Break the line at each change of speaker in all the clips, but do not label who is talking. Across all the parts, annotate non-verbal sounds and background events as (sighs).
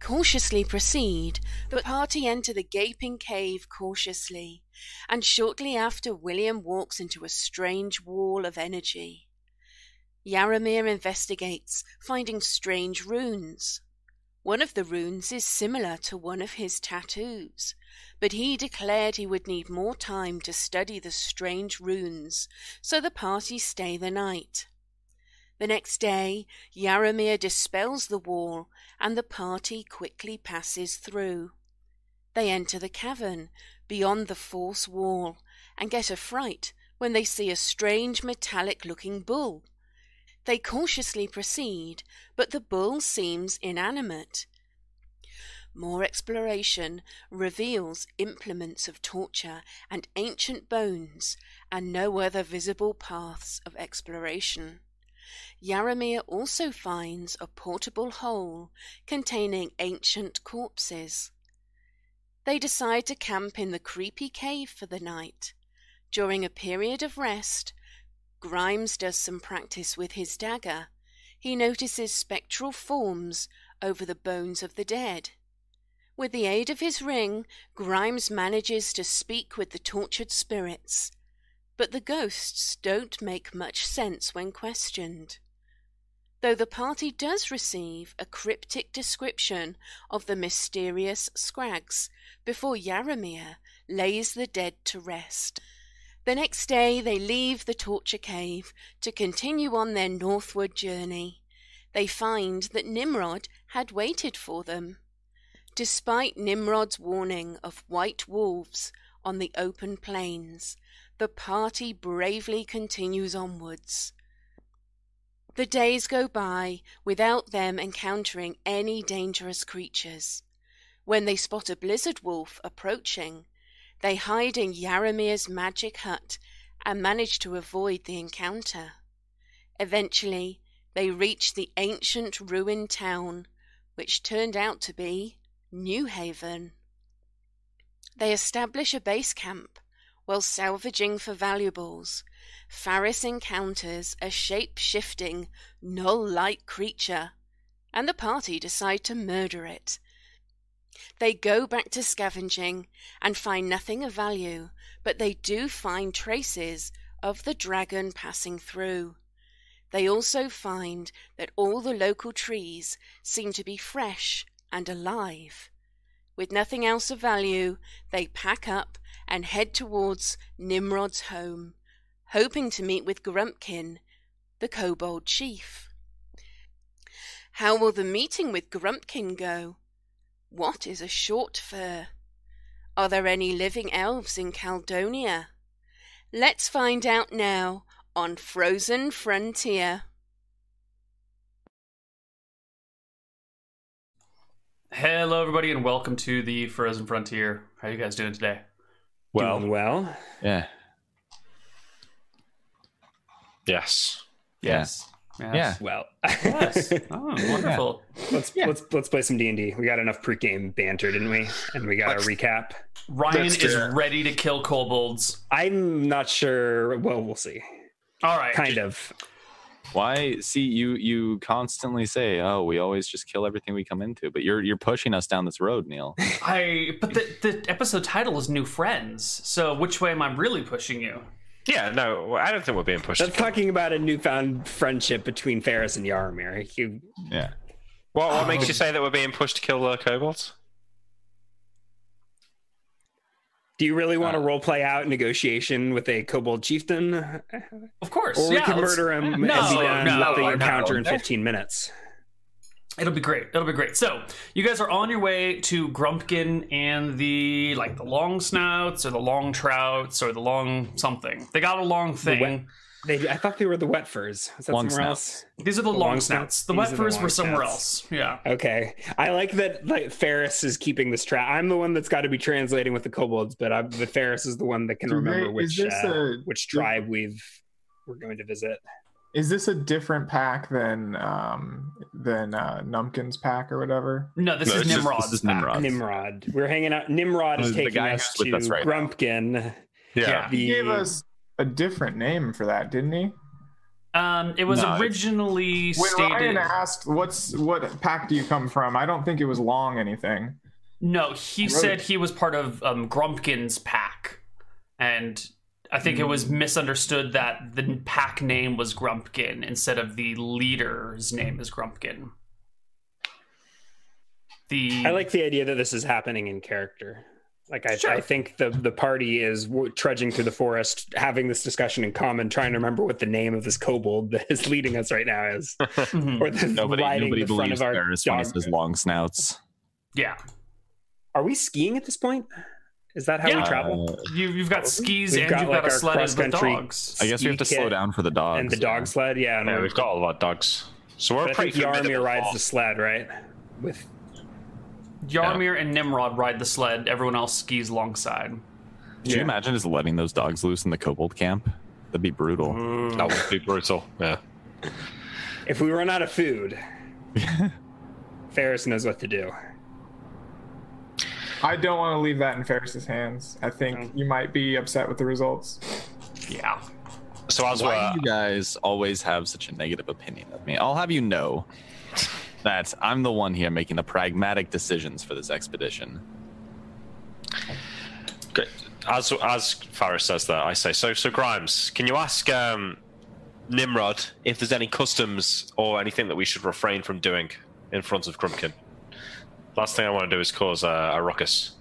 cautiously proceed, the party enter the gaping cave cautiously, and shortly after William walks into a strange wall of energy. Yaramir investigates, finding strange runes. One of the runes is similar to one of his tattoos, but he declared he would need more time to study the strange runes, so the party stay the night. The next day, Yaramir dispels the wall, and the party quickly passes through. They enter the cavern, beyond the false wall, and get a fright when they see a strange metallic looking bull. They cautiously proceed, but the bull seems inanimate. More exploration reveals implements of torture and ancient bones, and no other visible paths of exploration. Yaramir also finds a portable hole containing ancient corpses. They decide to camp in the creepy cave for the night. During a period of rest, Grimes does some practice with his dagger. He notices spectral forms over the bones of the dead. With the aid of his ring, Grimes manages to speak with the tortured spirits but the ghosts don't make much sense when questioned. Though the party does receive a cryptic description of the mysterious Scrags before Yaramir lays the dead to rest. The next day they leave the torture cave to continue on their northward journey. They find that Nimrod had waited for them. Despite Nimrod's warning of white wolves on the open plains, the party bravely continues onwards. The days go by without them encountering any dangerous creatures. When they spot a blizzard wolf approaching, they hide in Yaramir's magic hut and manage to avoid the encounter. Eventually, they reach the ancient ruined town, which turned out to be New Haven. They establish a base camp while salvaging for valuables, Faris encounters a shape shifting, null like creature, and the party decide to murder it. They go back to scavenging and find nothing of value, but they do find traces of the dragon passing through. They also find that all the local trees seem to be fresh and alive. With nothing else of value, they pack up and head towards Nimrod's home, hoping to meet with Grumpkin, the kobold chief. How will the meeting with Grumpkin go? What is a short fur? Are there any living elves in Caledonia? Let's find out now on Frozen Frontier.
Hello, everybody, and welcome to the Frozen Frontier. How are you guys doing today?
Well,
Doing well.
yeah. Yes.
Yes. Yes.
Well. (laughs)
Yes. Oh, wonderful.
let's let's let's play some D and D. We got enough pregame banter, didn't we? And we got a recap.
Ryan
That's
is
fair.
ready to kill kobolds.
I'm not sure. Well, we'll see.
All right.
Kind of.
Why? See, you you constantly say, "Oh, we always just kill everything we come into," but you're you're pushing us down this road, Neil.
I but the, the episode title is New Friends. So which way am I really pushing you?
Yeah, no, I don't think we're being pushed.
That's
again.
talking about a newfound friendship between Ferris and Yaramir. You,
(laughs) Yeah.
What, what makes
Um,
you say that we're being pushed to kill uh, kobolds?
do you really want to
Uh,
role play out negotiation with a kobold chieftain, or
Of course.
we
yeah,
can
let's-
murder him
No,
and be done
no,
with the
no.
encounter in 15 minutes?
It'll be great. It'll be great. So you guys are on your way to Grumpkin and the like the long snouts or the long trouts or the long something. They got a long
wet-
thing.
They, I thought they were the wet furs. Is that
Long
somewhere
snouts.
else?
These are the,
The
long,
long
snouts.
snouts.
The
These
wet
are the
furs
long
were somewhere
snouts.
else. Yeah.
Okay, I like that. Like Ferris is keeping this track. I'm the one that's got to be translating with the kobolds, but I'm, the Ferris is the one that can
Do
remember
they-
which
is this
uh,
a-
which tribe we've we're going to visit.
Is this a different pack than um than uh Numpkin's pack or whatever?
No, this
No,
is
it's just-
Nimrod.
This is Nimrod.
Nimrod. We're hanging out. Nimrod
Uh,
is
the
taking
guy
us
who's
to
with us right now.
Grumpkin.
Yeah.
The
He gave us a different name for that, didn't he?
Um, it was
No, it's-
originally
When
stated.
Ryan asked, "What's what pack do you come from?" I don't think it was long anything.
No, he
Right.
said he was part of um, Grumpkin's pack, and I think it was misunderstood that the pack name was Grumpkin instead of the leader's name is Grumpkin. The
I like the idea that this is happening in character. Like I,
Sure.
I think the the party is w- trudging through the forest, having this discussion in common, trying to remember what the name of this kobold (laughs) that is leading us right now
(laughs)
is,
Mhm.
or the
Nobody,
riding
nobody
the front
believes
of our
Ferris when he
dog.
says long snouts.
yeah,
Are we skiing at this point? Is that how
Yeah.
we travel?
Uh,
you you've got skis
We've
and
got,
you've
like,
got a
our
sled as the
cross-country-
dogs.
I guess we have to
Ski
slow
kit
down for the dogs.
and the dog sled, Uh, yeah. And
Yeah, we've got a lot of dogs. So we're
But I
pretty
think Yarmir
formidable.
rides the sled, right? With
Yarmir and Nimrod ride the sled. Everyone else skis alongside.
Can you imagine just letting those dogs loose in the kobold camp? That'd be brutal.
Mm-hmm.
Mm. That would be brutal. Yeah.
if we run out of food, Ferris knows what to do.
I don't want to leave that in Ferris's hands. I think you might be upset with the results.
Yeah.
So as
Why
well, uh,
do you guys always have such a negative opinion of me? I'll have you know that I'm the one here making the pragmatic decisions for this expedition.
as as Faris says that, I say so. So Grimes, can you ask um, Nimrod if there's any customs or anything that we should refrain from doing in front of Grumpkin? Last thing I want to do is cause uh, a ruckus.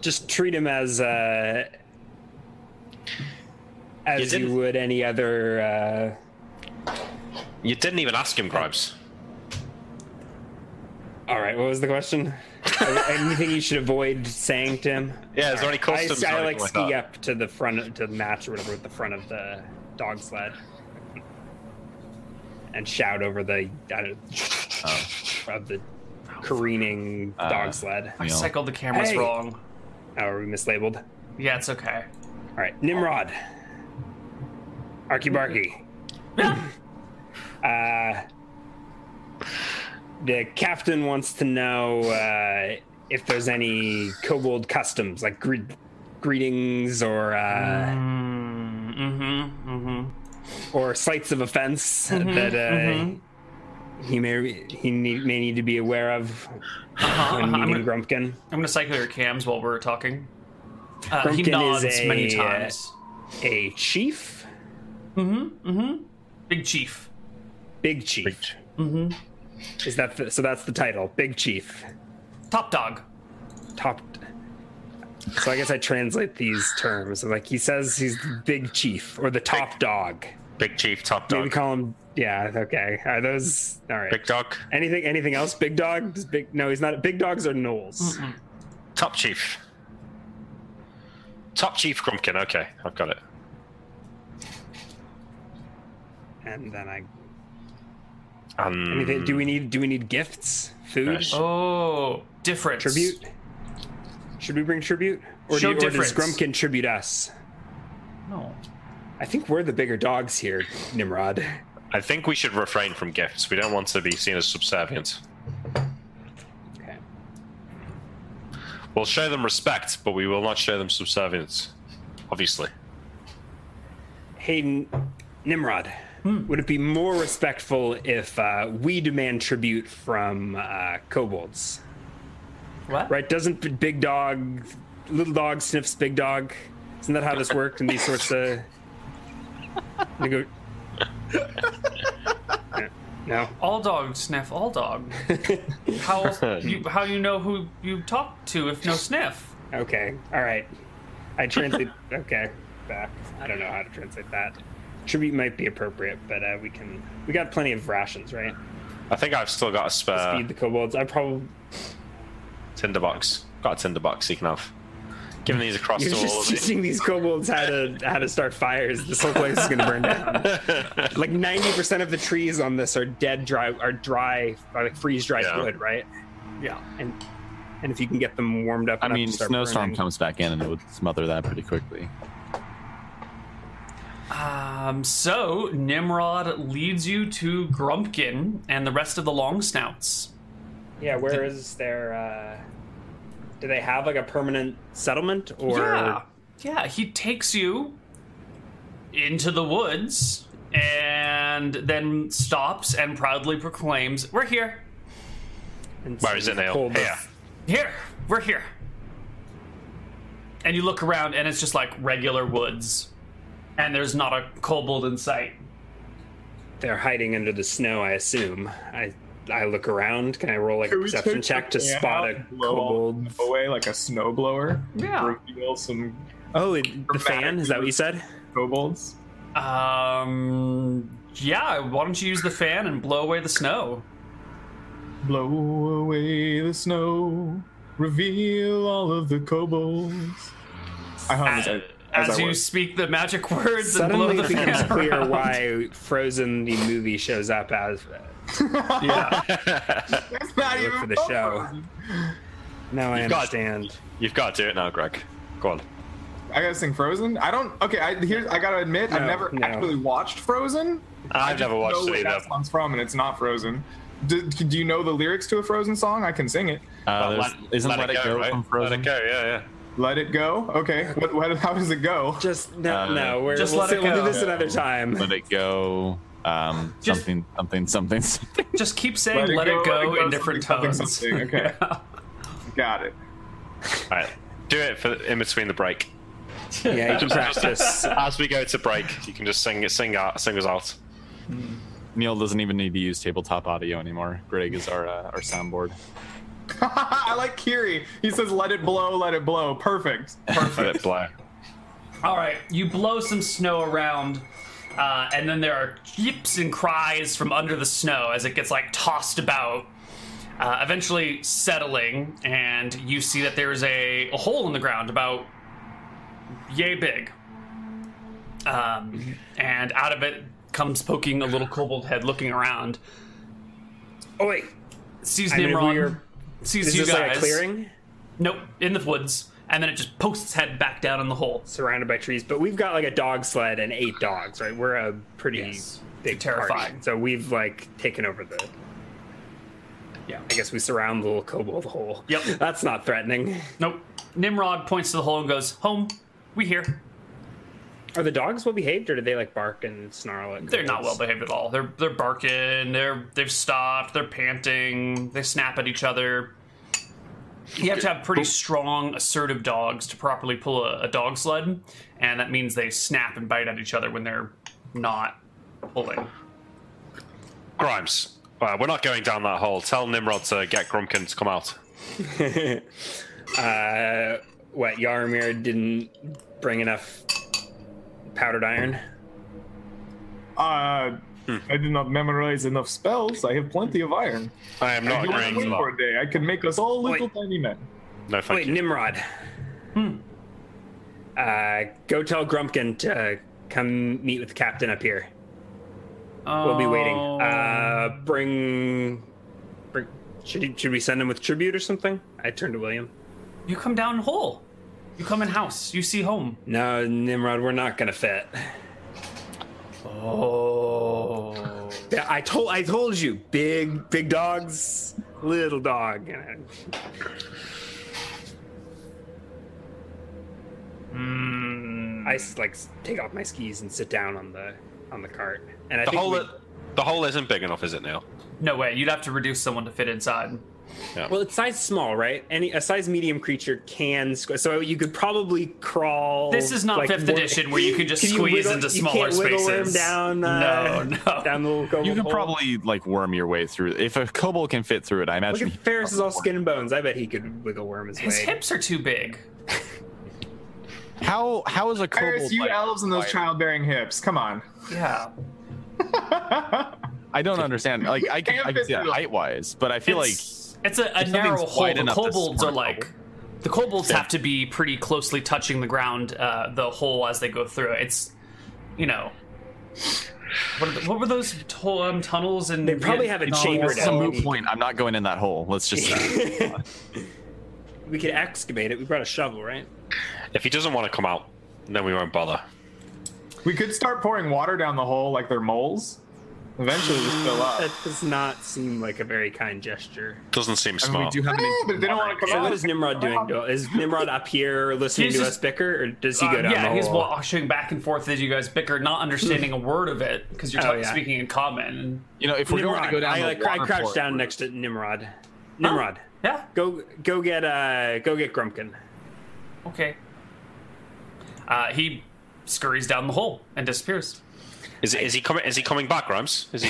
Just treat him as uh, as
You
you,
didn't-
would any other. Uh,
You didn't even ask him, Grimes.
all right, what was the question? Anything you should avoid saying to him?
Yeah, is there any
I,
customs?
I
or
like
anything
ski
that?
up to the front of, to the match or whatever with the front of the dog sled and shout over the I don't,
Oh,
(laughs) of the careening
Uh,
dog sled.
you know,
Cycled the cameras
Hey.
wrong.
Oh, are we mislabeled?
Yeah, it's okay.
All right, Nimrod, Arky Barky. uh, the captain wants to know uh, if there's any kobold customs, like gre- greetings or uh,
Mm-hmm. Mm-hmm.
or slights of offense that uh,
mhm.
he may he need, may need to be aware of
Uh-huh,
when
uh-huh. I'm,
meeting
gonna,
Grumpkin.
I'm gonna cycle your cams while we're talking. Uh, he
Grumpkin is
nods
a,
many
uh,
times.
A chief,
Mm-hmm. Mm-hmm. Big Chief.
big chief.
Mm-hmm.
Is that the, so? That's the title, big chief.
Top dog.
top. So I guess I translate these terms. Like he says he's the big chief or the top dog.
Big Chief, top
Maybe
dog,
call him. Yeah. Okay. Are those all right?
big dog,
anything? Anything else? Big dog? Does big? No, he's not. Big dogs are Knowles.
top chief, top chief Grumpkin. Okay, I've got it.
And then I.
Um,
Anything? Do we need? Do we need gifts? Food?
Yes.
Oh, difference.
Tribute? Should we bring tribute? Or,
Show
do, you- or does
difference.
Grumpkin tribute us?
No.
I think we're the bigger dogs here, Nimrod.
I think we should refrain from gifts. We don't want to be seen as subservient.
Okay.
We'll show them respect, but we will not show them subservience. Obviously.
Hayden Nimrod,
Hmm.
would it be more respectful if uh, we demand tribute from uh, kobolds?
What?
Right? Doesn't b- big dog, little dog sniffs big dog? Isn't that how this worked in these
(laughs)
sorts of? Nego- no.
All dog sniff. All
(laughs)
dog. how else- you how you know who you talk to if no sniff?
Okay. All right. I (laughs) translate. okay. Back. I don't know how to translate that. Tribute might be appropriate, but uh, we can. We got plenty of rations, right?
I think I've still got a
Feed
spare
the kobolds. I probably (laughs)
tinderbox. Got a tinderbox you can have. Giving these across
You're
to all
just
of you. (laughs)
teaching these kobolds how to how to start fires. This whole place is gonna burn down. Like ninety percent of the trees on this are dead, dry, are dry, are like freeze dried
Yeah.
wood, right?
Yeah.
And and if you can get them warmed up,
I
enough
mean,
to start
snowstorm
burning-
comes back in and it would smother that pretty quickly. Uh,
Um. So Nimrod leads you to Grumpkin and the rest of the long snouts.
Yeah, where is their? Uh, do they have like a permanent settlement or?
Yeah. Yeah, he takes you into the woods and then stops and proudly proclaims, We're here.
And
Where is it now?
pull the-
Here.
Here. We're here. And you look around and it's just like regular woods. And there's not a kobold in sight.
They're hiding under the snow, I assume. I I look around. Can I roll like a
Can we
perception
take
check to
the fan
spot
out
a
and blow all
kobold?
the stuff away like a snowblower?
Yeah.
Reveal some
Oh, it- the fan? Is that what you said?
kobolds.
Um, yeah, why don't you use the fan and blow away the snow?
Blow away the snow. Reveal all of the kobolds. I hum as, I-
As,
as I
you
work.
speak the magic words
Suddenly
and blow
it
the fan.
becomes clear
(laughs)
around.
why Frozen the movie shows up as.
Yeah.
(laughs) That's not
Look
even
for the show.
fun.
Now I
You've got-
understand.
(laughs) You've got to do it now, Greg. Go on.
I gotta sing Frozen. I don't. Okay, I here. I gotta admit,
No,
I've never
no.
actually watched Frozen.
I've never watched
know
it
where
either.
that song's from, and it's not Frozen. Do, do you know the lyrics to a Frozen song? I can sing it.
Uh, there's-
Let-
isn't
let, it go, right?
from
Let
Frozen?
it go, yeah, yeah.
Let it go. Okay. What, what, how does it go?
Just no,
Uh,
no. We're,
just
we'll,
let
say-
it
we'll
go.
do this another time.
Let it go. Um,
Just-
something, something, something, something.
Just keep saying "Let it go" in different
something,
tones.
something, something. Okay. Got it. (laughs)
All right. Do it for in between the break.
yeah, you can practice.
(laughs) Just as we go to break, you can just sing it, sing out, sing us out.
Neil doesn't even need to use tabletop audio anymore. Greg is our uh, our soundboard.
I like Kiri. He says, "Let it blow, let it blow." Perfect.
Let it blow.
All right, you blow some snow around, uh, and then there are yips and cries from under the snow as it gets like tossed about, uh, eventually settling, and you see that there's a, a hole in the ground about yay big. Um, and out of it comes poking a little kobold head looking around,
oh wait,
sees
I mean,
Nimrod,
we're-
sees
is
you
this
guys.
like a clearing
Nope, in the woods, and then it just pokes its head back down in the hole.
surrounded by trees? But we've got like a dog sled and eight dogs, right? We're a pretty
Yes.
big
Terrifying.
party. So we've like taken over the.
Yeah.
I guess we surround the little kobold hole.
Yep.
(laughs) That's not threatening.
Nope. Nimrod points to the hole and goes, "Home, we here."
Are the dogs well behaved, or do they like bark and snarl at?
They're not well
kobolds?
behaved at all. They're they're barking. They're they've stopped. They're panting. They snap at each other. You have to have pretty strong, assertive dogs to properly pull a, a dog sled, and that means they snap and bite at each other when they're not pulling.
Grimes, uh, we're not going down that hole. Tell Nimrod to get Grumpkin to come out.
(laughs) uh, what Yarmir didn't bring enough powdered iron.
Uh, I did not memorize enough spells. I have plenty of iron.
I am not
You want to
agreeing to
wait for
that.
a day? I can make us all little
Wait.
tiny men.
No, thank
Wait,
you.
Nimrod. Uh, go tell Grumpkin to come meet with the captain up here. We'll be waiting.
Oh.
Uh, bring, bring. Should he, should we send him with tribute or something? I turn to William.
you come down hole. You come in house. You see home.
No, Nimrod, we're not gonna fit.
Oh.
Yeah, I told I told you, big big dogs, little dog. And I-
Hmm.
I s- like s- take off my skis and sit down on the on the cart. And I
The
think
hole,
we-
i- the hole isn't big enough, is it, Neil?
No way. You'd have to reduce someone to fit inside.
well, it's size small, right? Any a size medium creature can squ- so you could probably crawl.
This is not
like,
fifth
more-
edition where you can just
Can you
squeeze
wiggle-
into
you
smaller
can't wiggle worm
spaces.
down, uh,
no, no.
down the little
You
kobold
could
hole?
probably like worm your way through. If a kobold can fit through it, I
Look
imagine.
at Ferris is all skin and bones. I bet he could wiggle worm his,
His
way.
hips are too big.
How how is a kobold?
Paris, you
like,
elves and those
wired?
childbearing hips. Come on.
Yeah.
I don't understand. Like I can,
Can't
I can
fit
see that
through it.
height wise, but I feel like
it's, it's a, a
if
narrow
something's
hole.
wide
The
enough to
kobolds are
support a
like the kobolds have to be pretty closely touching the ground, uh, the hole as they go through. It's you know. What, are the, what were those to- um, tunnels? And
They probably have a chamber
it's a
down.
moot point. I'm not going in that hole. Let's just
we could excavate it. We brought a shovel, right?
If he doesn't want to come out, then we won't bother.
We could start pouring water down the hole like they're moles.
Eventually, just fill up.
That does not seem like a very kind gesture.
Doesn't seem
I mean, we
smart.
do have an
Ah, but they don't want to come
So
out.
what is Nimrod doing? though? Is Nimrod up here listening
He's
to
just-
us bicker, or does he
Uh,
go down
yeah,
the
he's
whole-
washing back and forth as you guys bicker, not understanding a word of it because you're
Oh,
talking-
yeah.
speaking in common. And,
You know, if we're going
Nimrod.
to go down
I,
the
like, I
water
crouch
port
down
route-
next to Nimrod. Nimrod,
yeah,
go go get uh go get
(laughs)
Grumpkin.
okay. Uh, he scurries down the hole and disappears.
Is, is he coming? Is he coming back, Grimes? Is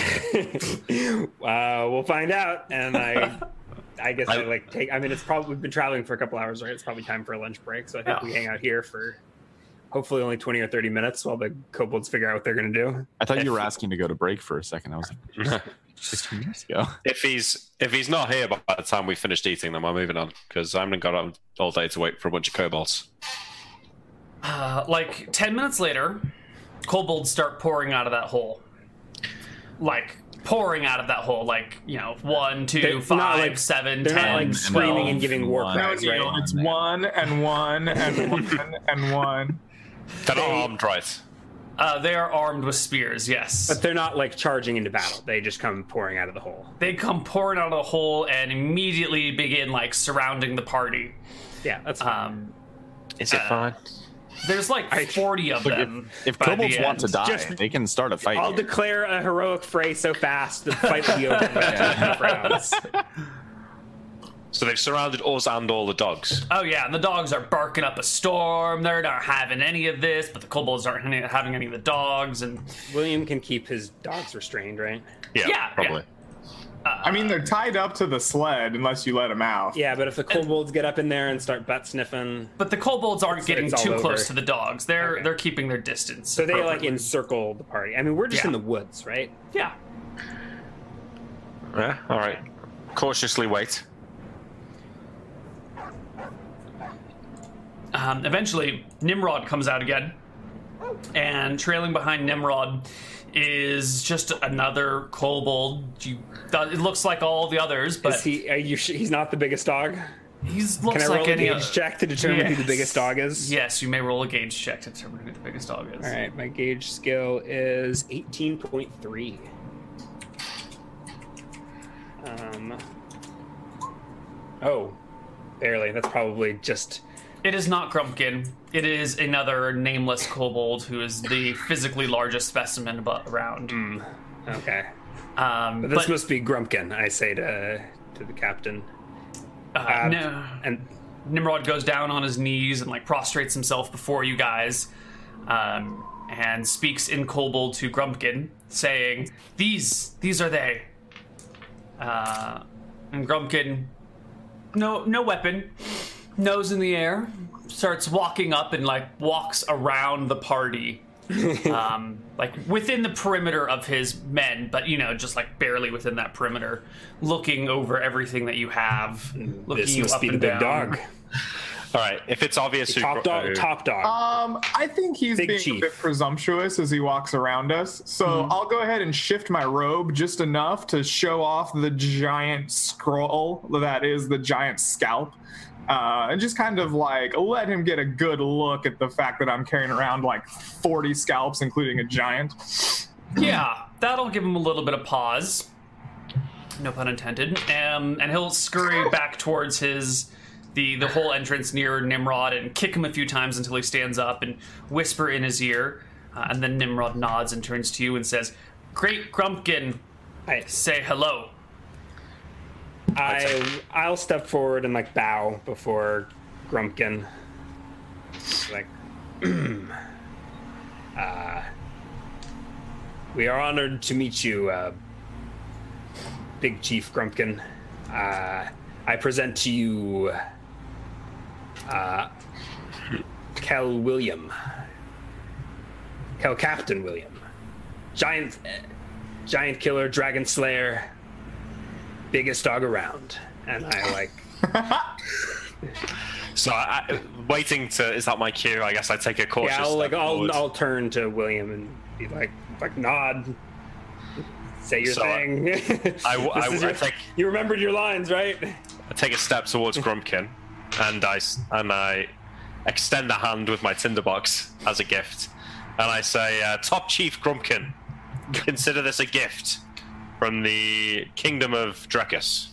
(laughs)
he?
uh, we'll find out. And I, I guess I,
I-
like take. I mean, it's probably we've been traveling for a couple hours, right? It's probably time for a lunch break. So I think
Yeah.
we hang out here for hopefully only twenty or thirty minutes while the kobolds figure out what they're gonna do.
I thought
(laughs)
you were asking to go to break for a second. I was like, just two years ago.
if he's if he's not here by the time we finished eating, then we're moving on because I'm gonna go out all day to wait for a bunch of kobolds.
Uh, like 10 minutes later, kobolds start pouring out of that hole. Like, pouring out of that hole. Like, you know, one,
They're
two,
not,
five,
like-
seven,
they're not,
ten,
like, screaming
twelve.
and giving war
One.
No,
cries,
it's, you know, it's one and one and one and one.
They're not armed, right?
Uh, they are armed with spears, yes.
But they're not like charging into battle. They just come pouring out of the hole.
they come pouring out of the hole and immediately begin, like, surrounding the party.
Yeah, that's
Um,
Is it fine?
there's like 40 of them.
(laughs) If
by the
kobolds want to
end.
die,
Just-
they can start a fight.
I'll
here.
declare a heroic fray so fast the fight will be over. in
(laughs)
half rounds.
So they've surrounded us and all the dogs.
Oh yeah, and the dogs are barking up a storm. They're not having any of this, but the kobolds aren't ha- having any of the dogs. And
William can keep his dogs restrained, right?
Yeah,
Yeah,
probably.
I mean, they're tied up to the sled unless you let them out.
Yeah, but if the kobolds get up in there and start butt sniffing,
but the kobolds aren't
It's-
getting
it's all
too
over.
close to the dogs. They're
Okay.
they're keeping their distance.
so they like
appropriately.
encircle the party. I mean, we're just
Yeah.
in the woods, right?
yeah.
Yeah. all right. Cautiously wait.
Um, eventually, Nimrod comes out again, and trailing behind Nimrod is just another kobold. You, uh, it looks like all the others, but
Is he? Are you? sh- He's not the biggest dog.
he's
Can
looks
I roll
like
a
any
gauge
other.
check to determine who the
Yes.
biggest dog is?
Yes, you may roll a gauge check to determine who the biggest dog is.
All right, my gauge skill is eighteen point three. Um. Oh, barely. That's probably just.
It is not Grumpkin. It is another nameless kobold who is the physically largest specimen abo- around.
Okay.
Um,
Hmm. This
but,
must be Grumpkin, I say to to the captain.
uh,
uh,
no,
And
Nimrod goes down on his knees and like prostrates himself before you guys, um, and speaks in kobold to Grumpkin, saying, "These, these are they." Uh, and Grumpkin, no, no weapon, nose in the air, starts walking up and like walks around the
(laughs)
party, um, like within the perimeter of his men, but you know, just like barely within that perimeter, looking over everything that you have, looking
this
you
must
up
be the
and
big
down.
dog.
All right. If it's obvious who
Top
gro-
dog.
who-
Top dog.
Um, I think he's
Big
being
chief. Hmm.
a bit presumptuous as he walks around us. So I'll go ahead and shift my robe just enough to show off the giant scroll that is the giant scalp. Uh, and just kind of like let him get a good look at the fact that I'm carrying around like 40 scalps, including a giant.
Yeah, that'll give him a little bit of pause. No pun intended. Um, and he'll scurry back towards his the the whole entrance near Nimrod and kick him a few times until he stands up and whisper in his ear. Uh, and then Nimrod nods and turns to you and says, "Great Grumpkin,
I,
say hello."
I I'll step forward and like bow before Grumpkin. Like, (clears throat) uh, we are honored to meet you, uh, Big Chief Grumpkin. Uh, I present to you, uh, Kel William, Kel Captain William, giant, uh, giant killer, dragon slayer biggest dog around. And I
(sighs)
like,
So I, I, waiting to is that my cue? I guess I take a cautious.
yeah, I'll like,
step
I'll,
forward.
I'll turn to William and be like, like nod, say your
So uh, I-
thing. (laughs)
I w-
This
I-
is
I
your-
think-
you remembered your lines, right?
I take a
(laughs)
step towards Grumpkin, and I s- and I extend a hand with my tinderbox as a gift, and I say, uh, "Top Chief Grumpkin, Consider this a gift from the kingdom of Drakus.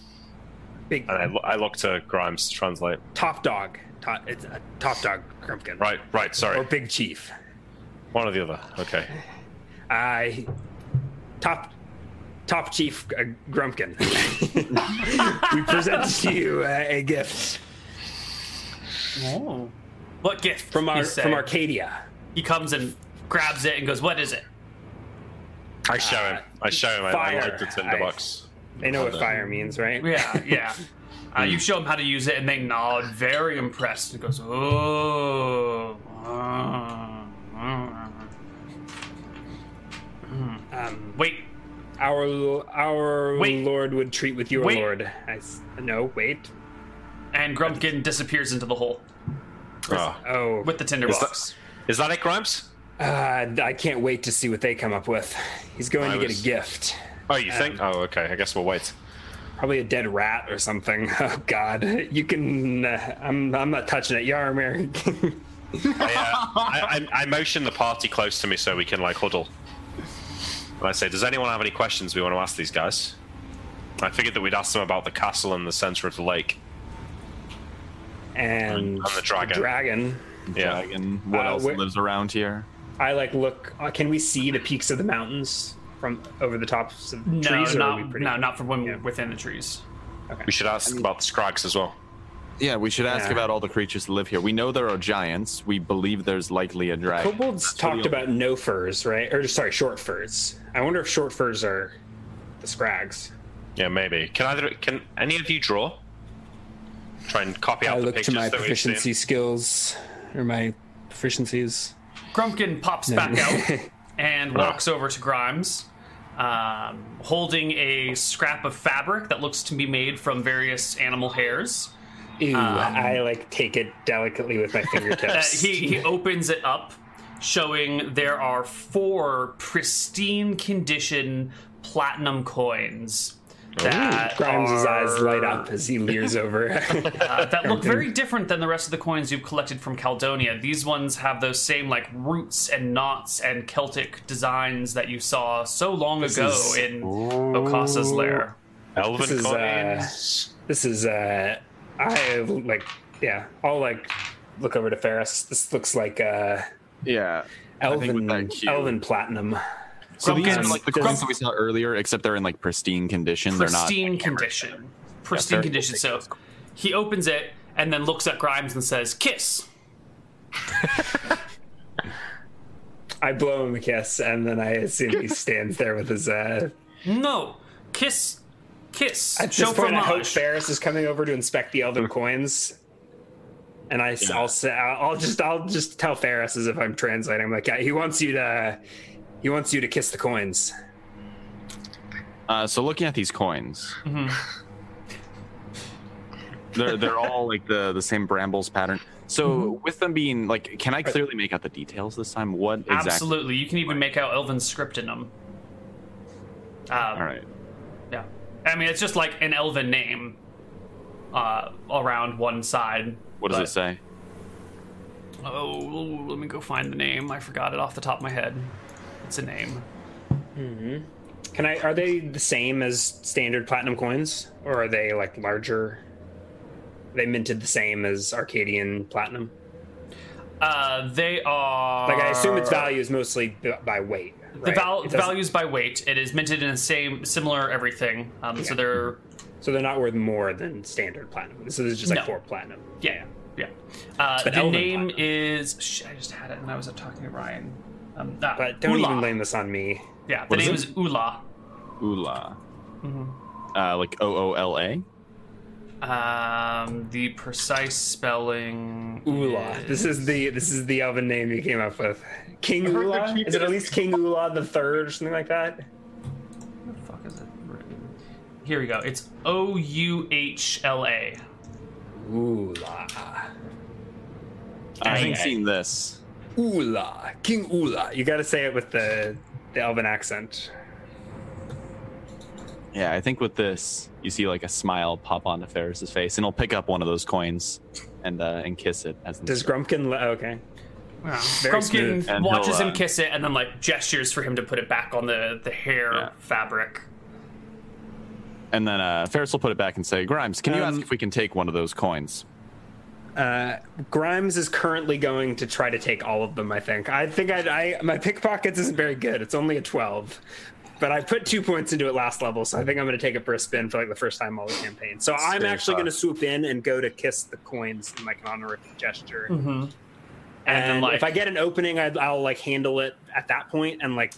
Big
And I, lo- I look to Grimes to translate.
top dog. Top, it's a top dog Grumpkin.
Right, right,
Or
sorry.
big chief.
One or the other. Okay.
I top top chief uh, Grumpkin. (laughs) we present to you uh, a gift
Oh. What gift?
from
you
our
say?
from Arcadia.
He comes and grabs it and goes, What is it?
I show him. I show him. I, I
fire.
light the tinderbox.
They know what fire means, right? (laughs)
Yeah, yeah. Uh,
Hmm.
you show him how to use it, and they nod, very impressed, and goes, "Oh."
Um,
Wait,
our our
Wait.
lord would treat with your
Wait.
lord. I s- no, wait.
and Grumpkin disappears into the hole
Oh.
Oh,
with the tinderbox.
Is that it, Grimes?
uh, I can't wait to see what they come up with. He's going
I
to get
was-
a gift,
Oh, you think?
Um,
Oh, okay. I guess we'll
(laughs)
wait.
probably a dead rat or something. (laughs) Oh God, you can. Uh, I'm I'm not touching it, (laughs) Yarmir.
I, uh, I, I, I motion the party close to me so we can like huddle. And I say, does anyone have any questions we want to ask these guys? I figured that we'd ask them about the castle in the center of the lake.
and
I'm the dragon.
dragon.
Yeah.
Dragon. What
Uh,
else
where-
lives around here?
I like look. Uh, can we see the peaks of the mountains from over the tops of
No,
trees? or are we
not
pretty-
no, not from when
Yeah.
within the trees.
We should ask about the Scrags as well.
Yeah, we should ask
Yeah.
about all the creatures that live here. We know there are giants. We believe there's likely a dragon.
Kobolds
what
talked
he-
about no furs, right? Or sorry, short furs. I wonder if short furs are the scrags.
Yeah, maybe. Can either can any of you draw? Try and copy out the pictures that we've seen.
skills or my proficiencies.
Grumpkin pops back out
(laughs)
and walks over to Grimes, um, holding a scrap of fabric that looks to be made from various animal hairs.
Ew, I like take it delicately with my
Uh,
fingertips.
he, he opens it up, showing there are four pristine condition platinum coins. That
Grimes'
are-
eyes light up as he leers over. (laughs)
uh, that look very different than the rest of the coins you've collected from Caledonia. These ones have those same like roots and knots and Celtic designs that you saw so long ago
is-
in Okasa's lair.
Elven
This is, uh,
coins.
this is uh I like yeah, I'll like look over to Ferris. This looks like uh
Yeah. I think with
Elven
that cue-
Elven platinum.
So these are
Grumpkin's-
like the
does-
coins that we saw earlier, except they're in like pristine condition.
pristine condition. Pristine
they're-
condition. So he opens it and then looks at Grimes and says, "Kiss."
I blow him a kiss and then I assume he stands there with his uh
No, kiss, kiss.
At this
Show
point, I hope
fromage.
Ferris is coming over to inspect the elven coins, and I, will say, I'll just, I'll just tell Ferris as if I'm translating. I'm like, yeah, he wants you to, he wants you to kiss the coins.
Not, uh, so looking at these coins,
Mm-hmm.
they're they're all like the the same brambles pattern. So
Mm-hmm.
with them being like, can I clearly make out the details this time? What exactly?
Absolutely. You can even make out Elvin's script in them. Um,
All right.
Yeah. I mean, it's just like an Elven name uh, around one side.
What does
but-
it say?
Oh, let me go find the name. I forgot it off the top of my head. It's a name.
Can I? Are they the same as standard platinum coins, or are they like larger? Are they minted the same as Arcadian platinum.
Uh, they are.
Like I assume its value is mostly b- by weight.
Uh, The
Right?
val-
It doesn't-
values by weight. It is minted in the same, similar everything. Um, So they're
So they're not worth more than standard platinum. This is just like
No.
four platinum.
Yeah, yeah. Uh,
But
the
Elven
name
Platinum.
is. Shit, I just had it, and I was talking to Ryan. Um, ah,
But don't
Ula.
even blame this on me.
Yeah, the
What is
name
it?
is Ula.
Ula. Uh, like O O L A.
Um, the precise spelling.
Ula. This is the this is the elven name you came up with. King
heard that
Ula?
you
Is it at
did-
least King Ula the third or something like that?
Where the fuck is it written? Here we go. It's O U H L A.
Ula.
I haven't
Aye, aye.
seen this.
Ula. King Ula. You gotta say it with the the elven accent.
Yeah, I think with this, you see like a smile pop onto Ferris's face, and he'll pick up one of those coins and uh, and kiss it. As an
Does Grumpkin le- okay. Very
Grumpkin
smooth.
And he'll,
watches him
uh,
kiss it and then like gestures for him to put it back on the the hair
Yeah.
fabric.
And then uh, Ferris will put it back and say, Grimes, can you
Um,
ask if we can take one of those coins?
Uh, Grimes is currently going to try to take all of them. I think. I think I, I my pickpockets isn't very good. It's only a twelve, but I put two points into it last level, so I think I'm going to take it for a spin for like the first time all the campaign. So I'm
very
actually
far.
going to swoop in and go to kiss the coins in like an honorific gesture.
Mm-hmm.
And,
then, like-
if I get an opening, I'd, I'll like handle it at that point and like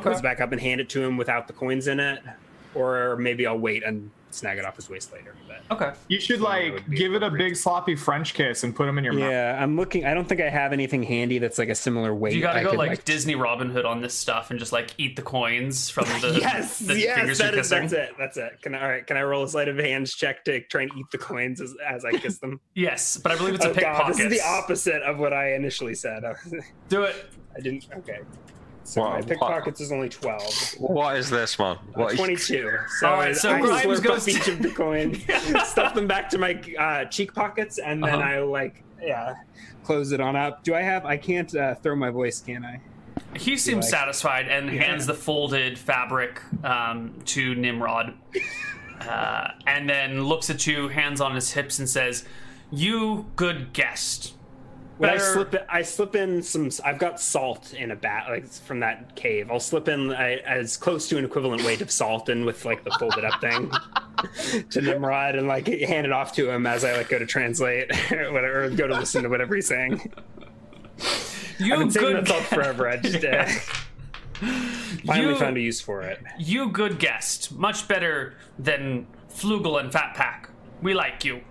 goes back up and hand it to him without the coins in it, or maybe I'll wait and snag it off his waist later. But.
Okay.
You should
So that would
like
be
give it a
appropriate.
big sloppy French kiss and put them in your mouth.
Yeah, I'm looking. I don't think I have anything handy that's like a similar weight.
You gotta
I
go
could,
like, Disney Robin Hood on this stuff and just like eat the coins from (laughs) the,
(laughs) yes,
the
yes,
fingers
that
you're
is,
kissing.
that's it. That's it. Can I, all right? Can I roll a sleight of hand check to try and eat the coins as, as I kiss them?
Yes, but I believe (laughs) it's a
oh god,
pickpocket.
this is the opposite of what I initially said. (laughs) I
Do it.
didn't. Okay. So
Wow,
my
wow.
pickpockets is only twelve. Uh,
What is this, man? What
Twenty-two. So
All right, so
I
Grimes
slurp
goes
up each
to-
of
(laughs)
the coin, stuff them back to my uh, cheek pockets, and then
Uh-huh.
I like yeah, close it on up. Do I have? I can't uh, throw my voice, can I?
He seems
like-
satisfied and hands the folded fabric um, to Nimrod, uh, and then looks at you, hands on his hips, and says, "You good guest."
But I
Better-
slip I slip in some. I've got salt in a bat, like from that cave. I'll slip in I, as close to an equivalent weight of salt in with like the folded up thing (laughs) to Nimrod and like hand it off to him as I like go to translate (laughs) or whatever, or go to listen to whatever he's saying.
(laughs) You
I've been saving
Oh, good.
that salt
Guest.
forever. I just uh, finally
You-
found a use for it.
You good guest. Much better than Flugel and Fat Pack. We like you.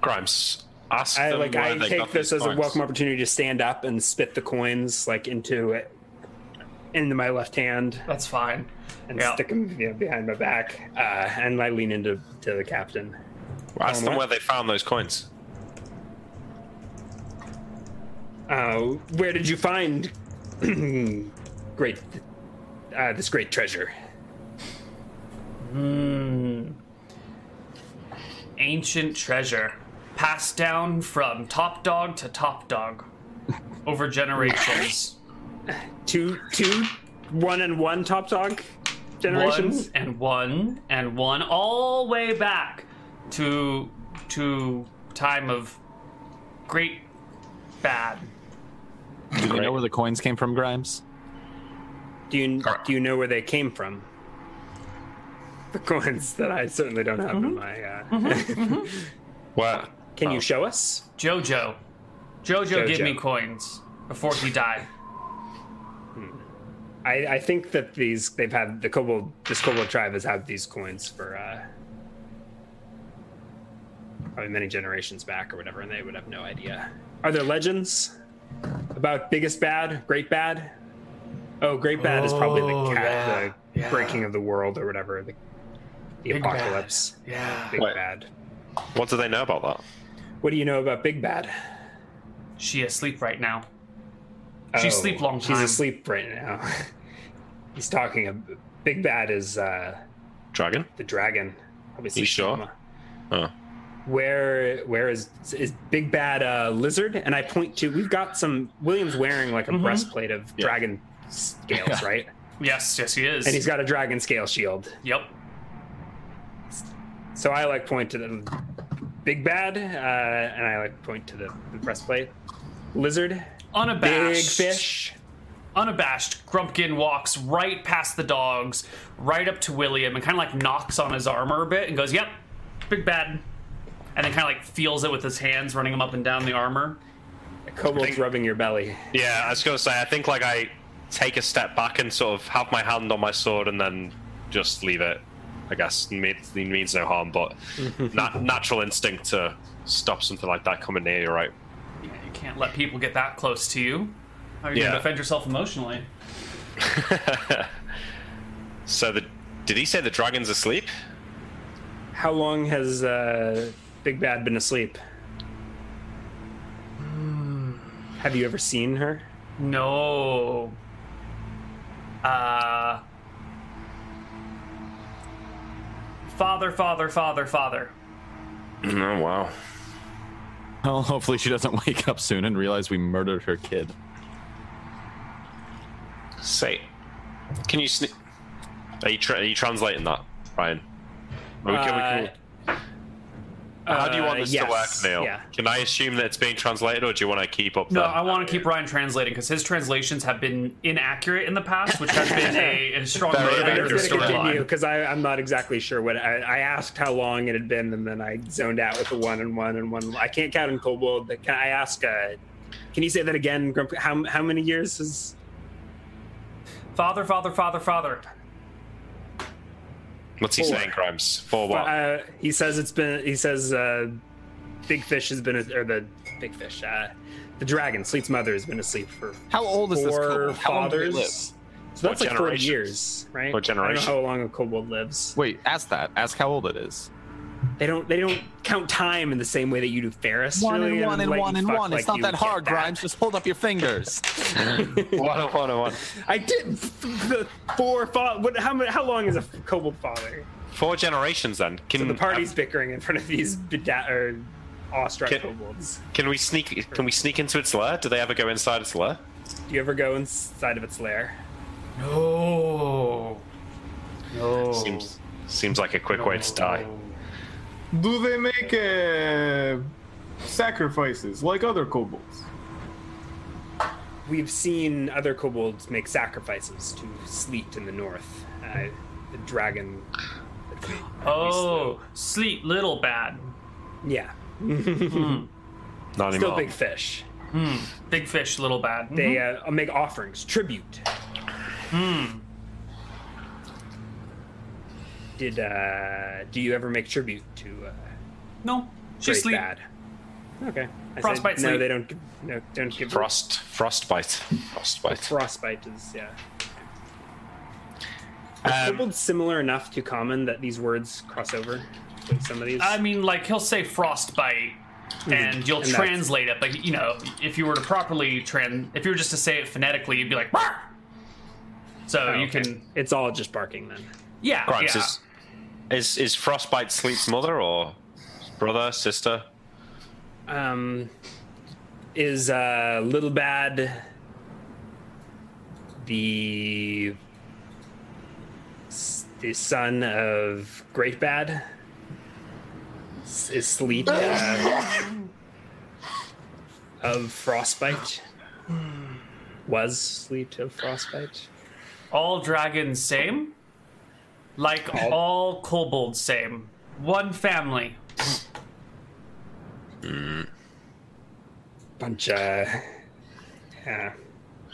Grimes, ask
I
them
like
where
I
they
take
got
this
these
as a
coins.
welcome opportunity to stand up and spit the coins like into it into my left hand.
That's fine.
and
Yeah.
stick them you know, behind my back. Uh, and I lean into to the captain.
Ask them where they found those coins.
Uh, where did you find (clears throat) great uh, this great treasure?
Hmm. Ancient treasure, passed down from top dog to top dog, over generations.
Two, two, one, and one top dog
one
(laughs) generations.
and one and one all way back to to time of great bad
Do you know where the coins came from, Grimes?
Do you do you know where they came from? (laughs) The coins that I certainly don't have in my. Uh...
Where?
(laughs) Can you show us?
jojo jojo, give
Jojo.
me coins before he died
I, I think that these they've had the kobold this kobold tribe has had these coins for uh probably many generations back or whatever and they would have no idea are there legends about biggest bad great bad oh great bad is probably
Oh,
the cat
yeah,
the
yeah.
breaking of the world or whatever the, the
Big Bad.
apocalypse
yeah
big
Wait.
bad
What do they know about that?
what do you know about big bad
she asleep right now She's
Oh,
asleep long
she's
time.
asleep right now (laughs) he's talking ab- big bad is uh
Dragon?
the dragon. Obviously,
You sure?
Shima.
Huh.
Where where is is Big Bad uh, Lizard? And I point to we've got some Williams wearing like a
Mhm.
breastplate of dragon scales,
Yeah.
right?
yes yes he is
And he's got a dragon scale shield.
yep
So I like point to the Big Bad, uh, and I like point to the, the breastplate. Lizard, big
unabashed
fish.
unabashed, Grumpkin walks right past the dogs, right up to William, and kind of like knocks on his armor a bit and goes, "Yep, big bad," and then kind of like feels it with his hands, running him up and down the armor.
Kobold's rubbing your belly.
Yeah, I was gonna say. I think like I take a step back and sort of have my hand on my sword and then just leave it. I guess it mean- it means no harm, but nat- natural instinct to stop something like that coming near you, right?
You can't let people get that close to you. How are you
Yeah.
gonna defend yourself emotionally?
so the did he say the dragon's asleep?
How long has uh, Big Bad been asleep? Have you ever seen her?
No. Uh. Father, father, father, father.
Oh wow.
Well, hopefully she doesn't (laughs) wake up soon and realize we murdered her kid.
Say, can you sneak? Are you, tra- are you translating that, Ryan? Are we- can we- can we- how do you want
uh,
this
yes,
to work, Neil?
yeah.
Can I assume that it's being translated, or do you want to keep up?
No,
the-
I want to keep Ryan translating because his translations have been inaccurate in the past, which has been a,
(laughs)
a strong
Very
I'm
motivator
accurate.
for
just going to continue
storyline.
because I'm not exactly sure what I, I asked how long it had been, and then I zoned out with the one and one and one. I can't count in Cold World. But can I ask? Uh, can you say that again? Grump, how how many years is?
Father, father, father, father.
What's he
Four.
saying, Grimes? For what?
Uh, he says it's been. He says uh, Big Fish has been or the Big Fish, uh, the dragon, Sleet's mother has been asleep for
How old is this
four
kobold? How long do they live?
fathers. So that's
What
like forty
generations?
years, right?
What
I
generation?
don't know how long a kobold lives.
Wait, ask that. Ask how old it is.
They don't. They don't count time in the same way that you do Ferris. really. I don't let you fuck like you get that.
Just hold up your fingers.
uh,
One, one, one, one.
I did f- the four fa- what How many? How long is a kobold father?
Four generations, then. Can
So the party's
um,
bickering in front of these beda- or awestruck
Can-
kobolds.
can we sneak? Can we sneak into its lair? Do they ever go inside its lair?
Do you ever go inside of its lair?
No. No.
Seems seems like a quick way to die.
Do they make uh, sacrifices like other kobolds?
We've seen other kobolds make sacrifices to Sleet in the north. Uh, the dragon. that we-
Oh, sleep, little bad.
yeah.
Not
(laughs) Still
anymore.
big fish.
Big fish, little bad.
They uh, make offerings, tribute. Hmm. Did uh, do you ever make tribute to uh,
No, she
Great
sleep.
Bad? Okay. I said,
Frostbite
No,
sleep.
they don't. give- No, don't give
Frost, frostbite, frostbite.
Frostbite is yeah. Are
Um,
kobolds similar enough to common that these words cross over? Like some of these.
I mean, like he'll say frostbite, and you'll
Mm-hmm. and that's-
translate it. But you know, if you were to properly trans, if you were just to say it phonetically, you'd be like, "Bark!" so
Oh,
you
okay.
can,
It's all just barking then.
yeah,
Grimes
yeah.
is, is is frostbite sleep's mother or brother, sister?
Um, is uh, Little Bad the s- the son of Great Bad? S- Is Sleet uh,
(laughs)
of Frostbite? Was Sleet of Frostbite?
All dragons same, like all kobolds same. One family.
Bunch of yeah.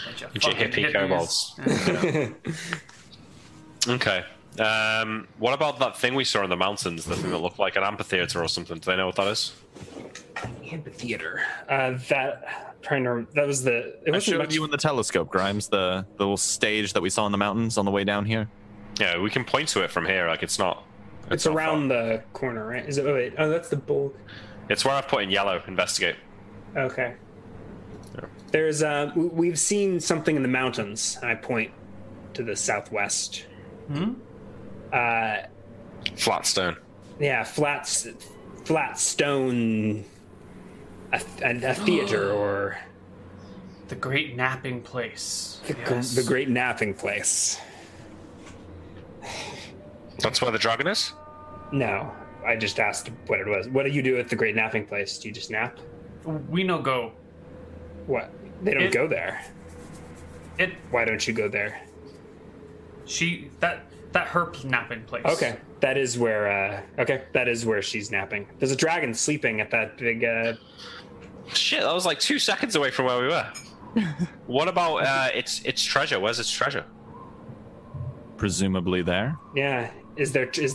Bunch of
Bunch of
fucking
hippie kobolds. Okay. Um, what about that thing we saw in the mountains? The thing that looked like an amphitheater or something. Do they know what that is?
amphitheater. Uh, that trying to that was the it
I
wasn't
showed
much
you in the telescope, Grimes, the, the little stage that we saw in the mountains on the way down here.
Yeah, we can point to it from here. Like it's not.
It's
not
around the corner, right? Is it? Oh, wait. Oh, that's the bull.
far. It's where I've put in yellow. Investigate.
Okay. There's uh, w- we've seen something in the mountains. I point to the southwest. Hmm. Uh,
Flat stone.
yeah, flat, s- flat stone, a, a,
(gasps)
a theater or
(laughs) The great napping place.
the, gr-
Yes.
the great napping place.
That's where the dragon is.
No, I just asked what it was. What do you do at the great napping place? Do you just nap?
We no go.
What? They don't
It-
go there.
It.
Why don't you go there?
She that that her napping place.
Okay, that is where. Uh, okay, that is where she's napping. There's a dragon sleeping at that big. Uh,
Shit, that was like two seconds away from where we were. what about uh, its its treasure? Where's its treasure?
Presumably there.
yeah, is there is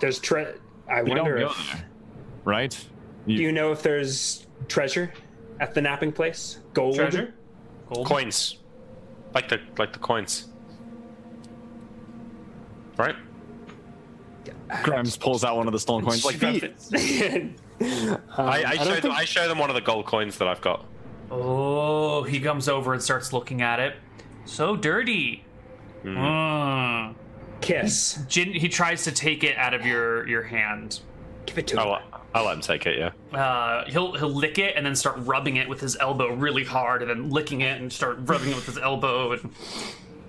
there's tre? I
We
wonder
don't go
if
there, right?
do you know if there's treasure at the napping place? Gold.
Treasure. Gold.
Coins, like the like the coins. Right.
Grimes pulls out one of the stolen coins. Like,
I, I,
Um, I don't
show them,
think-
I show them one of the gold coins that I've got.
Oh, he comes over and starts looking at it. So dirty.
Hmm.
Mm.
(laughs) Kiss.
Jin, he tries to take it out of your your hand.
Give it to
Oh,
him.
I'll let him take it, yeah.
Uh, he'll he'll lick it and then start rubbing it with his elbow really hard, and then licking it and start rubbing it with his elbow and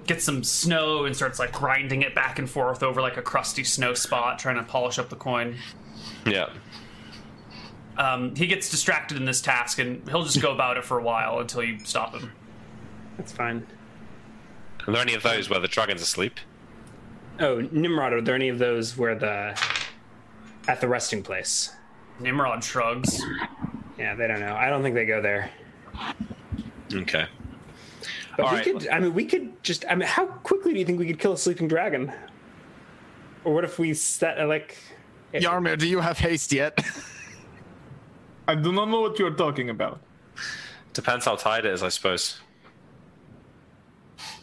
gets some snow and starts like grinding it back and forth over like a crusty snow spot, trying to polish up the coin.
Yeah.
Um, he gets distracted in this task, and he'll just go about it for a while until you stop him.
That's fine.
Are there any of those where the dragon's asleep?
Oh, Nimrod, are there any of those where the at the resting place?
Nimrod shrugs.
Yeah, they don't know. I don't think they go there.
Okay.
But
All
we
right.
could. I mean, we could just. I mean, how quickly do you think we could kill a sleeping dragon? Or what if we set uh, like? if-
Yarmir, do you have haste yet?
I do not know what you're talking about.
Depends how tired it is, I suppose.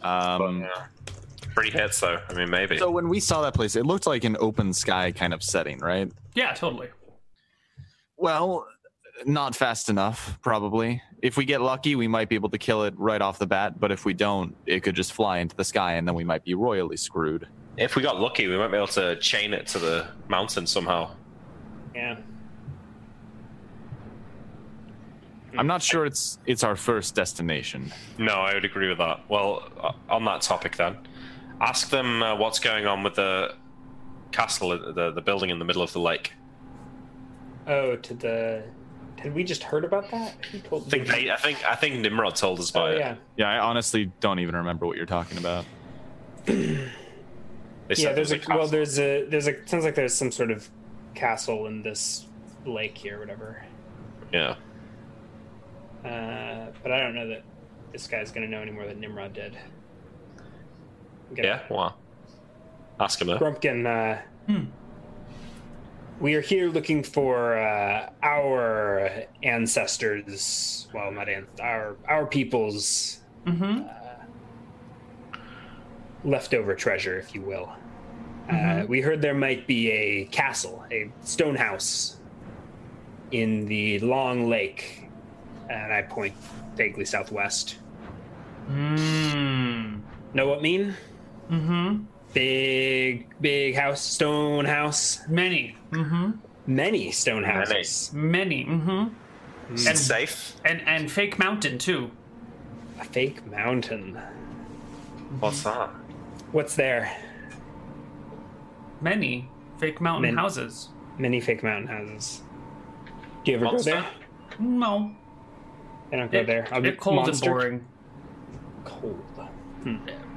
um,
Three hits, though. I mean, maybe.
so when we saw that place, it looked like an open sky kind of setting, right?
Yeah, totally.
Well, not fast enough, probably. If we get lucky, we might be able to kill it right off the bat, but if we don't, it could just fly into the sky and then we might be royally screwed.
if we got lucky, we might be able to chain it to the mountain somehow.
Yeah.
I'm not sure it's it's our first destination.
No, I would agree with that. Well, uh, on that topic, then, ask them uh, what's going on with the castle, uh, the the building in the middle of the lake.
Oh, to the. Had we just heard about that? Who told?
I think they, I think I think Nimrod told us
Oh
about
yeah.
it.
Yeah, I honestly don't even remember what you're talking about.
They said
Yeah. There's a
was
well.
castle.
There's a. There's a. Sounds like there's some sort of castle in this lake here, or whatever.
yeah.
Uh, but I don't know that this guy's gonna know any more than Nimrod did. I'm gonna-
Yeah, wow. Ask him. That.
Grumpkin, uh,
Hmm.
we are here looking for uh, our ancestors. Well, not an- our our people's
Mm-hmm.
leftover treasure, if you will. Uh,
Mm-hmm.
we heard there might be a castle, a stone house, in the Long Lake, and I point vaguely southwest.
Mm.
Know what I mean?
Mm-hmm.
Big, big house, stone house,
Many. Mm-hmm.
many stone houses.
Many. Mm-hmm.
And safe.
And and fake mountain too.
A fake mountain.
What's that?
What's there?
Many fake mountain
Many.
houses.
Many fake mountain houses. Do you ever
Monster?
go there?
No.
I don't go there. I'll
They're
be
cold
monstered.
and boring.
Cold.
Say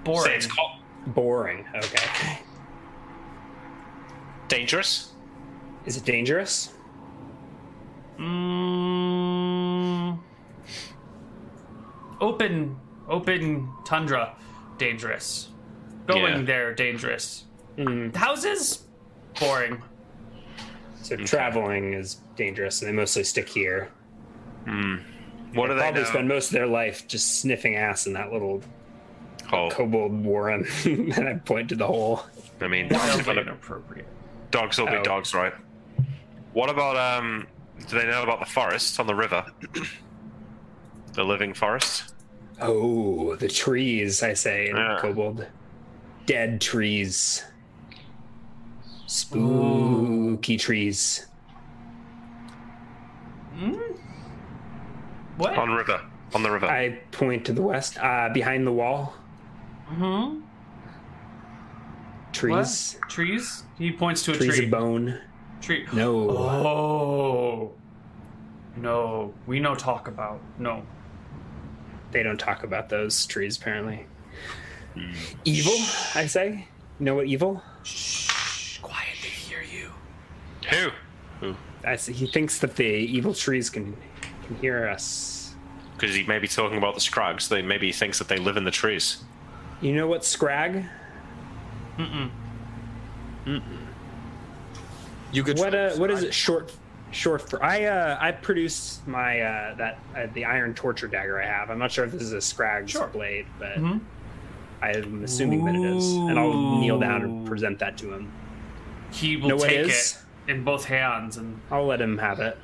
Boring.
it's called
Boring. Okay.
dangerous.
Is it dangerous?
Mm, open, open tundra, dangerous. Going
Yeah.
there, dangerous.
Mm.
Houses, boring.
So traveling is dangerous, and they mostly stick here.
What do they
Probably
know?
spend most of their life just sniffing ass in that little
oh,
kobold warren. (laughs) and I point to the hole.
I mean, dogs
Wildly
will be-
inappropriate.
dogs will
Oh.
be dogs, right? What about um? Do they know about the forest on the river? the living forest.
Oh, the trees! I say, in
Yeah.
kobold. Dead trees. Spooky trees.
Hmm? What?
On river. On the river.
I point to the west, uh, behind the wall.
hmm
Trees.
Trees? He points to a
Trees
tree.
of bone.
Tree.
No.
Oh. No, we no talk about no.
They don't talk about those trees, apparently. Evil, I say. You know what evil?
Shh, quiet. They hear you.
Who? Who?
I say, he thinks that the evil trees can can hear us.
Because he may be talking about the Scrags. They maybe he thinks that they live in the trees.
You know what, Scrag?
You could
What uh, what is it short short for? I uh, I produce my uh, that uh, the iron torture dagger I have. I'm not sure if this is a Scrag's
Sure.
blade, but
Mhm.
I'm assuming that it is. And I'll kneel down and present that to him.
He will
Know what
take it
is?
in both hands and
I'll let him have it.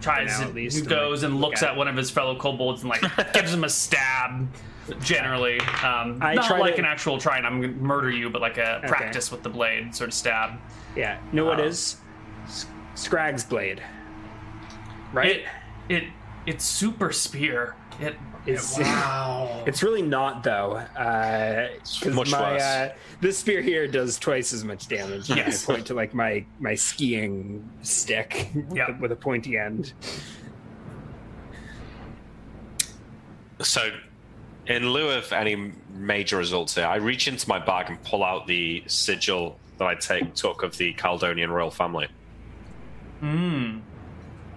tries
now,
and
at least, and,
goes
like,
and
look
looks
at
at
it.
one of his fellow kobolds and
(laughs)
like gives him a stab generally um
I
not
try
like
to-
an actual try and i'm gonna murder you but like a practice with the blade sort of stab
Yeah. Know what is? S- Scrag's blade.
It it it's super spear. It
It's- (laughs)
wow.
It's really not though, because
much
my
worse.
uh, this spear here does twice as much damage.
Yes.
I point to like my my skiing
(laughs)
stick
Yeah.
with a pointy end.
So, in lieu of any major results here, I reach into my bag and pull out the sigil that I take took of the Caledonian royal family,
Mm.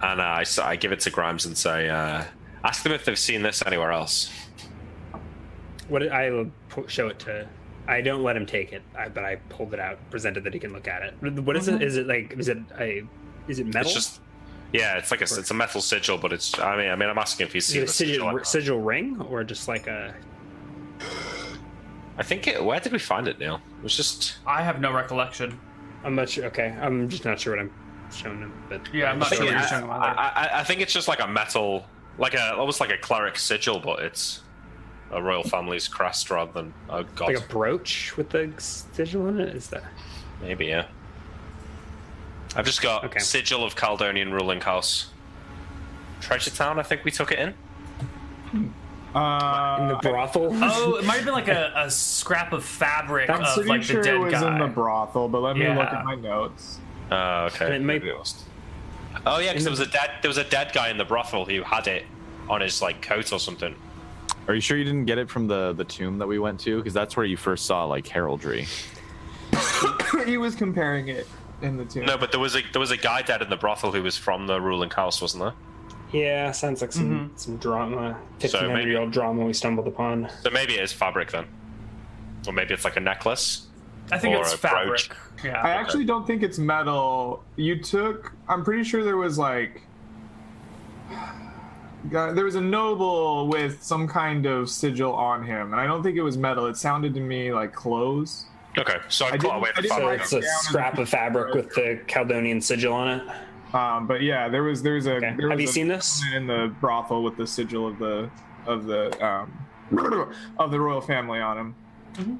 and uh, I, s- I give it to Grimes and say, uh, "Ask them if they've seen this anywhere else."
What I will po- show it to. I don't let him take it, I, but I pulled it out, presented that he can look at it. What is it? Is it like? Is it a? Is it metal?
It's just, yeah, it's like a s- it's a metal sigil, but it's. I mean, I mean, I'm asking if he's
is it
seen
a
the sigil.
sigil, sigil ring or just like a?
I think it. Where did we find it, Neil? It was just.
I have no recollection.
I'm not sure. Okay, I'm just not sure what I'm showing him. But
Yeah, I'm not
I think,
sure what
it-
you're
I,
talking about. there.
I- I- I think it's just like a metal, like a almost like a cleric sigil, but it's a royal family's crest rather than a god.
like a brooch with the sigil on it. Is that?
Maybe, yeah. I've just got
Okay.
Sigil of Caledonian Ruling House. Treasure Town, I think we took it in.
Uh,
In the brothel?
Oh, it might have been like a, a scrap of fabric
I'm
of
pretty
like
sure
the dead
it was
guy.
in the brothel, but let me look
Yeah.
at my notes. (clears throat)
Oh, okay.
it might-
Oh yeah, because there was a dead there was a dead guy in the brothel who had it on his like coat or something.
Are you sure you didn't get it from the the tomb that we went to? Because that's where you first saw like heraldry.
he was comparing it in the tomb.
No, but there was a there was a guy dead in the brothel who was from the ruling house, wasn't there?
yeah, sounds like some
Mm-hmm.
some drama, fifteen hundred
maybe-
year old drama we stumbled upon.
So maybe it is fabric then, or maybe it's like a necklace.
I think
or
it's
a
fabric.
brooch.
I
Yeah.
actually don't think it's metal. You took. I'm pretty sure there was like. God, There was a noble with some kind of sigil on him, and I don't think it was metal. It sounded to me like clothes.
Okay, so I,
I
cut
didn't-
away
I
the
didn't
So
fabric.
like-
it's a
down in
scrap
the-
of fabric with the Caledonian sigil on it.
Um, but yeah, there was there's a.
Okay.
There
Have
was
you
a
seen this?
in the brothel with the sigil of the of the um, (clears throat) of the royal family on him.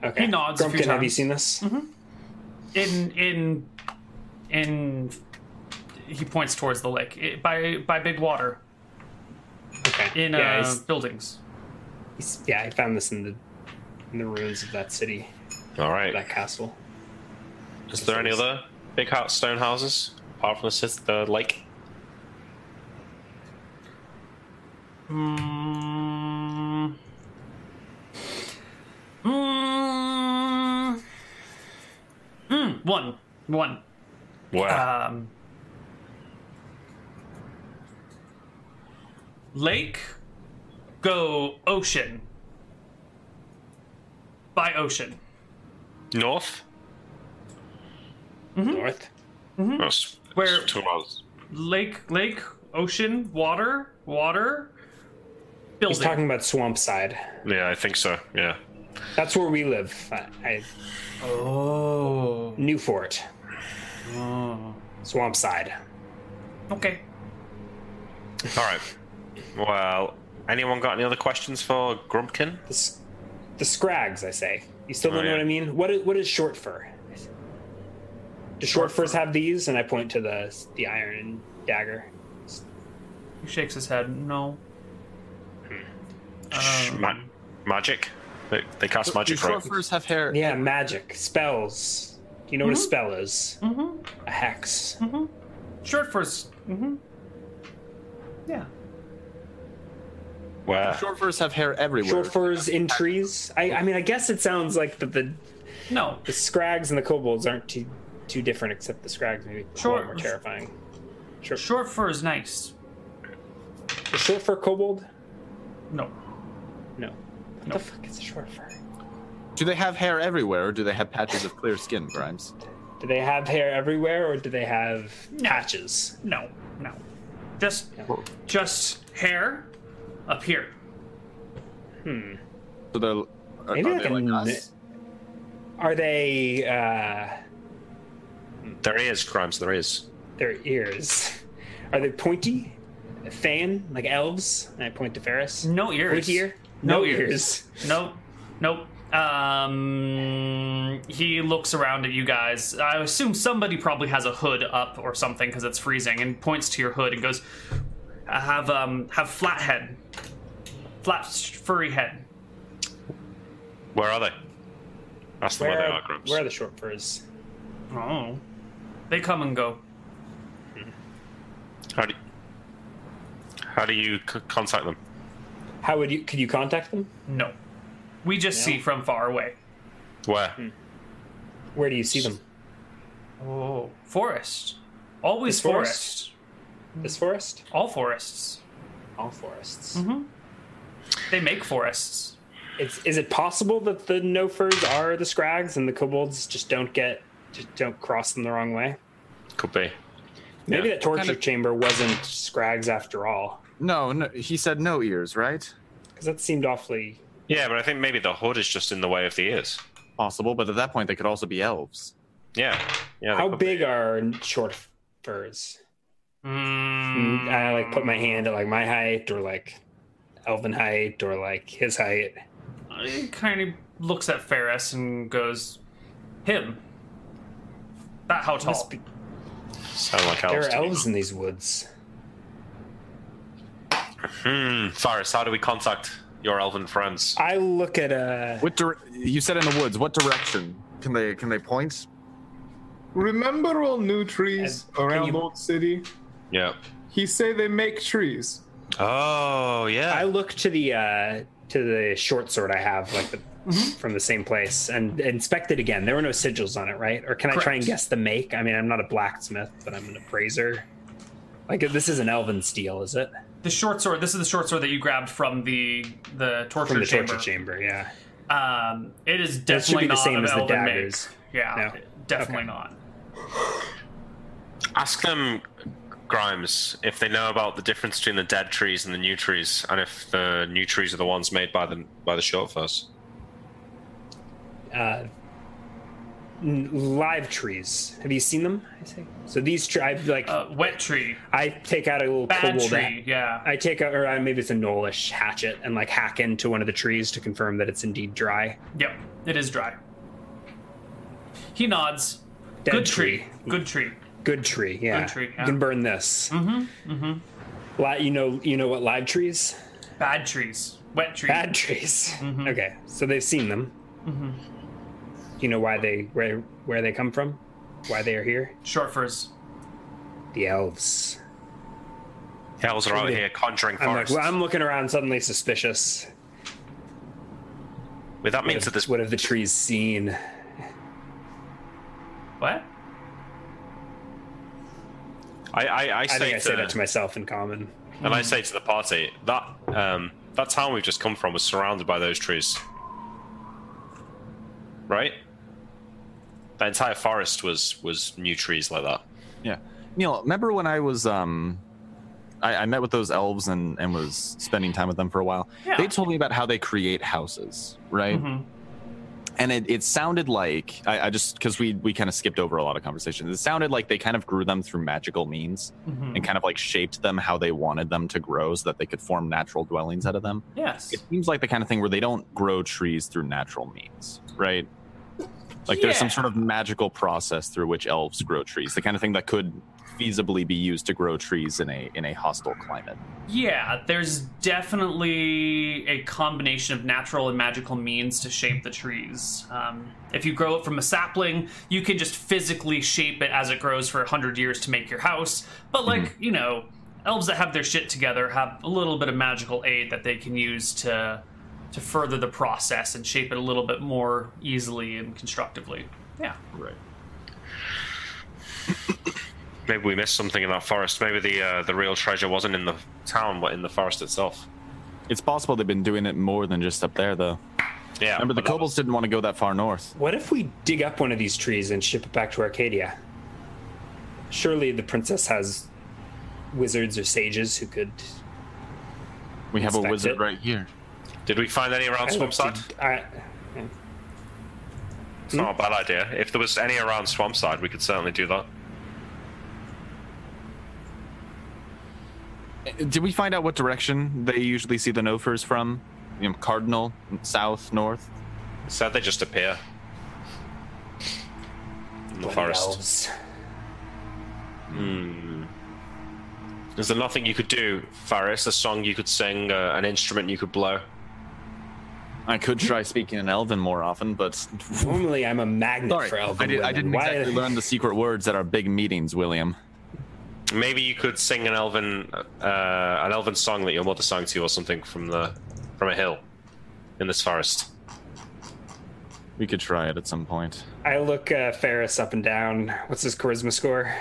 Okay.
He nods a few
Grumpkin, have
times. Mm-hmm.
you seen this?
in in in he points towards the lake i by by big water
Okay.
in
yeah,
uh,
he's-
buildings.
he's- yeah, I found this in the in the ruins of that city,
All
that
right.
castle.
Is there any other big hou- stone houses apart from the, sis- the lake?
Mm. Mm. Mm. One. One.
Where?
Um. Lake. Go ocean. By ocean.
North?
Mm-hmm.
North.
That's-
Where-
that's two miles.
Lake, lake, ocean, water, water.
He's
Building.
talking about swamp side.
Yeah, I think so. Yeah.
That's where we live. I, I
oh.
knew for it. Swamp side.
Okay.
All right. Well, anyone got any other questions for Grumpkin?
The, s- the Scrags, I say. You still
Oh,
don't know
yeah.
what I mean? What is, what is short fur? Do short furs have these? And I point to the the iron dagger.
He shakes his head. No.
Sh-
Um,
ma- magic? They, they cast magic,
Do
right?
shorefurs have hair?
Yeah, magic spells. You know what a spell is?
Mm-hmm.
A hex.
Short first. Mm-hmm. Yeah.
Where?
Shorefurs have hair everywhere.
Short furs in trees. I, I mean, I guess it sounds like that the
No.
the Scrags and the kobolds aren't too too different, except the Scrags maybe a
Short-
lot more terrifying.
Short fur is nice.
The short fur kobold?
No.
No. What the fuck is a short fur?
do they have hair everywhere, or do they have patches of clear skin, Grimes?
Do they have hair everywhere, or do they have patches?
No. No. Just, just hair up here.
So they're are,
Maybe
are
like
they
a
like
ni-
us?
Are they uh,
There is, Grimes, there is.
their ears? Are they pointy? Fan like elves? And I point to Ferris.
No ears.
Pointy ear?
No ears.
ears.
Nope. Nope. Um, he looks around at you guys. I assume somebody probably has a hood up or something because it's freezing, and points to your hood and goes, "I "Have um have flat head, flat furry head."
Where are they? That's the way they
Where,
are, Grumps.
where are the short furs?
Oh, they come and go.
How do how do you c- contact them?
How would you? Could you contact them?
No, we just
No.
see from far away.
Where?
Hmm. Where do you see them?
Oh, forest. Always
It's forest.
forest. Mm-hmm.
This forest?
All forests.
All forests.
Mm-hmm. They make forests.
It's, is it possible that the no furs are the scrags and the kobolds just don't get, just don't cross them the wrong way?
Could be.
Maybe
Yeah.
that torture
Kinda-
chamber wasn't scrags after all,
No, no, he said no ears, right?
because that seemed awfully.
Yeah, but I think maybe the hood is just in the way of the ears.
Possible, but at that point they could also be elves.
Yeah. Yeah. they
How
could be.
big are short furs?
Mm,
And I like put my hand at like my height or like elven height or like his height.
He kind of looks at Ferris and goes, "Him. That how tall?
Must be-
Sound like
there
elves.
are
to me.
elves in these woods.
Hmm. Faris, how do we contact your elven friends?
I look at uh
What dir- you said in the woods? What direction can they can they point?
Remember all new trees
Uh, can
around
you-
old city?
Yeah.
He say they make trees.
Oh yeah.
I look to the uh to the short sword I have like the from the same place and inspect it again. There were no sigils on it, right? Or can I try and
Correct.
guess the make? I mean, I'm not a blacksmith, but I'm an appraiser. Like this is an elven steel, is it?
the short sword. This is the short sword that you grabbed from the the torture
From the
chamber.
torture chamber, yeah.
Um, it is
That should
definitely
be the
not
same
of
as the
elven make.
daggers.
Yeah,
No?
definitely
Okay.
not.
Ask them, Grimes, if they know about the difference between the dead trees and the new trees, and if the new trees are the ones made by the by the short furs.
uh, n- live trees. Have you seen them? I say. So these trees, I like.
Uh, wet tree,
I take out a little
bad
kobold.
tree. Yeah.
I take out, or uh, maybe it's a Nolish hatchet, and like hack into one of the trees to confirm that it's indeed dry.
Yep, it is dry. He nods.
Dead
Good tree. Good tree.
Good tree. Yeah.
Good tree, yeah.
You can burn this.
Mm-hmm. Mm-hmm.
Li- you know. You know what? Live trees.
Bad trees. Wet trees.
Bad trees.
Mm-hmm.
Okay. So they've seen them. You know why they where where they come from, why they are here.
Short furs.
The elves.
The elves are out here conjuring
I'm like,
forests.
well, I'm looking around suddenly suspicious.
Wait, that means that this
What have the trees seen?
What?
I I, I, say,
I think I
to,
say that to myself in common.
and I say to the party that um that town we've just come from was surrounded by those trees, right? The entire forest was was new trees like that.
Yeah, Neil, remember when I was um, I, I met with those elves and and was spending time with them for a while.
Yeah.
They told me about how they create houses, right?
Mhm.
and it, it sounded like I, I just because we we kind of skipped over a lot of conversations. It sounded like they kind of grew them through magical means
Mhm.
and kind of like shaped them how they wanted them to grow so that they could form natural dwellings out of them.
Yes.
It seems like the kind of thing where they don't grow trees through natural means, right? Like there's some
Yeah.
sort of magical process through which elves grow trees, the kind of thing that could feasibly be used to grow trees in a in a hostile climate.
Yeah, there's definitely a combination of natural and magical means to shape the trees. Um, if you grow it from a sapling, you can just physically shape it as it grows for 100 years to make your house. But, like, you know, elves that have their shit together have a little bit of magical aid that they can use to to further the process and shape it a little bit more easily and constructively. Yeah.
Right.
Maybe we missed something in that forest. Maybe the uh, the real treasure wasn't in the town, but in the forest itself.
It's possible they've been doing it more than just up there, though.
Yeah.
Remember, the
but that
kobolds didn't want to go that far north.
What if we dig up one of these trees and ship it back to Arcadia? Surely the princess has wizards or sages who could.
We have a
Inspect
wizard
it.
right here.
was- Did we find any around
I looked
Swampside?
to- I- yeah.
It's
hmm?
not a bad idea. If there was any around Swampside, we could certainly do that.
Did we find out what direction they usually see the Nofers from? You know, cardinal, south, north.
So they just appear in the forest.
Elves.
Is there nothing you could do, Faris? A song you could sing, uh, an instrument you could blow?
I could try speaking in Elven more often, but
Normally, I'm a magnet
sorry,
for elven
I, did, I
women.
didn't
Why-
exactly learn the secret words at our big meetings, William.
Maybe you could sing an elven, uh, an elven song that your mother sang to you, or something from the from a hill in this forest.
We could try it at some point.
I look uh, Ferris up and down. What's his charisma score?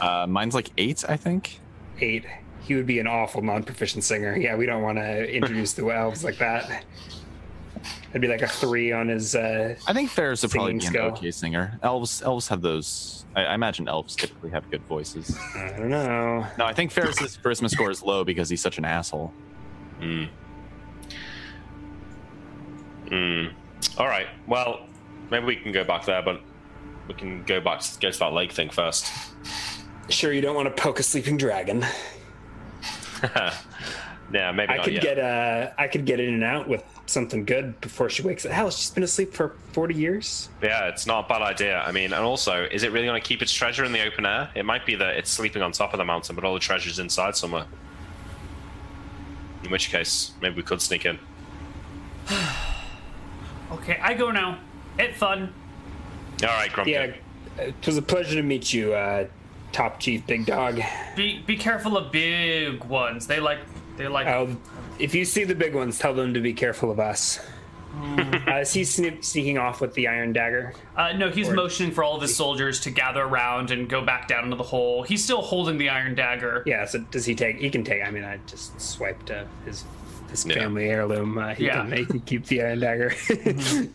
Uh, mine's like eight, I think.
Eight. He would be an awful non-proficient singer. Yeah, we don't want
(laughs)
to introduce the elves like that. It'd be like a three on his. Uh,
I think Ferris would probably
Singing
be an
skill.
okay singer. Elves, elves have those. I, I imagine elves typically have good voices.
I don't know.
No, I think
(laughs)
Ferris's charisma score is low because he's such an asshole.
Mm. Mm. All right. Well, maybe we can go back there, but we can go back to, go to that lake thing first. (laughs)
Sure, you don't want to poke a sleeping dragon.
yeah, maybe
I
not
could
yet.
get uh, I could get in and out with something good before she wakes up. Hell, she's been asleep for forty years.
Yeah, it's not a bad idea. I mean, and also, is it really going to keep its treasure in the open air? It might be that it's sleeping on top of the mountain, but all the treasure's inside somewhere. In which case, maybe we could sneak in.
Okay, I go now. It fun.
All right, Grumpy.
Yeah, it was a pleasure to meet you, uh, Top Chief Big Dog.
Be be careful of big ones. They like they like.
I'll, if you see the big ones, tell them to be careful of us.
Hmm.
(laughs) uh, is he sne- sneaking off with the iron dagger?
Uh, no, he's motioning for all of his soldiers to gather around and go back down into the hole. He's still holding the iron dagger.
Yeah. So does he take? He can take. I mean, I just swiped uh, his his
Yeah.
family heirloom. Uh, he
Yeah.
can he can keep the iron
(laughs)
dagger.
Mm-hmm.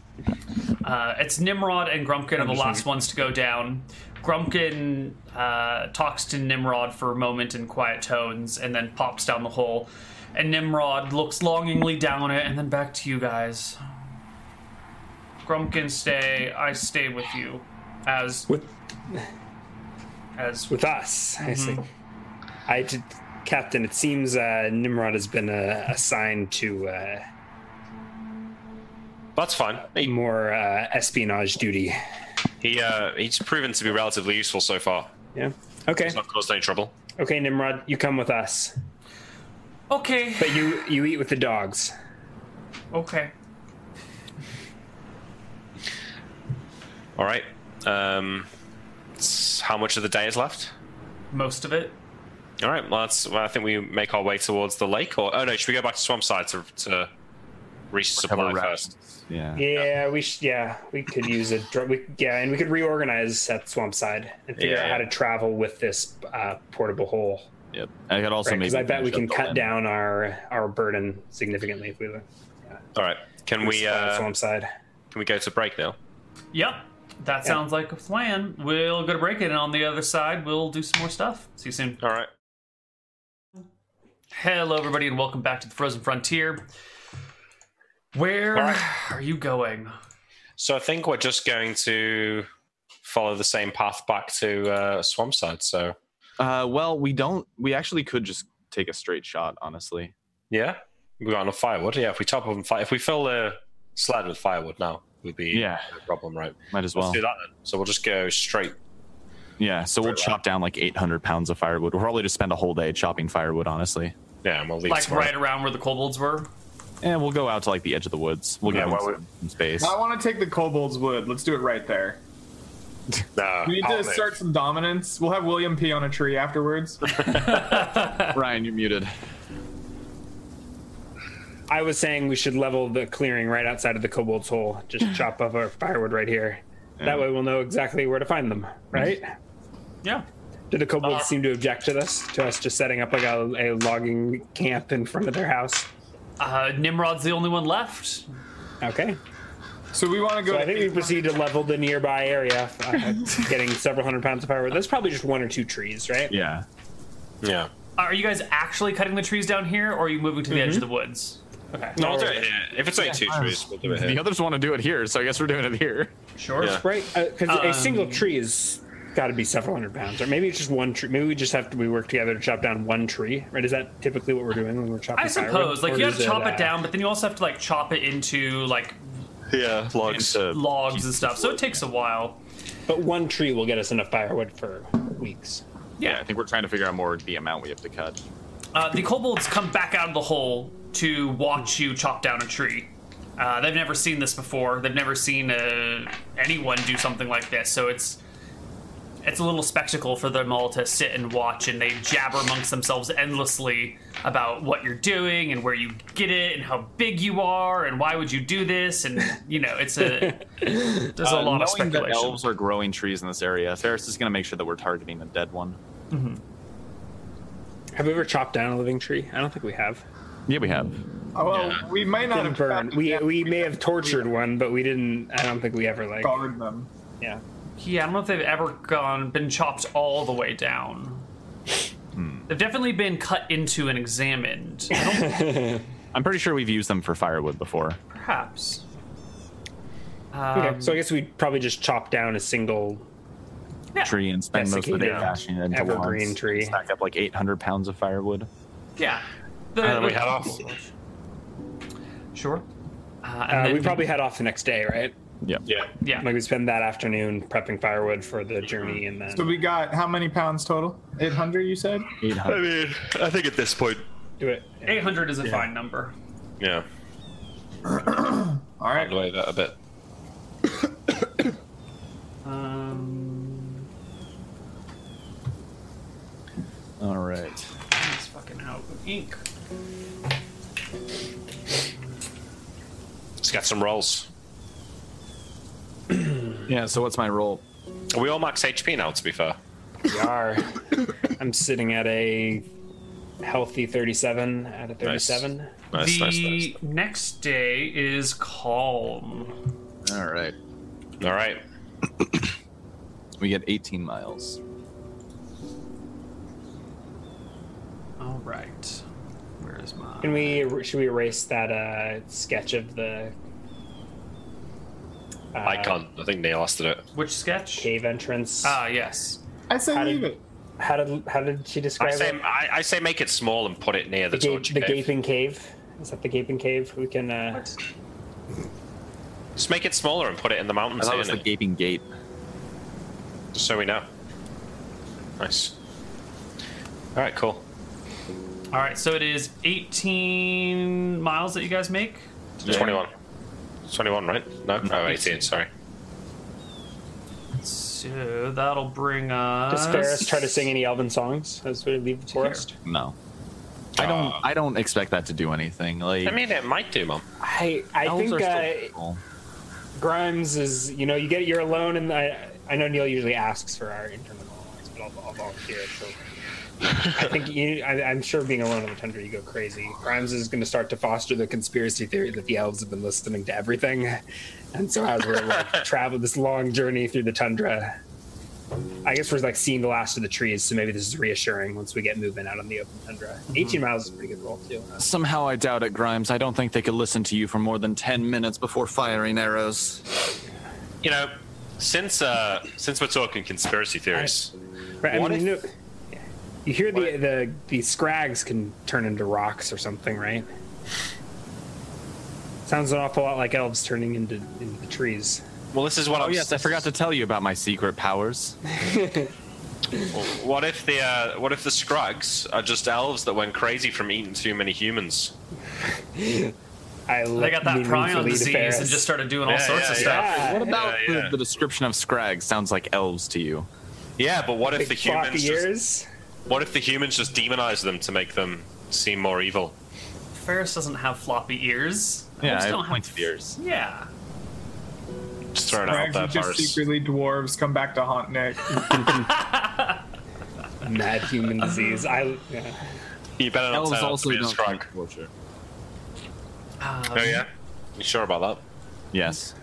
Uh, it's Nimrod and Grumpkin are the last ones to go down. Grumpkin uh, talks to Nimrod for a moment in quiet tones and then pops down the hole. And Nimrod looks longingly down it and then back to you guys. Grumpkin, stay. I stay with you. As
(laughs) with
as
with us. I see. I did, Captain. It seems uh, Nimrod has been uh, assigned to uh,
That's fine. He,
more uh, espionage duty.
he, uh, he's proven to be relatively useful so far.
Yeah. Okay.
He's not caused any trouble.
Okay, Nimrod, you come with us,
okay,
but you you eat with the dogs.
okay.
All right. Um, s- how much of the day is left?
Most of it.
All right. Well, that's, well, I think we make our way towards the lake. Or oh no, should we go back to Swampside to to reach supply
Cover
first?
rations. Yeah.
Yeah, we sh- yeah we could use a dr- we, yeah, and we could reorganize at Swampside and figure
Yeah,
out
yeah.
how to travel with this uh, portable hole.
Yep. I could also
Because
maybe
I bet we
finish up
can
the
cut
limb.
down our our burden significantly if we uh, were
All right. Can we
at
uh,
Swampside.
can we go to break now?
Yep. That sounds like a plan. We'll go to break it, and on the other side, we'll do some more stuff. See you soon.
All right.
Hello, everybody, and welcome back to the Frozen Frontier. Where
All right.
are you going?
So I think we're just going to follow the same path back to uh, Swampside. So
Uh, well, we don't. We actually could just take a straight shot, honestly.
yeah, we got enough firewood. Yeah, if we top up and fire, if we fill the sled with firewood now, we'd be
Yeah.
no problem, right?
Might as
Let's
well.
do that then. So we'll just go straight.
Yeah. So we'll chop down like 800 pounds of firewood. We'll probably just spend a whole day chopping firewood, honestly.
Yeah, and we'll leave.
Like
tomorrow.
right around where the kobolds were?
And Eh, we'll go out to like the edge of the woods. We'll
Yeah,
get
why
some, some space.
I want to take the kobold's wood. Let's do it right there.
No,
We need
I'll
to
move.
assert some dominance. We'll have William pee on a tree afterwards.
Ryan, you're muted.
I was saying we should level the clearing right outside of the kobold's hole. Just chop up our firewood right here. That way we'll know exactly where to find them, right?
Yeah.
Do the kobolds seem to object to this? To us just setting up like a, a logging camp in front of their house?
Uh, Nimrod's the only one left.
Okay.
So we want to go.
So I
to
think we proceed to level the nearby area, uh, getting several hundred pounds of firewood. There's probably just one or two trees, right?
Yeah.
Yeah.
Are you guys actually cutting the trees down here, or are you moving to the edge
Mm-hmm.
of the woods?
Okay.
No, I'll do it here. If it's only two trees, we'll do it
The
here.
others want to do it here, so I guess we're doing it here.
uh,
Sure.
Yeah.
Um,
Right? Because a single tree is got to be several hundred pounds, or maybe it's just one tree. Maybe we just have to we work together to chop down one tree, right? Is that typically what we're doing when we're chopping?
I suppose,
firewood?
like
Or
you have
is
to chop
uh,
it down, but then you also have to like chop it into like
Yeah, logs. uh,
logs and stuff. So it takes a while.
But one tree will get us enough firewood for weeks.
I think we're trying to figure out more the amount we have to cut.
Uh, the kobolds come back out of the hole to watch you chop down a tree. Uh, they've never seen this before. They've never seen uh, anyone do something like this. So it's it's a little spectacle for them all to sit and watch, and they jabber amongst themselves endlessly about what you're doing and where you get it and how big you are and why would you do this and you know it's a
(laughs)
there's a
Uh,
lot of
knowing
speculation.
that elves are growing trees in this area, Ferris is going to make sure that we're targeting a dead one.
Have we ever chopped down a living tree? I don't think we have.
Yeah, we have.
Oh, well, we may not
Didn't
have
burn.
found
We
them.
we may have tortured one, but we didn't. I don't think we ever like.
guard them.
Yeah.
Yeah, I don't know if they've ever gone been chopped all the way down.
Hmm.
They've definitely been cut into and examined. I don't-
I'm pretty sure we've used them for firewood before.
Perhaps.
Okay,
Um,
so I guess we'd probably just chop down a single.
yeah.
Tree and spend most of the day
Desiccated
bashing it into
evergreen
logs,
tree.
Stack up like 800 pounds of firewood.
Yeah. The-
And then we
the-
head off.
Sure. Uh, and
Uh,
then-
we probably head off the next day, right?
Yeah.
Yeah.
yeah.
Like we spend that afternoon prepping firewood for the journey, and then
So we got how many pounds total? 800, you said?
800. (laughs)
I mean, I think at this point.
do it.
800 is a fine number.
(clears throat) Yeah.
All right.
Delay that a bit.
Um,
All right.
it's fucking out of ink.
Let's get some rolls.
Yeah, so what's my roll?
Are we all max HP now? To be fair.
We are. I'm sitting at a healthy 37 out of 37.
Nice,
the
nice, nice.
next day is calm.
All right.
All right.
We get 18 miles.
All right. Where is my.
Can we? er, Should we erase that uh, sketch of the uh,
Icon. I think Neil asked it.
Which sketch?
cave entrance?
Ah, yes.
I say
How
leave
did-
it.
how did how did she
I
describe
say,
uh,
it?
I, I say, make it small and put it near the,
The, ga-
torture
the
cave.
gaping cave. Is that the gaping cave? We can. Uh,
Just make it smaller and put it in the
I
mountains,
thought it was the
innit?
gaping gate.
just so we know. Nice. All right, cool.
All right, so it is 18 miles that you guys make.
Yeah.
Twenty-one. Twenty-one, right? No, no, eighteen. Sorry.
So that'll bring us.
does Ferris try to sing any Elven songs as we leave the forest?
No. I don't.
Ah.
I don't expect that to do anything. Like
I mean, it might do, mom.
I I
elves
think
are
uh,
still people.
Grimes is. You know, you get you're alone, and I I know Neil usually asks for our internal monologues, but I'll, I'll volunteer. So. I think you, I, I'm sure being alone in the tundra, you go crazy. Grimes is going to start to foster the conspiracy theory that the elves have been listening to everything, and so as we're like traveling this long journey through the tundra, I guess we're like seeing the last of the trees. So maybe this is reassuring once we get moving out on the open tundra. 18 miles is a pretty good roll too.
Somehow I doubt it, Grimes. I don't think they could listen to you for more than 10 minutes before firing arrows.
You know, since uh, since we're talking conspiracy theories,
Right, I
What
mean, you, know, you hear
what
the,
if-
the the scrags can turn into rocks or something, right? Sounds an awful lot like elves turning into into trees.
well, this is what.
Oh
I'm,
yes, I forgot to tell you about my secret powers.
What if the uh, what if the Scrags are just elves that went crazy from eating too many humans?
I
They got that prion disease and just started doing all
Yeah,
sorts
yeah,
of stuff.
yeah.
What about
Yeah, yeah.
The, the description of Scrag sounds like elves to you?
Yeah, but what if the
big floppy
humans? Just,
ears.
what if the humans just demonize them to make them seem more evil?
Ferris doesn't have floppy ears. Elves
Yeah, I
don't
have
have-
pointed ears.
Yeah.
Just throwing it out
Rags are
there,
just
Faris.
secretly dwarves come back to haunt Nick.
Mad human disease. I yeah.
You better not
Elves
turn out to
also
be a
don't
Scrag.
like torture.
Um,
Oh yeah. You sure about
Yes.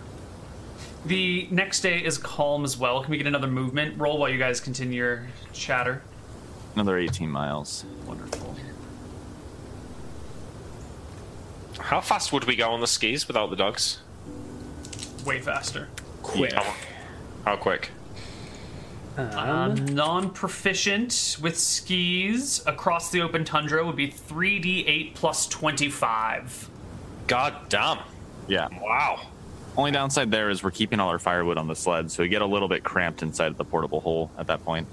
The next day is calm as well. Can we get another movement roll while you guys continue your chatter?
Another 18 miles. Wonderful.
that? How fast would we go on the skis without the dogs?
Way faster.
quick.
How, how quick?
Uh,
Um,
non proficient with skis across the open tundra would be 3d8 plus 25.
God damn.
Yeah.
Wow.
Only downside there is we're keeping all our firewood on the sled, so we get a little bit cramped inside of the portable hole at that point.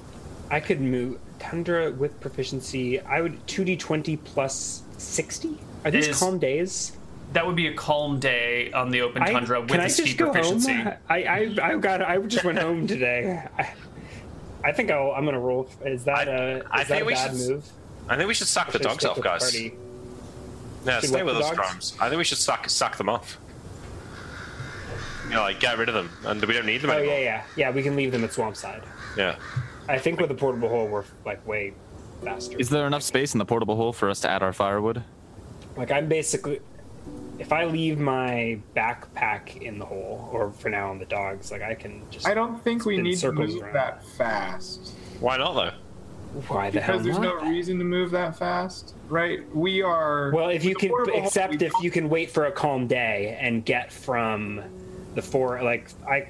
I could move Tundra with proficiency. I would 2d20 plus 60. Are these
Is-
calm days?
That would be a calm day on the open tundra
I,
with
can I
a ski
just go
proficiency.
(laughs) home? I, I, I got. I just went home today. I, I think I'll, I'm gonna roll. Is that
I-
a is
I
that
think
a
we
bad
should-
move?
I think we should sack the
Should I
dogs
stick
off,
with
guys.
party?
Yeah,
Should
stay
what
with
the
us,
dogs?
Grimes. I think we should sack sack them off. You know, like get rid of them, and we don't need them
Oh
anymore.
yeah, yeah, yeah. We can leave them at Swampside.
yeah.
I think with the portable hole, we're like way faster.
Is there enough space in the portable hole for us to add our firewood?
Like I'm basically, if I leave my backpack in the hole, or for now on the dogs, like I can just.
I don't think we
Spin
need to
circles
move
around.
that fast.
Why not though?
Why the hell
Because there's
not?
no reason to move that fast, right? We are.
Well, if you
with a
can,
portable hole,
except
we
if you can wait for a calm day and get from the four, like I,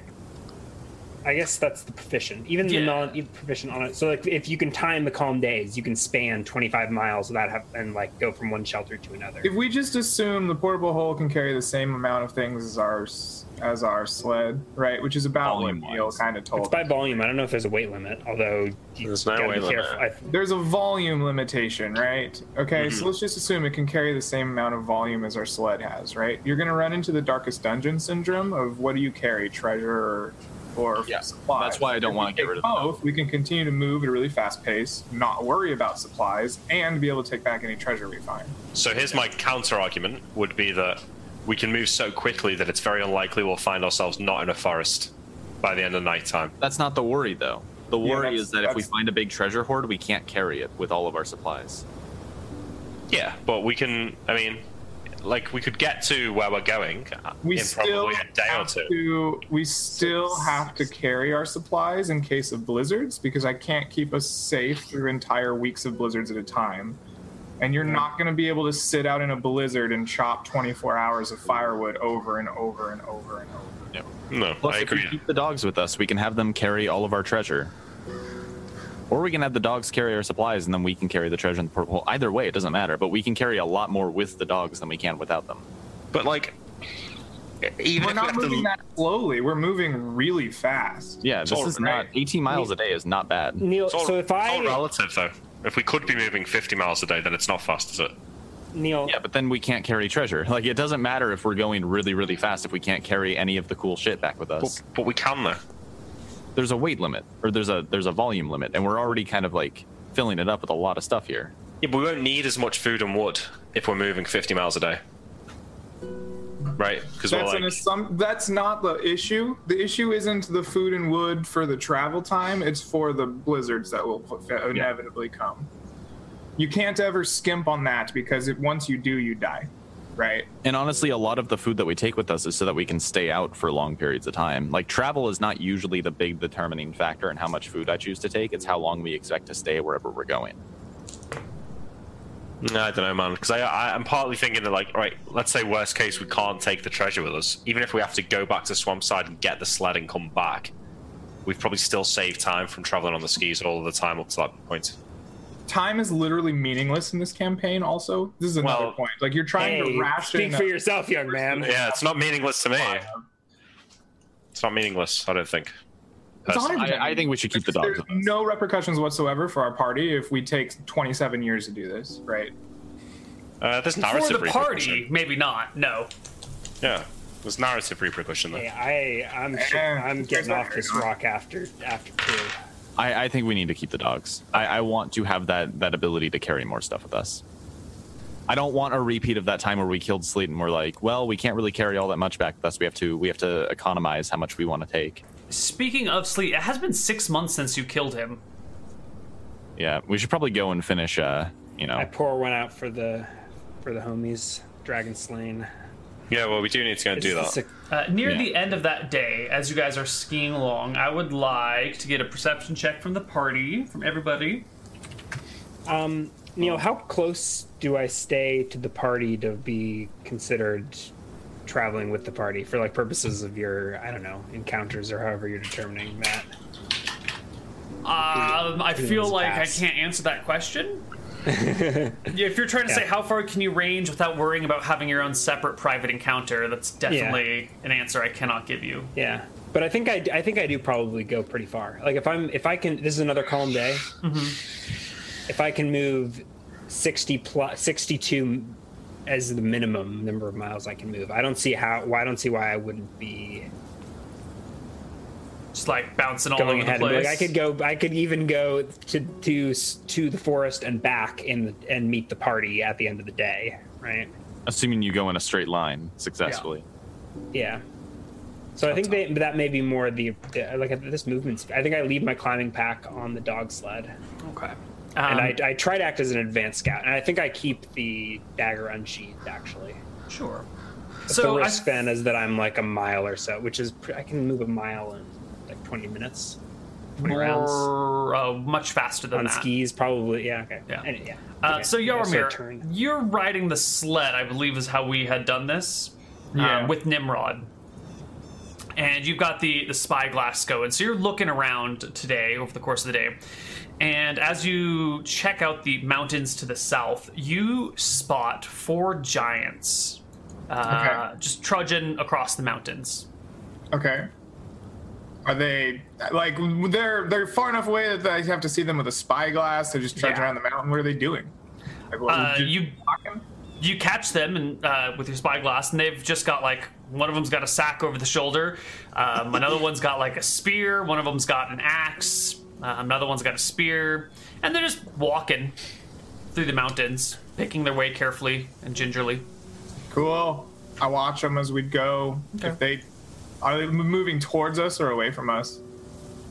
I guess that's the proficient, even
Yeah.
the non even proficient on it. So like, if you can time the calm days, you can span twenty five miles without have and like go from one shelter to another.
If we just assume the portable hole can carry the same amount of things as our s- as our sled, right? Which is about what
Volume-wise.
Neil kind of
It's
told.
by
us.
volume. I don't know if there's a weight limit, although you
There's no
gotta
weight
be
limit.
careful. I,
There's a volume limitation, right? Okay,
Mm-hmm.
so let's just assume it can carry the same amount of volume as our sled has, right? You're gonna run into the darkest dungeon syndrome of what do you carry, treasure or, or
Yeah,
supplies?
that's why I don't
If
wanna
we
get
take
rid of them.
both. We can continue to move at a really fast pace, not worry about supplies, and be able to take back any treasure we find.
So here's my counter argument: would be that we can move so quickly that it's very unlikely we'll find ourselves not in a forest by the end of night time.
That's not the worry, though. The
Yeah,
worry
that's-
is that if we
that's-
find a big treasure hoard, we can't carry it with all of our supplies.
Yeah, but we can. I mean, like we could get to where we're going uh,
we
in
still
probably a day or
have
two.
to we still have to carry our supplies in case of blizzards because I can't keep us safe through entire weeks of blizzards at a time. And
Hmm.
you're not going to be able to sit out in a blizzard and chop 24 hours of firewood over and over and over and over.
No,
Plus,
I
if we
agree.
keep the dogs with us, we can have them carry all of our treasure. Or we can have the dogs carry our supplies, and then we can carry the treasure in the portable. hole. Either way, it doesn't matter. But we can carry a lot more with the dogs than we can without them.
But like, even
We're
if we
not
have
moving
to,
that slowly. We're moving really fast.
Yeah,
It's
this
all
is
right.
not 18 miles a day is not bad.
Neil,
it's all,
so if
it's all
I
relative though. If we could be moving 50 miles a day, then it's not fast, is it?
Neil,
Yeah, but then we can't carry treasure. (laughs) Like it doesn't matter if we're going really, really fast if we can't carry any of the cool shit back with us.
But, but we can though.
there's a weight limit, or there's a there's a volume limit, and we're already kind of like filling it up with a lot of stuff here.
Yeah, but we won't need as much food and wood if we're moving 50 miles a day. Right? Because we're
That's
like,
an assum- That's not the issue. The issue isn't the food and wood for the travel time. It's for the blizzards that will f- uh, inevitably come. You can't ever skimp on that because it, once you do, you die, right?
And honestly, a lot of the food that we take with us is so that we can stay out for long periods of time. Like travel is not usually the big determining factor in how much food I choose to take. It's how long we expect to stay wherever we're going.
"Nah, I don't know, man. Because I, I, I'm partly thinking that, like, right, let's say worst case, we can't take the treasure with us. Even if we have to go back to Swampside and get the sled and come back, we've probably still saved time from traveling on the skis all the time up to that point.
Time is literally meaningless in this campaign. Also, this is another
Well,
point. Like you're trying
hey,
to ration.
speak for yourself, young man.
Yeah, it's not meaningless to me. It's not meaningless, I don't think.
It's
Personally.
100%
I, I think we should keep the dogs.
There's
with us.
no repercussions whatsoever for our party if we take 27 years to do this, right?
Uh, there's
For
narrative
the party,
repercussion.
maybe not. No.
Yeah, there's narrative repercussion there.
Hey, I, I'm, sure,
Eh,
I'm
there's
getting
not
off this
very much.
rock after, after two.
I, I think we need to keep the dogs. I, I want to have that that ability to carry more stuff with us. I don't want a repeat of that time where we killed Sleet and we're like, well, we can't really carry all that much back with us. We have to we have to economize how much we want to take.
Speaking of Sleet, it has been six months since you killed him.
Yeah, we should probably go and finish. Uh, you
I
know,
pour one out for the, for the homies. Dragon slain.
Yeah, well, we do need to go and do
Is
that.
this
Uh, near
Yeah.
the end of that day, as you guys are skiing along, I would like to get a perception check from the party, from everybody.
a- um, Neil, how close do I stay to the party to be considered traveling with the party for like purposes of your, I don't know, encounters or however you're determining that?
Um, I feel like I can't answer that question.
(laughs)
yeah, if you're trying to say
Yeah.
how far can you range without worrying about having your own separate private encounter, that's definitely an answer I cannot give you.
Yeah, but I think I, I think I do probably go pretty far. Like if I'm if I can, this is another calm day. If I can move sixty plus sixty two as the minimum number of miles I can move, I don't see how. Why I don't see why I wouldn't be
Just like bouncing all
going
over the
ahead.
place.
Like I could go. I could even go to to s- to the forest and back in the, and meet the party at the end of the day. Right.
Assuming you go in a straight line successfully.
Yeah. So I think they, that may be more the, the like uh, this movement. I think I leave my climbing pack on the dog sled.
Okay. Um,
and I, I try to act as an advanced scout, and I think I keep the dagger unsheathed actually.
sure.
So
So
the
I,
risk then is that I'm like a mile or so, which is pre- I can move a mile in like 20 minutes, 20 rounds
more, uh, much faster than
on
that.
skis probably. Yeah, okay.
Yeah.
And- yeah.
Uh,
okay.
So
Yeah,
Yarmir,
turn.
you're riding the sled, I believe, is how we had done this um,
Yeah.
with Nimrod, and you've got the the spyglass going. So you're looking around today over the course of the day, and as you check out the mountains to the south, you spot four giants uh, just trudging across the mountains.
Okay. Are they like they're they're far enough away that I have to see them with a spyglass? They're just trudging
Yeah.
around the mountain. What are they doing? Like, what-
Uh,
just
you
walking?
you catch them and uh, with your spyglass, and they've just got like one of them's got a sack over the shoulder, um, another one's got like a spear, one of them's got an axe, uh, another one's got a spear, and they're just walking through the mountains, picking their way carefully and gingerly.
cool. I watch them as we go. If they are they moving towards us or away from us?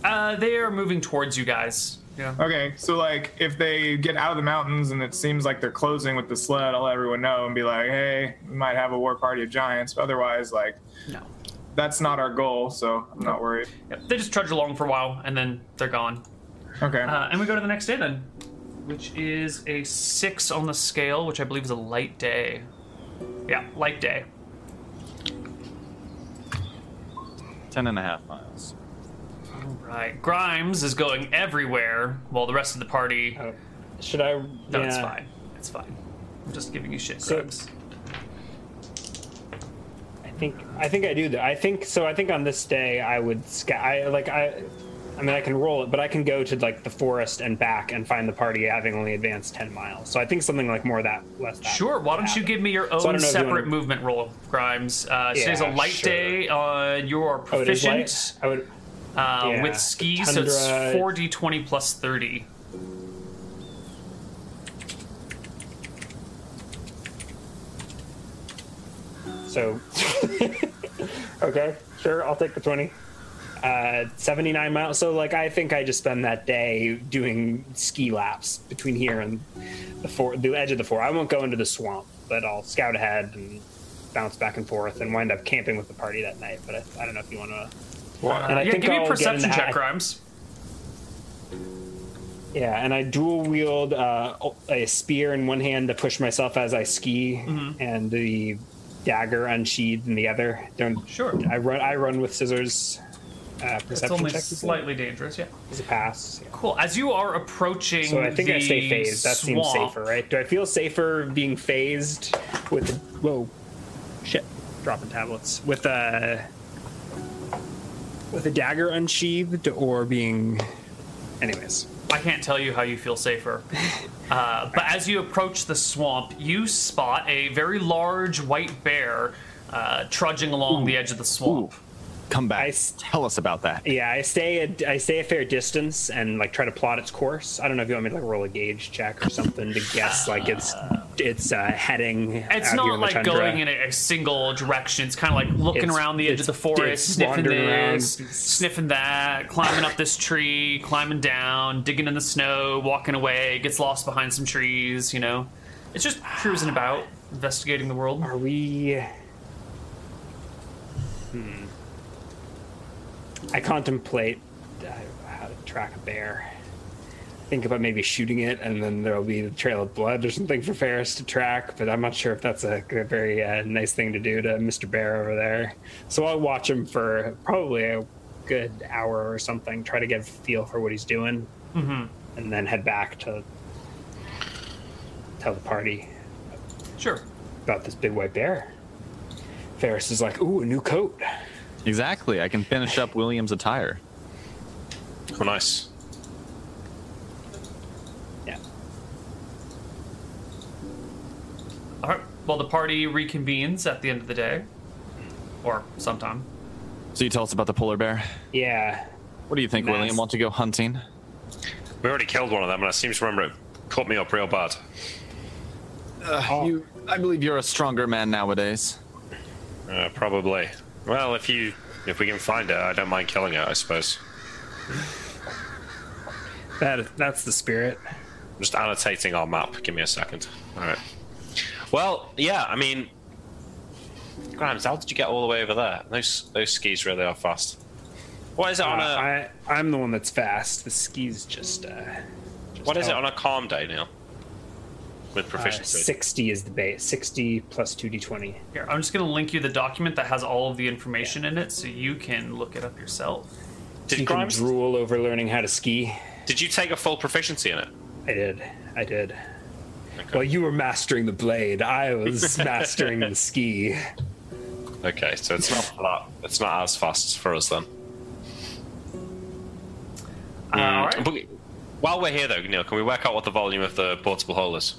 Uh, they are moving towards you guys. Yeah.
Okay, so like if they get out of the mountains and it seems like they're closing with the sled, I'll let everyone know and be like, hey, we might have a war party of giants. But otherwise, like
No.
that's not our goal, so I'm not worried.
Yep. They just trudge along for a while, and then they're gone.
Okay.
Uh, and we go to the next day then, which is a six on the scale, which I believe is a light day. Yeah, light day.
Ten and a half miles.
Right. Grimes is going everywhere while the rest of the party.
Oh. Should I?
No, it's
yeah.
fine. It's fine. I'm just giving you shit,
So-
Grimes.
I think I think I do though. I think so. I think on this day I would sca- I like I. I mean, I can roll it, but I can go to like the forest and back and find the party having only advanced ten miles. So I think something like more that less. That
Sure. Why don't you
happen.
give me your
I
own
don't know if you
separate
wanna-
movement roll, Grimes? Uh, today's a
Yeah,
light
sure.
day. Uh, you are
Oh, it is light?
proficient
I would.
uh,
yeah.
with skis, so it's
Tundra- uh,
4d 20 plus 30.
So, (laughs) okay, sure, I'll take the 20. Uh, 79 miles. So, like, I think I just spend that day doing ski laps between here and the for the edge of the fort. I won't go into the swamp, but I'll scout ahead and bounce back and forth and wind up camping with the party that night. But I, I don't know if you want to. And I
Uh, yeah,
think
give me
I'll
a
get
perception
an
check,
eye-
Grimes.
Yeah, and I dual wield uh, a spear in one hand to push myself as I ski, and the dagger unsheathed in the other. Don't
Sure.
I run. I run with scissors. Uh,
It's
perception
only
check. you said?
slightly dangerous, yeah.
It's a pass. yeah.
Cool. As you are approaching
So I think I
the
stay phased. That seems
swamp-
safer, right? Do I feel safer being phased with the whoa, shit, dropping tablets with a with a dagger unsheathed or being, anyways.
I can't tell you how you feel safer.
(laughs)
Uh, but as you approach the swamp, you spot a very large white bear uh, trudging along the edge of the swamp.
Come back.
I s-
Tell us about that.
Yeah, I stay a, I stay a fair distance and like try to plot its course. I don't know if you want me to like roll a gauge check or something to guess like it's it's uh, heading.
It's
out here
not
in the
like
tundra.
going in a, a single direction. It's kind of like looking
It's-
around the edge of
it's-
the forest,
it's
sniffing
wandering around.
this, sniffing that, climbing up this tree, climbing down, digging in the snow, walking away, gets lost behind some trees, you know. It's just cruising about, investigating the world.
Are we? Hmm. I contemplate uh, how to track a bear. Think about maybe shooting it, and then there'll be the trail of blood or something for Ferris to track. But I'm not sure if that's a, a very uh, nice thing to do to Mr. Bear over there. So I'll watch him for probably a good hour or something, try to get a feel for what he's doing,
Mm-hmm.
and then head back to tell the party
Sure.
about this big white bear. Ferris is like, ooh, a new coat.
Exactly. I can finish up William's attire.
Oh, nice.
Yeah.
All right. Well, the party reconvenes at the end of the day, or sometime.
So you tell us about the polar bear.
Yeah.
What do you think,
Nice.
William? Want to go hunting?
We already killed one of them, and I seem to remember it caught me up real bad.
Oh.
You, I believe you're a stronger man nowadays.
Uh, probably. Well, if you if we can find it, I don't mind killing it. I suppose.
That that's the spirit.
I'm just annotating our map. Give me a second. All right. Well, yeah. I mean, Grimes, how did you get all the way over there? Those those skis really are fast. What is it on
Uh,
a
I I'm the one that's fast. The skis just uh, just
What is it
help.
on a calm day, Neil? With
Uh,
proficiency.
Sixty is the base. Sixty plus two d twenty.
Here, I'm just gonna link you the document that has all of the information in it, so you can look it up yourself.
Did
You can
Grimes?
drool over learning how to ski.
Did you take a full proficiency in it?
I did. I did. Well, you were mastering the blade. I (laughs) was mastering the ski.
Okay, so it's not that, it's not as fast for us then.
Uh, all right.
But we- while we're here though, Neil, can we work out what the volume of the portable hole is?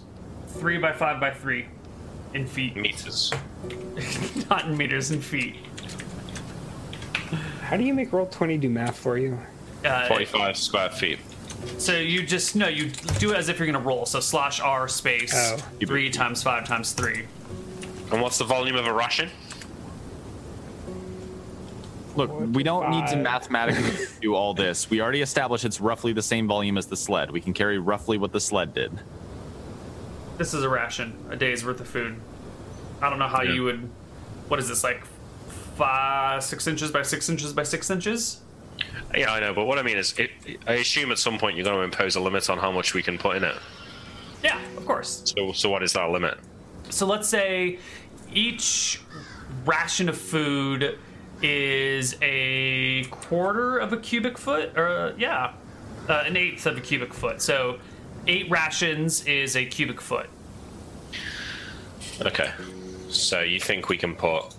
Three by five by three, in feet,
Meters.
not in meters, in feet.
How do you make roll twenty do math for you?
Uh,
Forty-five square feet.
So you just no, you do it as if you're gonna roll. So slash r space
Oh.
three times five times three.
And what's the volume of a ration?
Look, we don't need to
Five.
mathematically do all this. We already established it's roughly the same volume as the sled. We can carry roughly what the sled did.
This is a ration, a day's worth of food. I don't know how you would. What is this like? Five, six inches by six inches by six inches.
Yeah, I know, but what I mean is, it, I assume at some point you're going to impose a limit on how much we can put in it.
Yeah, of course.
So, so what is that limit?
So let's say each ration of food is a quarter of a cubic foot, or uh, yeah, uh, an eighth of a cubic foot. So eight rations is a cubic foot.
Okay. So you think we can put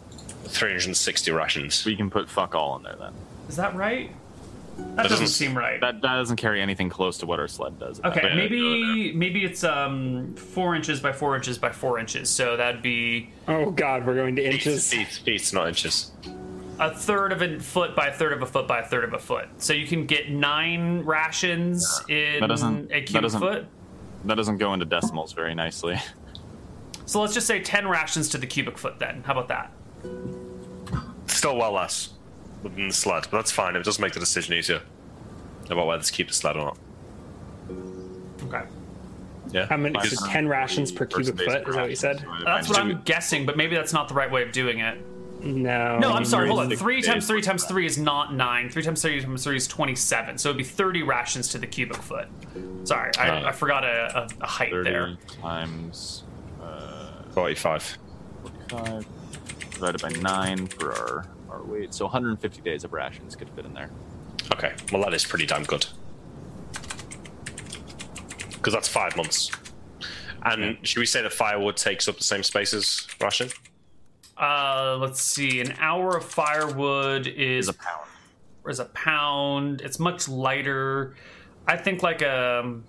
360 rations?
We can put fuck all in there then.
Is that right? That, doesn't,
doesn't-
seem right.
That, that doesn't carry anything close to what our sled does.
okay,
yeah,
maybe maybe it's um four inches by four inches by four inches. So that'd be
Oh God, we're going to inches.
Feet, feet, not inches.
a third of a foot by a third of a foot by a third of a foot. So you can get nine rations in
that doesn't-
a
that
cubic
doesn't-
foot.
That doesn't go into decimals very nicely.
So let's just say ten rations to the cubic foot. Then how about that?
Still well less than the sled, but that's fine. It does make the decision easier about whether to keep the sled or not.
Okay,
Yeah.
How many? So ten rations per
First
cubic
base
foot. Is that what you said?
ration.
that's what I'm guessing, but maybe that's not the right way of doing it.
No.
No, I'm sorry. Hold on.
six
Three
days
times three
worth
times three is not nine. Three times three times three is twenty-seven. So it'd be thirty rations to the cubic foot. Sorry, I,
Uh,
I forgot a, a, a height
30
there.
times
45.
5 divided by 9 for our, our weight. So 150 days of rations could fit in there.
Okay. Well, that is pretty damn good. Because that's five months. And should we say that firewood takes up the same space as ration?
Uh, let's see. An hour of firewood is
pound.
is a pound. It's much lighter. I think like um,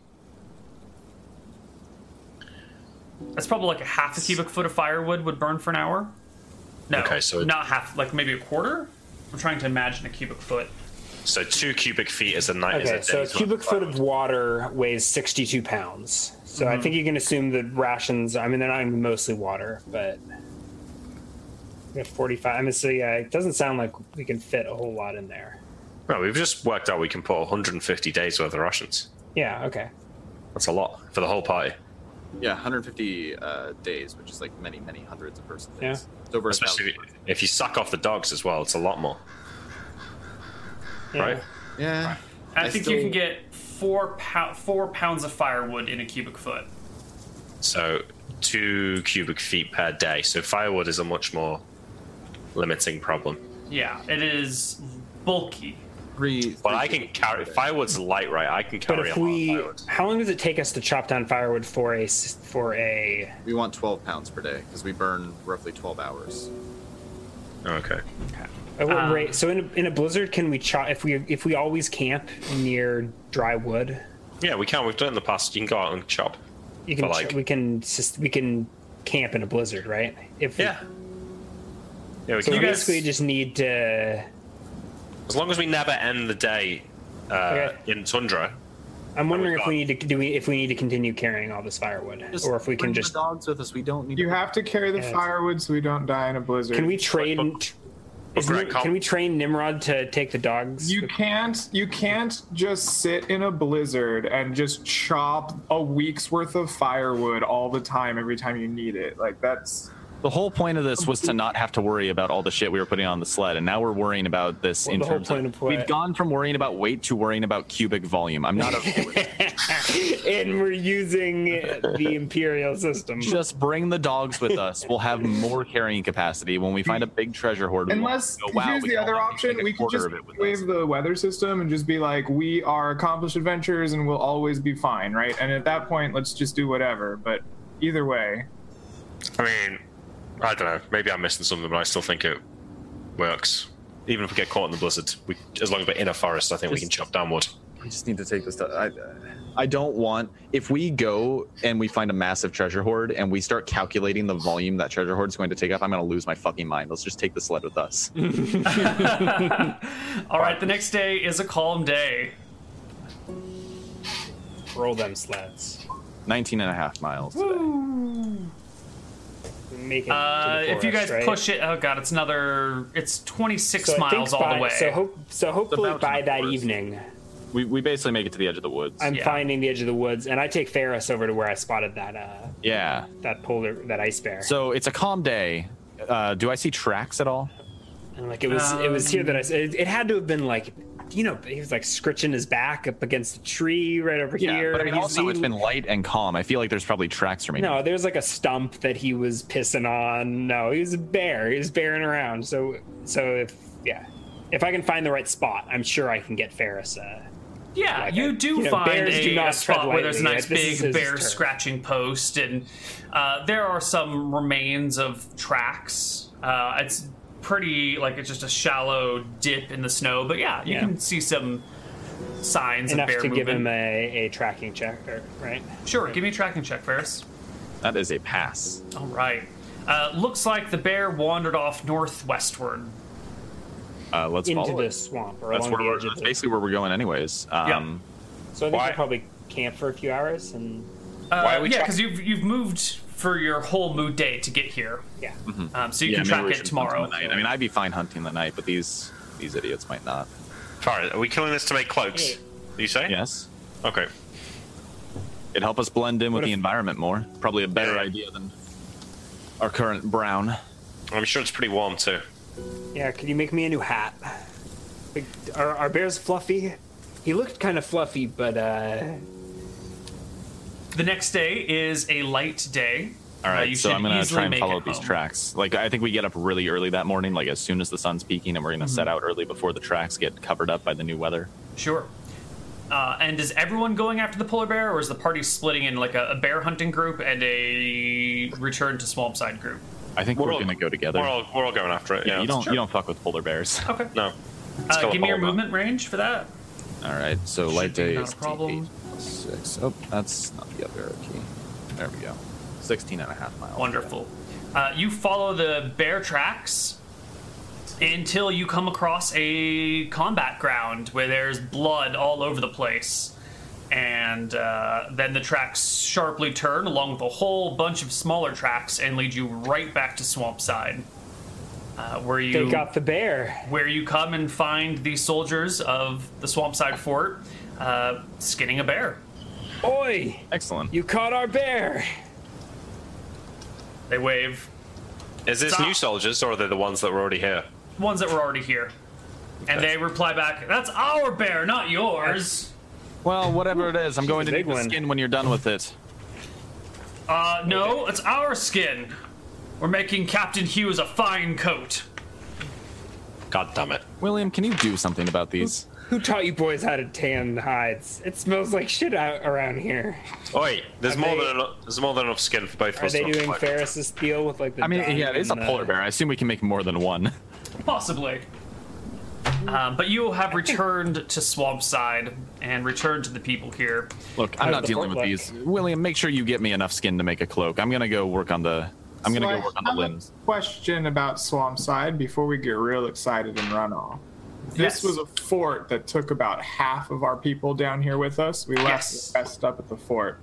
a. That's probably like a half a cubic foot of firewood would burn for an hour. No,
Okay, so it-
not half. Like maybe a quarter. I'm trying to imagine a cubic foot.
So two cubic feet is a night.
Okay, so a cubic foot of water weighs 62 pounds. So I think you can assume that rations, I mean, they're not even mostly water, but we have 45. I mean, so yeah, it doesn't sound like we can fit a whole lot in there.
No, we've just worked out we can put 150 days worth of rations.
Yeah, okay.
That's a lot for the whole party,
Yeah, 150 uh, days, which is like many, many hundreds of person days.
Yeah.
It's over a
especially if you,
thousand.
if you suck off the dogs as well. It's a lot more,
Yeah.
right?
Yeah.
I,
I
think you
still-
can get four pou- four pounds of firewood in a cubic foot.
So two cubic feet per day. So firewood is a much more limiting problem.
Yeah, it is bulky.
three.
But I can carry firewood's light, right? I can
But
carry
if
a lot of
we,
firewood.
how long does it take us to chop down firewood for a s- for a?
We want 12 pounds per day because we burn roughly 12 hours.
Okay.
at what
Um,
rate? So in a, in a blizzard, can we chop if we if we always camp near dry wood?
Yeah, we can. We've done it in the past. You can go out and chop.
You can
For,
ch-
like-
we can sus- we can camp in a blizzard, right? If we,
Yeah. Yeah, we
so
can.
we
guys-
basically just need to.
as long as we never end the day uh,
Okay.
in tundra.
I'm wondering if
got-
we need to do we if we need to continue carrying all this firewood, or if we can just
dogs with us. We don't need.
You have to carry the
Yes.
firewood so we don't die in a blizzard.
can we trade?
but- but
is
Greg,
Nim-
can't-
can we train Nimrod to take the dogs?
You (laughs) can't. You can't just sit in a blizzard and just chop a week's worth of firewood all the time, every time you need it. Like that's
The whole point of this was to not have to worry about all the shit we were putting on the sled, and now we're worrying about this in
the whole
terms
point
of
of what?
we've gone from worrying about weight to worrying about cubic volume. I'm
(laughs)
not okay with it.
(laughs) and we're using the imperial system.
Just bring the dogs
(laughs)
with us. We'll have more carrying capacity when we find a big treasure hoard. we want.
unless
Go, wow,
here's
we
the
can
other
only
option.
take a
We could
quarter
just
of it with us.
waive the weather system and just be like, we are accomplished adventurers and we'll always be fine, right? And at that point, let's just do whatever. But either way,
I mean, I don't know. Maybe I'm missing something, but I still think it works. Even if we get caught in the blizzard, we, as long as we're in a forest, I think we
Just-
can chop downward.
We just need to take this stuff. I, I don't want. If we go and we find a massive treasure hoard and we start calculating the volume that treasure hoard's going to take up, I'm going to lose my fucking mind. Let's just take the sled with (laughs) us.
All right, the next day is a calm day.
Roll them sleds.
19 and a half miles. Today.
Make it
Uh,
to the
if you guys
forest, right?
push it, oh god, it's another. It's 26
So I think
miles all
by-
the way.
So, hope, so hopefully
mountain,
by
of
that
course.
evening,
We, we basically make it to the edge of the woods.
I'm
Yeah.
finding the edge of the woods, and I take Ferris over to where I spotted that uh,
yeah.
that polar that ice bear.
So it's a calm day. Uh, do I see tracks at all?
and like it was it was here that I s- it, it had to have been like you know he was like scritching his back up against a tree right over here.
but I mean,
He's-
also
he-
it's been light and calm. I feel like there's probably tracks for me.
no, there's like a stump that he was pissing on. No, he was a bear. He was bearing around. So so if yeah, if I can find the right spot, I'm sure I can get Ferris. Uh,
Yeah,
Like
you
a-
do
you know,
find
bears
a,
do
a
not
spot
tread
where there's a
lightly,
nice
right? This is
big
his
bear
turf.
scratching post, and uh, there are some remains of tracks. Uh, it's pretty like it's just a shallow dip in the snow, but yeah, you
Yeah.
can see some signs
enough
of bear
to give him
movement.
a, a tracking check, or- right?
Sure, give me a tracking check, Ferris.
That is a pass.
All right. Uh, looks like the bear wandered off northwestward.
Uh, let's
Into
follow it.
the swamp or
That's
along
where
the
we're,
edge of
that's
the
basically where we're going, anyways. Um,
So I think
Why-
we'll probably camp for a few hours and
Uh,
Why are we
yeah,
track-
because you've you've moved for your whole mood day to get here,
yeah.
Mm-hmm.
um, so you can track
Hmm. yeah, maybe we
it
should hunt in
tomorrow.
the night. I mean, I'd be fine hunting the night, but these these idiots might not.
Farah, are we killing this to make cloaks?
Hey.
You say?
Yes.
Okay.
It'd help us blend in with
What
the
if-
environment more. Probably a better
Yeah.
idea than our current brown.
I'm sure it's pretty warm too.
Yeah, could you make me a new hat? Like, are, are bears fluffy? He looked kind of fluffy, but uh,
The next day is a light day.
All
Uh,
right,
you
so
should
I'm gonna
easily
try and
make
follow
it
these
home.
tracks. Like I think we get up really early that morning, like as soon as the sun's peaking, and we're gonna set out early before the tracks get covered up by the new weather.
Sure. Uh, and is everyone going after the polar bear, or is the party splitting in like a, a bear hunting group and a return to Swampside group?
I think we're, gonna go together.
We're all, we're all going after it.
yeah,
Yeah,
you don't you don't fuck with polar bears.
Okay.
No. Let's
Uh,
go
give me your
home, man.
movement range for that.
All right, so light
be
day
not
is
a problem.
D8 plus six. Oh, that's not the other key. There we go. 16 and a half miles.
Wonderful. Uh, you follow the bear tracks until you come across a combat ground where there's blood all over the place. And uh, then the tracks sharply turn along with a whole bunch of smaller tracks and lead you right back to Swampside. Uh, where you
they got the bear.
where you come and find the soldiers of the Swampside Fort uh, skinning a bear.
Oi,
Excellent.
you caught our bear.
They wave
Is this
Stop.
new soldiers or are they the ones that were already here?
ones that were already here. And
Okay.
they reply back, "That's our bear, not yours."
Well, whatever it is, I'm going to
big
need the
one.
skin when you're done with it.
Uh, no, it's our skin. We're making Captain Hughes a fine coat.
God damn it.
William, can you do something about these?
Who taught you boys how to tan the hides? It smells like shit out around here.
Oi, there's
Are
more
they-
than enough, there's more than enough skin for both of
Are
us.
they
to
doing
occupy.
Ferris's deal with like the?
I mean,
dye
yeah, it's a
and the-
polar bear. I assume we can make more than one. (laughs)
Possibly. Uh, but you have returned to Swampside and returned to the people here.
Look, I'm
How's
not
the
dealing with
cloak
these. William, make sure you get me enough skin to make a cloak. I'm gonna go work on the. I'm
So
gonna
I
go work on the
have a
limbs.
Question about Swampside before we get real excited and run off.
Yes.
This was a fort that took about half of our people down here with us. We left
Yes.
the rest up at the fort.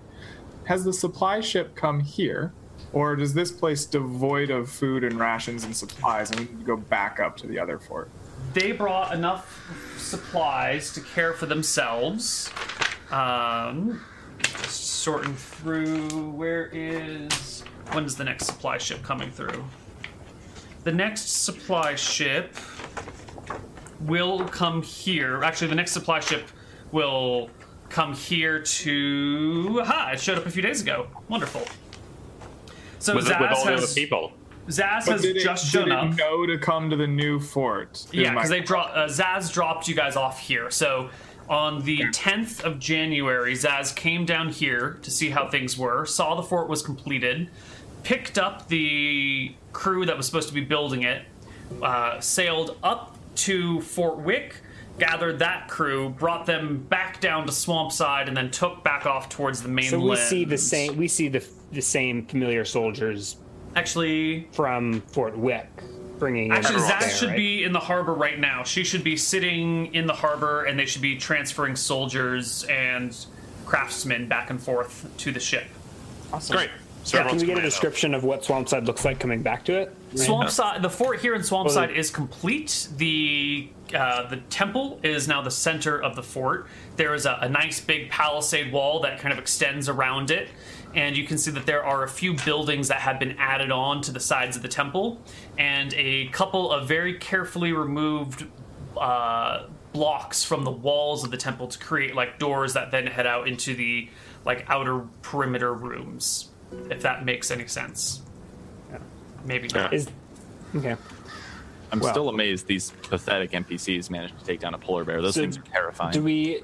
Has the supply ship come here, or does this place devoid of food and rations and supplies, and we need to go back up to the other fort?
They brought enough supplies to care for themselves. Um, just sorting through. Where is. When's the next supply ship coming through? The next supply ship will come here. Actually, the next supply ship will come here to. Aha! It showed up a few days ago. Wonderful. So
With, with
Zaz
all the
has,
other people.
Zaz
But
has
did it-
just
did
shown
it
up.
know to come to the new fort? is
Yeah,
my-
because they dro- uh, Zaz dropped you guys off here. So on the tenth of January, Zaz came down here to see how things were, saw the fort was completed, picked up the crew that was supposed to be building it, uh, sailed up to Fort Wick, gathered that crew, brought them back down to Swampside, and then took back off towards the mainland.
So we see the same. We see the the same familiar soldiers
Actually,
from Fort Wick, bringing. in
Actually,
the
Zaz
bear,
should
right?
be in the harbor right now. She should be sitting in the harbor, and they should be transferring soldiers and craftsmen back and forth to the ship.
Great. So
Yeah, can
everyone's
we get a
coming out.
description of what Swampside looks like coming back to it?
Swampside, the fort here in Swampside is complete. The uh, the temple is now the center of the fort. There is a, a nice big palisade wall that kind of extends around it, and you can see that there are a few buildings that have been added on to the sides of the temple, and a couple of very carefully removed uh, blocks from the walls of the temple to create like doors that then head out into the like outer perimeter rooms. If that makes any sense. Maybe not.
Is okay.
I'm
Well-
still amazed these pathetic NPCs managed to take down a polar bear. Those
So
things are terrifying.
Do we?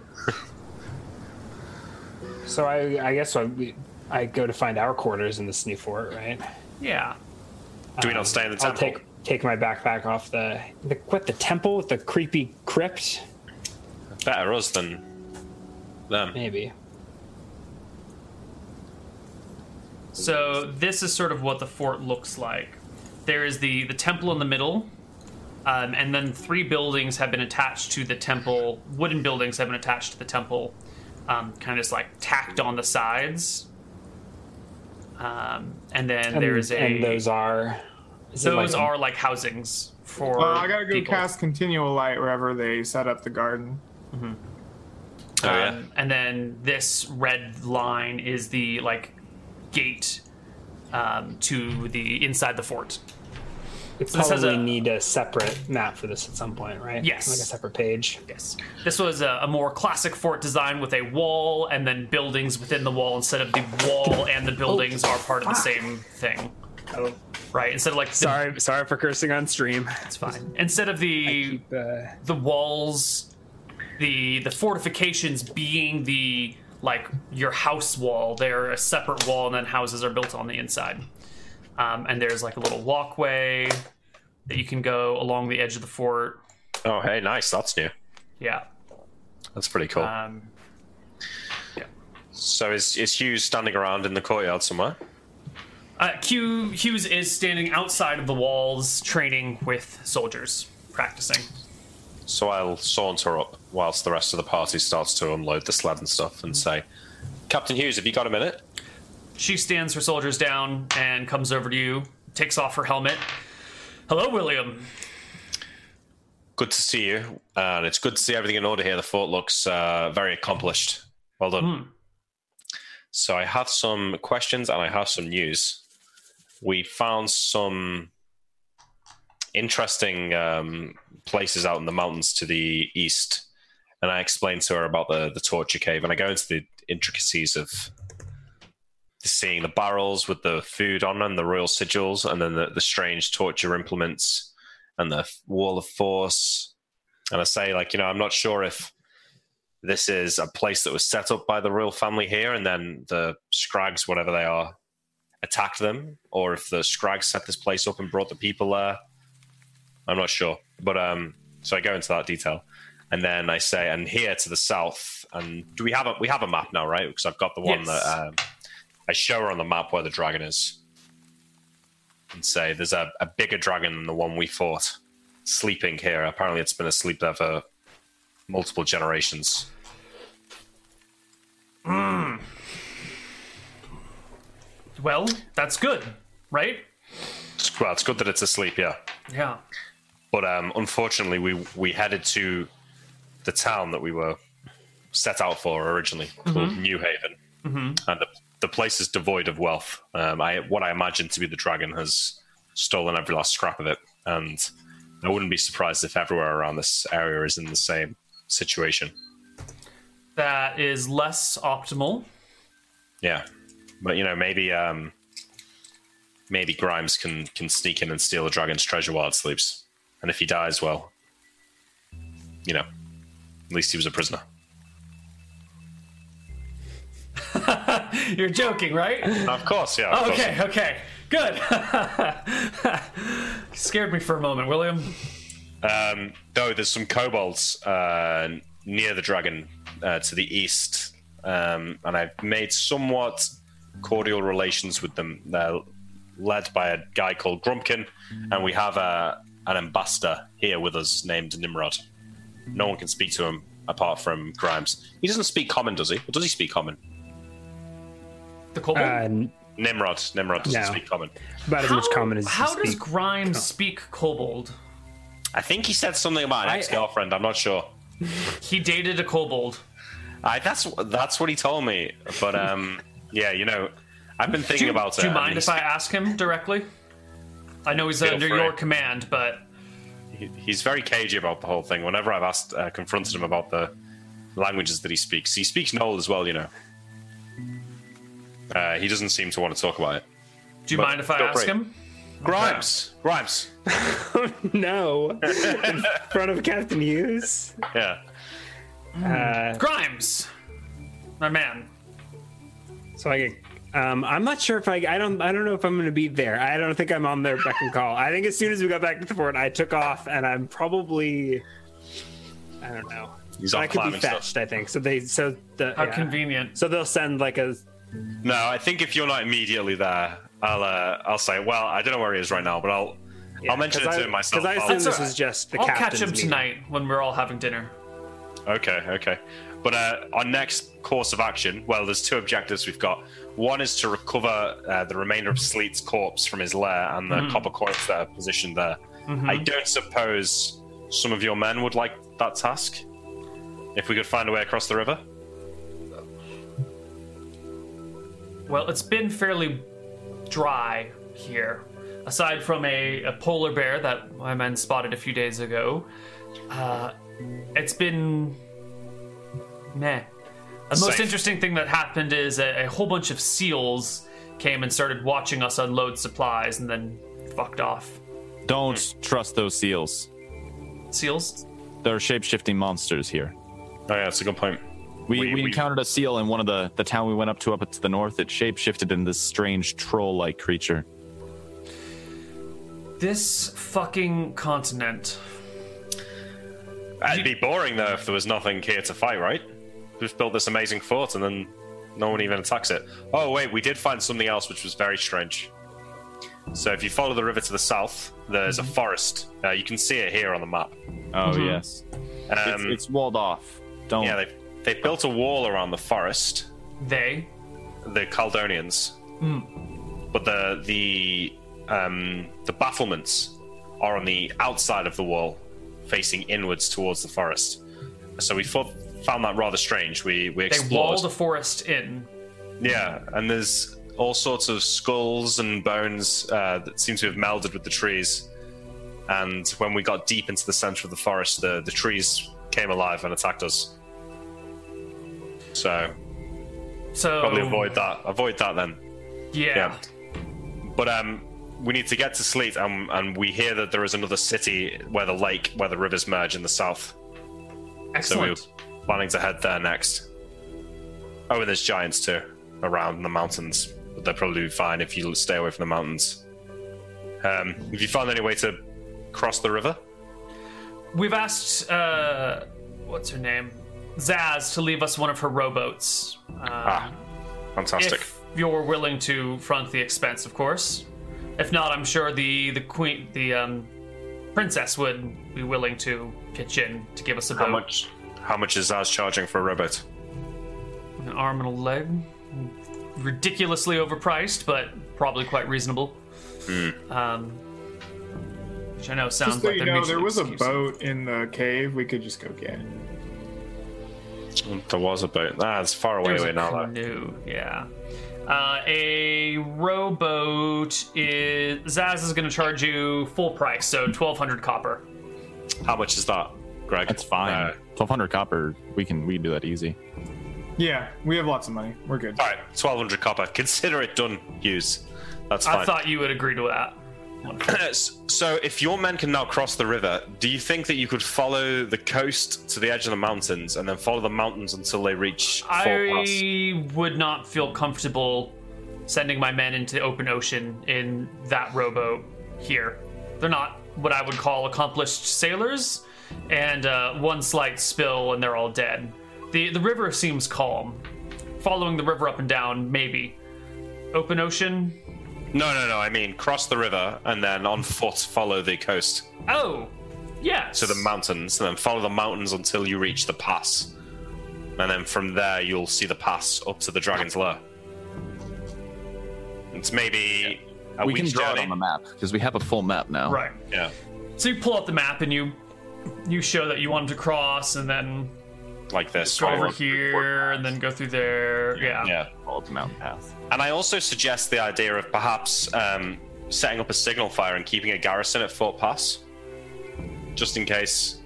so I, I guess I, we, I go to find our quarters in this new fort, right?
Yeah.
Do we not stay in the
I'll
temple?
take take my backpack off the the what the temple with the creepy crypt,
Better us than them.
maybe.
So this is sort of what the fort looks like. There is the the temple in the middle, um, and then three buildings have been attached to the temple. Wooden buildings have been attached to the temple, um, kind of just like tacked on the sides. Um, and then there is a
and those are is it
those
like-
are like housings for.
Well, Uh, I gotta go
people.
cast continual light wherever they set up the garden.
Oh yeah.
Um, and then this red line is the like gate um, to the inside the fort.
we
this
probably
has a-
need a separate map for this at some point, right?
Yes.
like a separate page.
Yes. This was a, a more classic fort design with a wall and then buildings within the wall instead of the wall and the buildings are part of the same thing.
Oh,
Right? Instead of like the-
sorry, sorry for cursing on stream.
it's fine. Instead of the
Keep, uh,
the walls the the fortifications being the like your house wall they're a separate wall and then houses are built on the inside um, and there's like a little walkway that you can go along the edge of the fort
Oh hey, nice. That's new.
yeah
That's pretty cool.
um,
so is is Hugh standing around in the courtyard somewhere?
Uh, Q Hughes is standing outside of the walls, training with soldiers, practicing.
So I'll saunter up whilst the rest of the party starts to unload the sled and stuff
Mm.
and say, Captain Hughes, have you got a minute?
She stands her soldiers down and comes over to you, takes off her helmet. Hello, William.
Good to see you. And it's good to see everything in order here. The fort looks uh, very accomplished. Well done. So I have some questions and I have some news. We found some interesting um, places out in the mountains to the east. And I explained to her about the, the torture cave and I go into the intricacies of seeing the barrels with the food on them, the royal sigils, and then the, the strange torture implements and the wall of force. And I say, like, you know, I'm not sure if this is a place that was set up by the royal family here, and then the Scrags, whatever they are, attacked them, or if the Scrags set this place up and brought the people there. I'm not sure, but um, so I go into that detail, and then I say, and here to the south, and do we have a we have a map now, right? Because I've got the one
Yes.
that um, I show her on the map where the dragon is, and say, there's a, a bigger dragon than the one we fought, sleeping here. Apparently, it's been asleep there for multiple generations.
Well, that's good, right?
It's- Well, it's good that it's asleep, yeah.
Yeah.
But um, unfortunately, we we headed to the town that we were set out for originally, called New Haven, and the, the place is devoid of wealth. Um, I what I imagine to be the dragon has stolen every last scrap of it, and I wouldn't be surprised if everywhere around this area is in the same situation.
That is less optimal. (laughs)
Yeah, but you know maybe um, maybe Grimes can can sneak in and steal the dragon's treasure while it sleeps, and if he dies, well, you know, at least he was a prisoner.
You're joking, right?
(laughs) Of course, yeah. Of
Okay, okay. Good. (laughs) Scared me for a moment, William.
Course. Um, though there's some kobolds uh, near the dragon uh, to the east, um, and I've made somewhat cordial relations with them. They're led by a guy called Grumpkin, and we have a, an ambassador here with us named Nimrod. No one can speak to him apart from Grimes. He doesn't speak common, does he? Or does he speak common?
The kobold.
Uh, n-
Nimrod. Nimrod doesn't
No.
speak common.
about as much
How-
common as you
how does
speak.
Grimes speak kobold?
I think he said something about an
I-
ex-girlfriend. I'm not sure.
He dated a kobold.
I that's that's what he told me. But
(laughs)
um, yeah, you know, I've been thinking
do,
about
do
it.
you
and
mind if
he's-
I ask him directly? I know he's
Feel
under
free.
your command, but
he- He's very cagey about the whole thing. Whenever I've asked, uh, confronted him about the languages that he speaks, he speaks Knoll as well. You know, uh, he doesn't seem to want to talk about it.
do you
But
mind if I
feel
ask
free.
him?
Grimes, Grimes,
(laughs) no
(laughs)
in front of Captain Hughes?
yeah.
Uh,
Grimes, my man.
so I get. Um, I'm not sure if I. I don't. I don't know if I'm going to be there. I don't think I'm on their beck and call. I think as soon as we got back to the fort, I took off, and I'm probably. I don't know.
He's
But
on
I could be
climbing stuff.
fetched. I think so. They so the
How
yeah.
convenient.
So they'll send like a
No, I think if you're not immediately there, I'll uh, I'll say. Well, I don't know where he is right now, but I'll I'll mention it to him myself.
Because I
I'll-
assume this
alright.
is just the
I'll
captain's
catch him
meeting.
tonight when we're all having dinner.
Okay, okay. But uh, our next course of action, well, there's two objectives we've got. One is to recover uh, the remainder of Sleet's corpse from his lair and the copper coins that are positioned there. I don't suppose some of your men would like that task? If we could find a way across the river?
Well, it's been fairly dry here, aside from a, a polar bear that my men spotted a few days ago. Uh, it's been meh. The most
Safe.
interesting thing that happened is a, a whole bunch of seals came and started watching us unload supplies and then fucked off.
Don't trust those seals.
Seals?
There are shape shifting monsters here.
Oh, yeah, that's a good point.
We,
We-
we,
we-
encountered a seal in one of the, the town we went up to up to the north. It shape shifted into this strange troll like creature.
This fucking continent.
It'd be boring, though, if there was nothing here to fight, right? We've built this amazing fort and then no one even attacks it. Oh, wait, we did find something else which was very strange. So, if you follow the river to the south, there's
Mhm.
a forest. Uh, you can see it here on the map.
Oh, yes. It's,
Mm-hmm. Um,
it's walled off. Don't.
yeah, they've, they've built a wall around the forest,
They?
the Caldonians. But the the um, the battlements are on the outside of the wall, facing inwards towards the forest. So we thought, found that rather strange. We we
They wall
explored.
the forest in.
Yeah, and there's all sorts of skulls and bones uh, that seem to have melded with the trees. And when we got deep into the center of the forest, the, the trees came alive and attacked us. So
So
probably avoid that. Avoid that then.
Yeah.
Yeah. But um, we need to get to Sleet, and, and we hear that there is another city where the lake, where the rivers merge in the south.
Excellent.
So we were planning to head there next. Oh, and there's giants too around the mountains, but they're probably fine if you stay away from the mountains. Um, have you found any way to cross the river?
We've asked, uh, what's her name? Zaz to leave us one of her rowboats. Um,
Ah, fantastic.
if you're willing to front the expense, of course. If not, I'm sure the the queen, the um, princess would be willing to pitch in to give us a
How
boat.
much? How much is Zaz charging for a robot?
An arm and a leg. Ridiculously overpriced, but probably quite reasonable.
Hmm.
Um, which I know sounds
Just so
like
you
they're
know, there
mutually
was a
exclusive.
boat in the cave. We could just go get it.
There was a boat. Ah, it's far away
There's
away
a
now. though.
canoe, yeah. Uh, a rowboat is Zaz is going to charge you full price, so twelve hundred copper.
How much is that, Greg?
That's fine.
Uh,
Twelve hundred copper. We can we can do that easy.
Yeah, we have lots of money. We're good.
all right, twelve hundred copper. Consider it done, Hughes. That's fine.
I
(clears throat)
thought you would agree to that.
so, if your men can now cross the river, do you think that you could follow the coast to the edge of the mountains and then follow the mountains until they reach Fort Pass?
I would not feel comfortable sending my men into open ocean in that rowboat here. They're not what I would call accomplished sailors, and uh, one slight spill and they're all dead. The the river seems calm. Following the river up and down, maybe. Open ocean,
No, no, no. I mean, cross the river and then on foot follow the coast
Oh, yes.
to the mountains, and then follow the mountains until you reach the pass. And then from there, you'll see the pass up to the Dragon's Lair. It's maybe a
we can
week's
draw
journey.
it on the map because we have a full map now.
Right.
Yeah,
So you pull out the map and you you show that you wanted to cross and then
like this.
go over
21.
here and then go through there. Yeah.
Yeah.
Follow the mountain path.
And I also suggest the idea of perhaps um, setting up a signal fire and keeping a garrison at Fort Pass, just in case,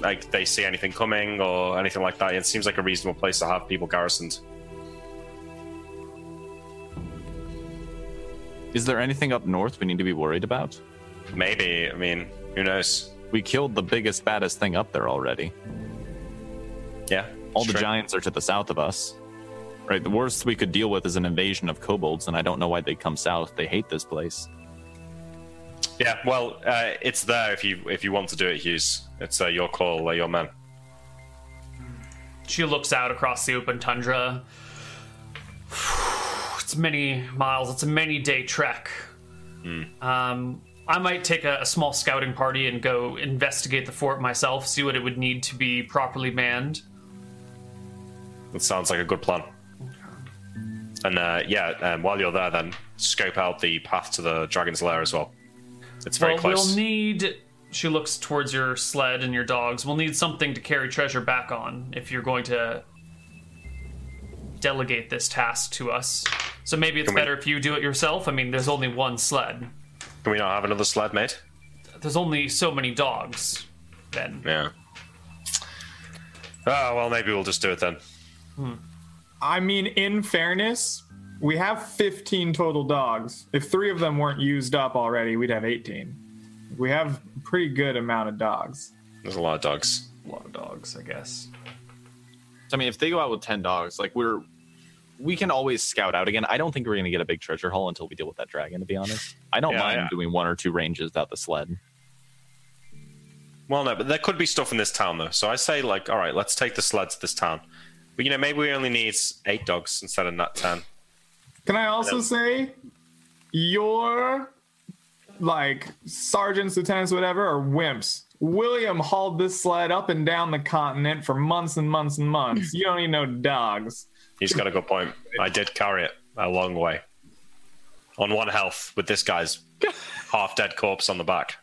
like they see anything coming or anything like that. It seems like a reasonable place to have people garrisoned.
Is there anything up north we need to be worried about?
Maybe. I mean, who knows?
We killed the biggest, baddest thing up there already.
Yeah.
All
it's
the
true.
giants are to the south of us. Right, the worst we could deal with is an invasion of kobolds, and I don't know why they come south. They hate this place.
Yeah. Well, uh, it's there if you if you want to do it, Hughes. It's uh, your call, uh, your man.
She looks out across the open tundra. (sighs) It's many miles. It's a many day trek.
Hmm.
Um, I might take a, a small scouting party and go investigate the fort myself, see what it would need to be properly manned.
That sounds like a good plan. And uh, yeah, um, while you're there, then scope out the path to the Dragon's Lair as well. It's very
well,
close.
we'll need. She looks towards your sled and your dogs. We'll need something to carry treasure back on if you're going to delegate this task to us. So maybe it's
Can we-
better if you do it yourself. I mean, there's only one sled.
Can we not have another sled made?
There's only so many dogs. Then
Yeah. Oh, well, maybe we'll just do it then.
I mean, in fairness, we have 15 total dogs. If three of them weren't used up already, we'd have 18. We have a pretty good amount of dogs.
There's a lot of dogs.
a lot of dogs, I guess.
I mean, if they go out with ten dogs, like we're, we can always scout out again. I don't think we're going to get a big treasure haul until we deal with that dragon. To be honest, I don't
Yeah,
mind
yeah.
doing one or two ranges without the sled.
Well, no, but there could be stuff in this town, though. So I say, like, all right, let's take the sled to this town. But, you know, maybe we only need eight dogs instead of not ten.
Can I also say your like sergeants, lieutenants, whatever, are wimps. William hauled this sled up and down the continent for months and months and months. You don't need no dogs.
He's got a good point. I did carry it a long way. On one health with this guy's half dead corpse on the back.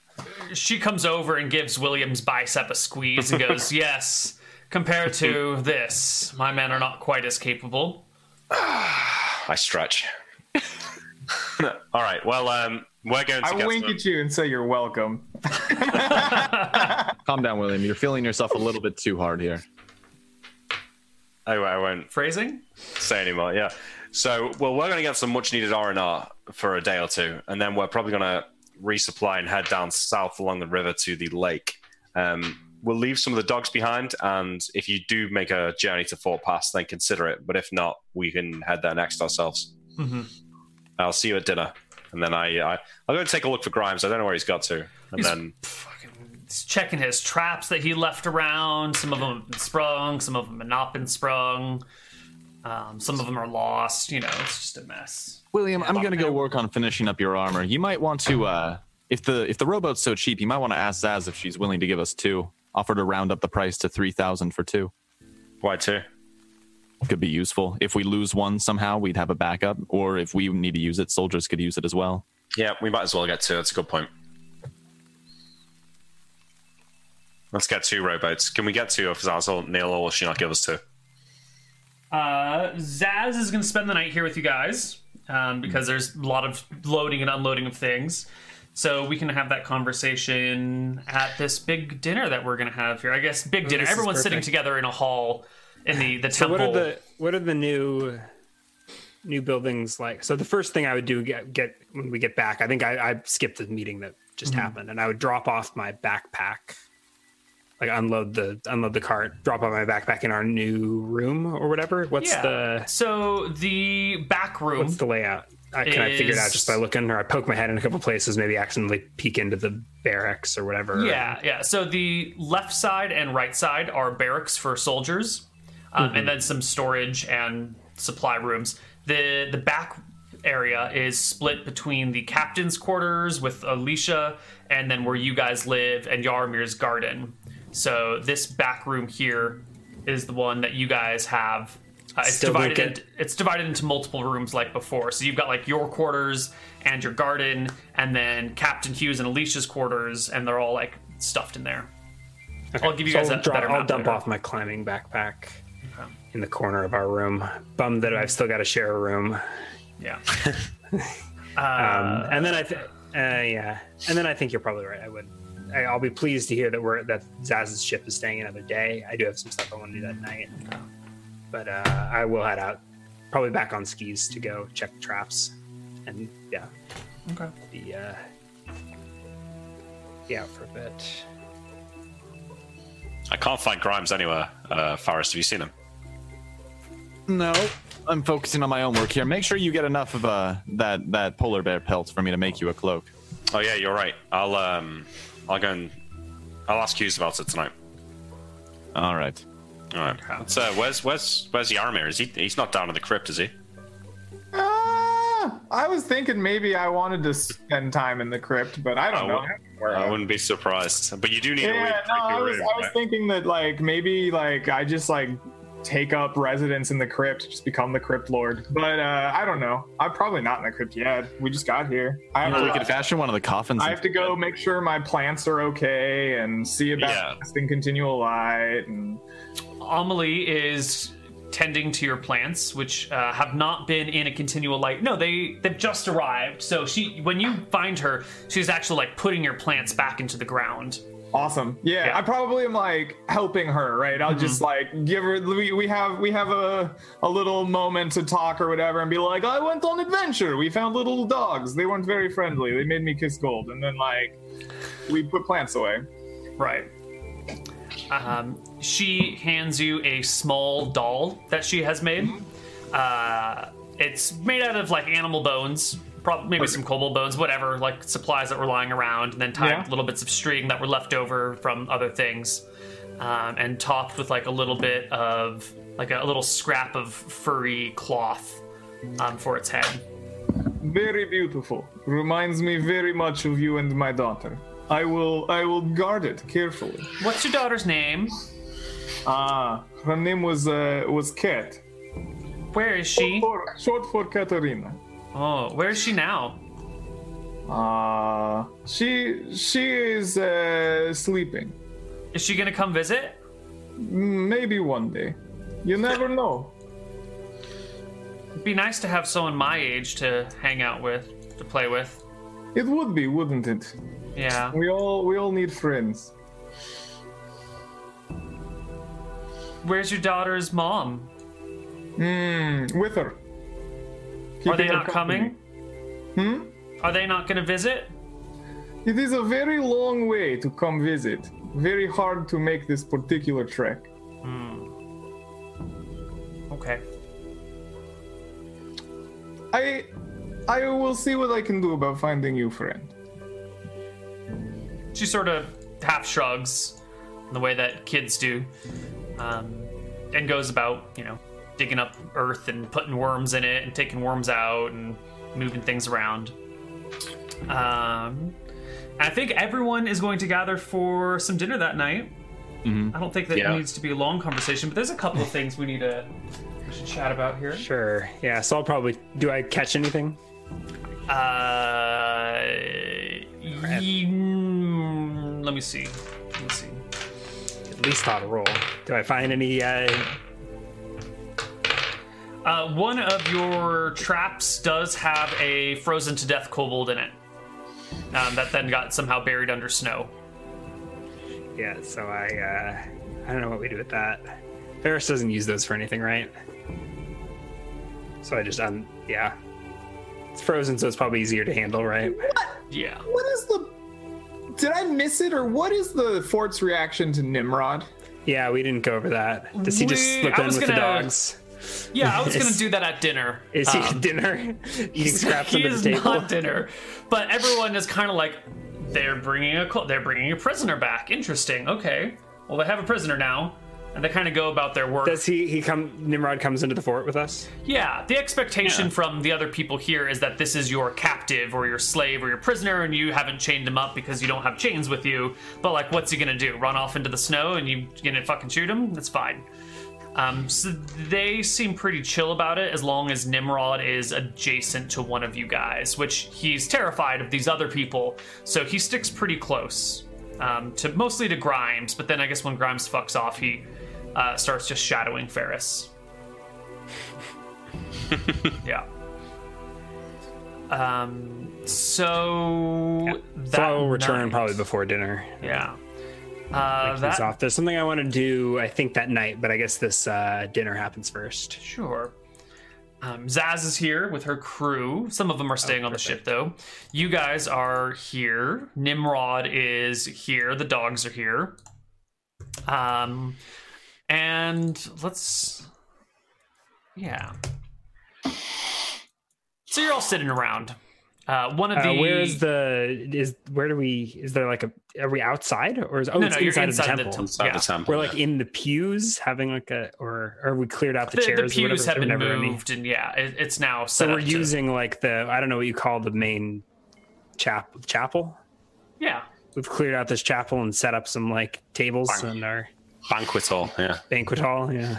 She comes over and gives William's bicep a squeeze and goes, (laughs) "Yes." Compared
(laughs)
to this, my men are not quite as capable.
I stretch. (laughs) all right, well, um, we're going to
I
get
wink
some-
at you and say you're welcome.
Calm down, William. You're feeling yourself a little bit too hard here.
I, Oh, I won't
Phrasing?
say anymore. Yeah. So, well, we're going to get some much needed R and R for a day or two, and then we're probably going to resupply and head down south along the river to the lake. Um, we'll leave some of the dogs behind, and if you do make a journey to Fort Pass, then consider it. But if not, we can head there next ourselves.
Mhm.
I'll see you at dinner, and then I, I I'll go and take a look for Grimes. I don't know where he's got to, and
He's-
then
He's checking his traps that he left around. Some of them have been sprung, some of them have not been sprung. Um, some of them are lost. You know, it's just a mess.
William, I'm gonna go work on finishing up your armor. You might want to, uh, if the if the rowboat's so cheap, you might want to ask Zaz if she's willing to give us two. Offer to round up the price to three thousand for two.
why two?
Could be useful. If we lose one somehow, we'd have a backup. Or if we need to use it, soldiers could use it as well.
Yeah, we might as well get two. That's a good point. Let's get two rowboats. Can we get two of Zaz or Neil, or will she not give us two?
Uh, Zaz is going to spend the night here with you guys um, because there's a lot of loading and unloading of things. So we can have that conversation at this big dinner that we're going to have here. I guess big dinner.
this is
Everyone's sitting
perfect.
together in a hall in the the
So
temple.
what are the what are the new new buildings like? So the first thing I would do get, get when we get back, I think I, I skipped the meeting that just
Mm-hmm.
happened, and I would drop off my backpack, like unload the unload the cart, drop off my backpack in our new room or whatever. What's
yeah.
the
so the back room.
what's the layout? I, can I figure it out just by
Is-
looking, or I poke my head in a couple places, maybe accidentally peek into the barracks or whatever.
Yeah, yeah. So the left side and right side are barracks for soldiers, um, and then some storage and supply rooms. the The back area is split between the captain's quarters with Alicia, and then where you guys live and Yarmir's garden. So this back room here is the one that you guys have. Uh, it's
Still don't
divided.
get-
Into, it's divided into multiple rooms like before. So you've got like your quarters and your garden, and then Captain Hughes and Alicia's quarters, and they're all like stuffed in there. I'll give you
So
guys
I'll,
a
drop-
better
I'll
map
dump
later.
off my climbing backpack in the corner of our room. Bummed that I've still got to share a room.
Yeah.
Um, and then I, th- uh, yeah, and then I think you're probably right. I would, I, I'll be pleased to hear that we're that Zaz's ship is staying another day. I do have some stuff I want to do that night, but uh, I will head out, probably back on skis to go check traps, and yeah,
Okay.
be uh, be out for a bit.
I can't find Grimes anywhere. Uh, Forrest, have you seen him?
No, I'm focusing on my own work here. Make sure you get enough of uh, that that polar bear pelt for me to make you a cloak.
Oh yeah, you're right. I'll um, I'll go and I'll ask Hughes about it tonight.
All right.
All right. So where's where's where's Yarmir? Is he? He's not down in the crypt, is he?
Ah, I was thinking maybe I wanted to spend time in the crypt, but
Oh,
I don't know.
I wouldn't be surprised. But you do need to leave.
Yeah, no,
creepy
I was,
room,
I was
right?
thinking that like maybe like I just like take up residence in the crypt, just become the crypt lord. But uh, I don't know. I'm probably not in the crypt yet. We just got here. I have,
Or we
to,
could fashion one of the coffins.
I have to go make sure my plants are okay and see about
Yeah.
casting continual light. And
Amelie is tending to your plants, which uh, have not been in a continual light. No, they they've just arrived. So she, when you find her, she's actually like putting your plants back into the ground.
awesome. Yeah,
Yeah.
I probably am like helping her. Right. I'll just like give her. We, we have we have a a little moment to talk or whatever, and be like, I went on adventure. We found little dogs. They weren't very friendly. They made me kiss gold, and then like we put plants away.
Right. Um, she hands you a small doll that she has made. Uh, it's made out of like animal bones, prob- maybe some cobalt bones, whatever, like supplies that were lying around, and then tied
Yeah.
little bits of string that were left over from other things, um, and topped with like a little bit of like a little scrap of furry cloth um, for its head.
Very beautiful. Reminds me very much of you and my daughter. I will I will guard it carefully.
What's your daughter's name?
Ah, her name was uh, was Kat.
Where is she?
Or short for Katarina.
Oh, where is she now?
Ah, she she is uh, sleeping.
Is she gonna come visit?
Maybe one day.
(laughs)
You never know.
be nice to have someone my age to hang out with, to play with.
It would be, wouldn't it?
Yeah.
We all we all need friends.
Where's your daughter's mom?
Mm, with her.
Are they
Keeping her
not coming?
Hmm?
Are they not going to visit?
It is a very long way to come visit. Very hard to make this particular trek.
Okay.
I I will see what I can do about finding you, friend.
She sort of half shrugs, the way that kids do, um, and goes about, you know, digging up earth and putting worms in it and taking worms out and moving things around. Um, I think everyone is going to gather for some dinner that night. I don't think that
Yeah.
needs to be a long conversation, but there's a couple of things we need to we should chat about here.
Sure. Yeah. So I'll probably. Do I catch anything?
Uh, ye- mm, let me see. Let me see.
At least not a roll. Do I find any? Uh,
Uh, one of your traps does have a frozen to death kobold in it. Um, that then got somehow buried under snow.
yeah. So I. Uh, I don't know what we do with that. Ferris doesn't use those for anything, right? So I just um. Yeah. It's frozen, so it's probably easier to handle, right?
Yeah.
What is the? Did I miss it, or what is the fort's reaction to Nimrod?
Yeah, we didn't go over that. Does he just
We-
slip
I
in
was
with the
gonna-
dogs?
Yeah,
(laughs)
I was gonna
Is-
do that at dinner.
Is he
Um,
(laughs) at dinner? Eating scraps
he
under the
is
table.
not dinner, but everyone is kind of like they're bringing a co- they're bringing a prisoner back. Interesting. Okay. Well, they have a prisoner now, and they kind of go about their work.
Does he? He come. Nimrod comes into the fort with us.
Yeah, the expectation from the other people here is that this is your captive or your slave or your prisoner, and you haven't chained him up because you don't have chains with you. But like, what's he gonna do? Run off into the snow and you gonna fucking shoot him? That's fine. Um, so they seem pretty chill about it as long as Nimrod is adjacent to one of you guys, which he's terrified of these other people, so he sticks pretty close um, to mostly to Grimes. But then I guess when Grimes fucks off, he uh, starts just shadowing Ferris.
(laughs)
Yeah. Um. So that
so I'll return
night-
probably before dinner.
Yeah. Uh,
He's
that
off. There's something I want to do. I think that night, but I guess this uh, dinner happens first.
sure. Um, Zaz is here with her crew. Some of them are
Oh,
staying on the ship, though. You guys are here. Nimrod is here. The dogs are here. Um, and let's, yeah. So you're all sitting around. Uh, one of
Uh,
the
where is the is where do we is there like a are we outside or is oh
no,
it's
no, you're
inside,
inside
of
the
the temple.
temple.
Inside
Yeah.
the temple.
We're like in the pews having like a or or we cleared out the,
the, the
chairs. or
pews have
whatever,
been
There were never any.
moved, and yeah, it, it's now set
So we're
up to-
using like the I don't know what you call the main chap chapel.
yeah,
We've cleared out this chapel and set up some like tables in our
banquet hall. Yeah.
banquet hall. Yeah,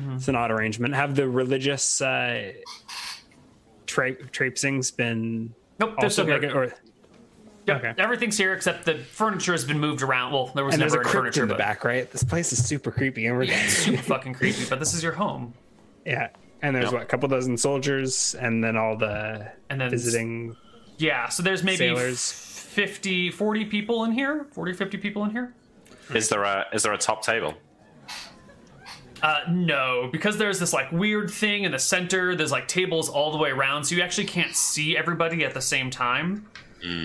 Mm-hmm.
it's an odd arrangement. Have the religious uh, tra- traipsings been
nope, there's
also
still
like
here.
or
Yep,
okay.
everything's here except the furniture has been moved around. Well, there was
and there's
never
a
any
crypt
furniture,
in the
but (laughs)
back, right? This place is super creepy, and we're
super fucking creepy. But this is your home,
(laughs) yeah. And there's
Yep.
what a couple dozen soldiers, and then all the
and then
visiting.
yeah. So there's maybe
Sailors.
50, 40 people in here, 40, 50 people in here.
Is there a is there a top table?
Uh, no, because there's this like weird thing in the center. There's like tables all the way around, so you actually can't see everybody at the same time.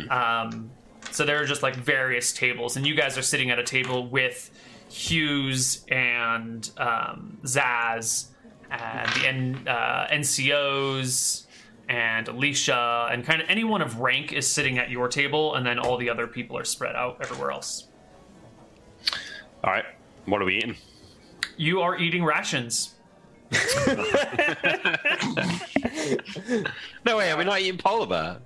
Um, so there are just like various tables, and you guys are sitting at a table with Hughes and um, Zaz and the N- uh, NCOs and Alicia and kind of anyone of rank is sitting at your table, and then all the other people are spread out everywhere else.
All right. What are we eating?
You are eating rations.
No way. Are we not eating polar bear?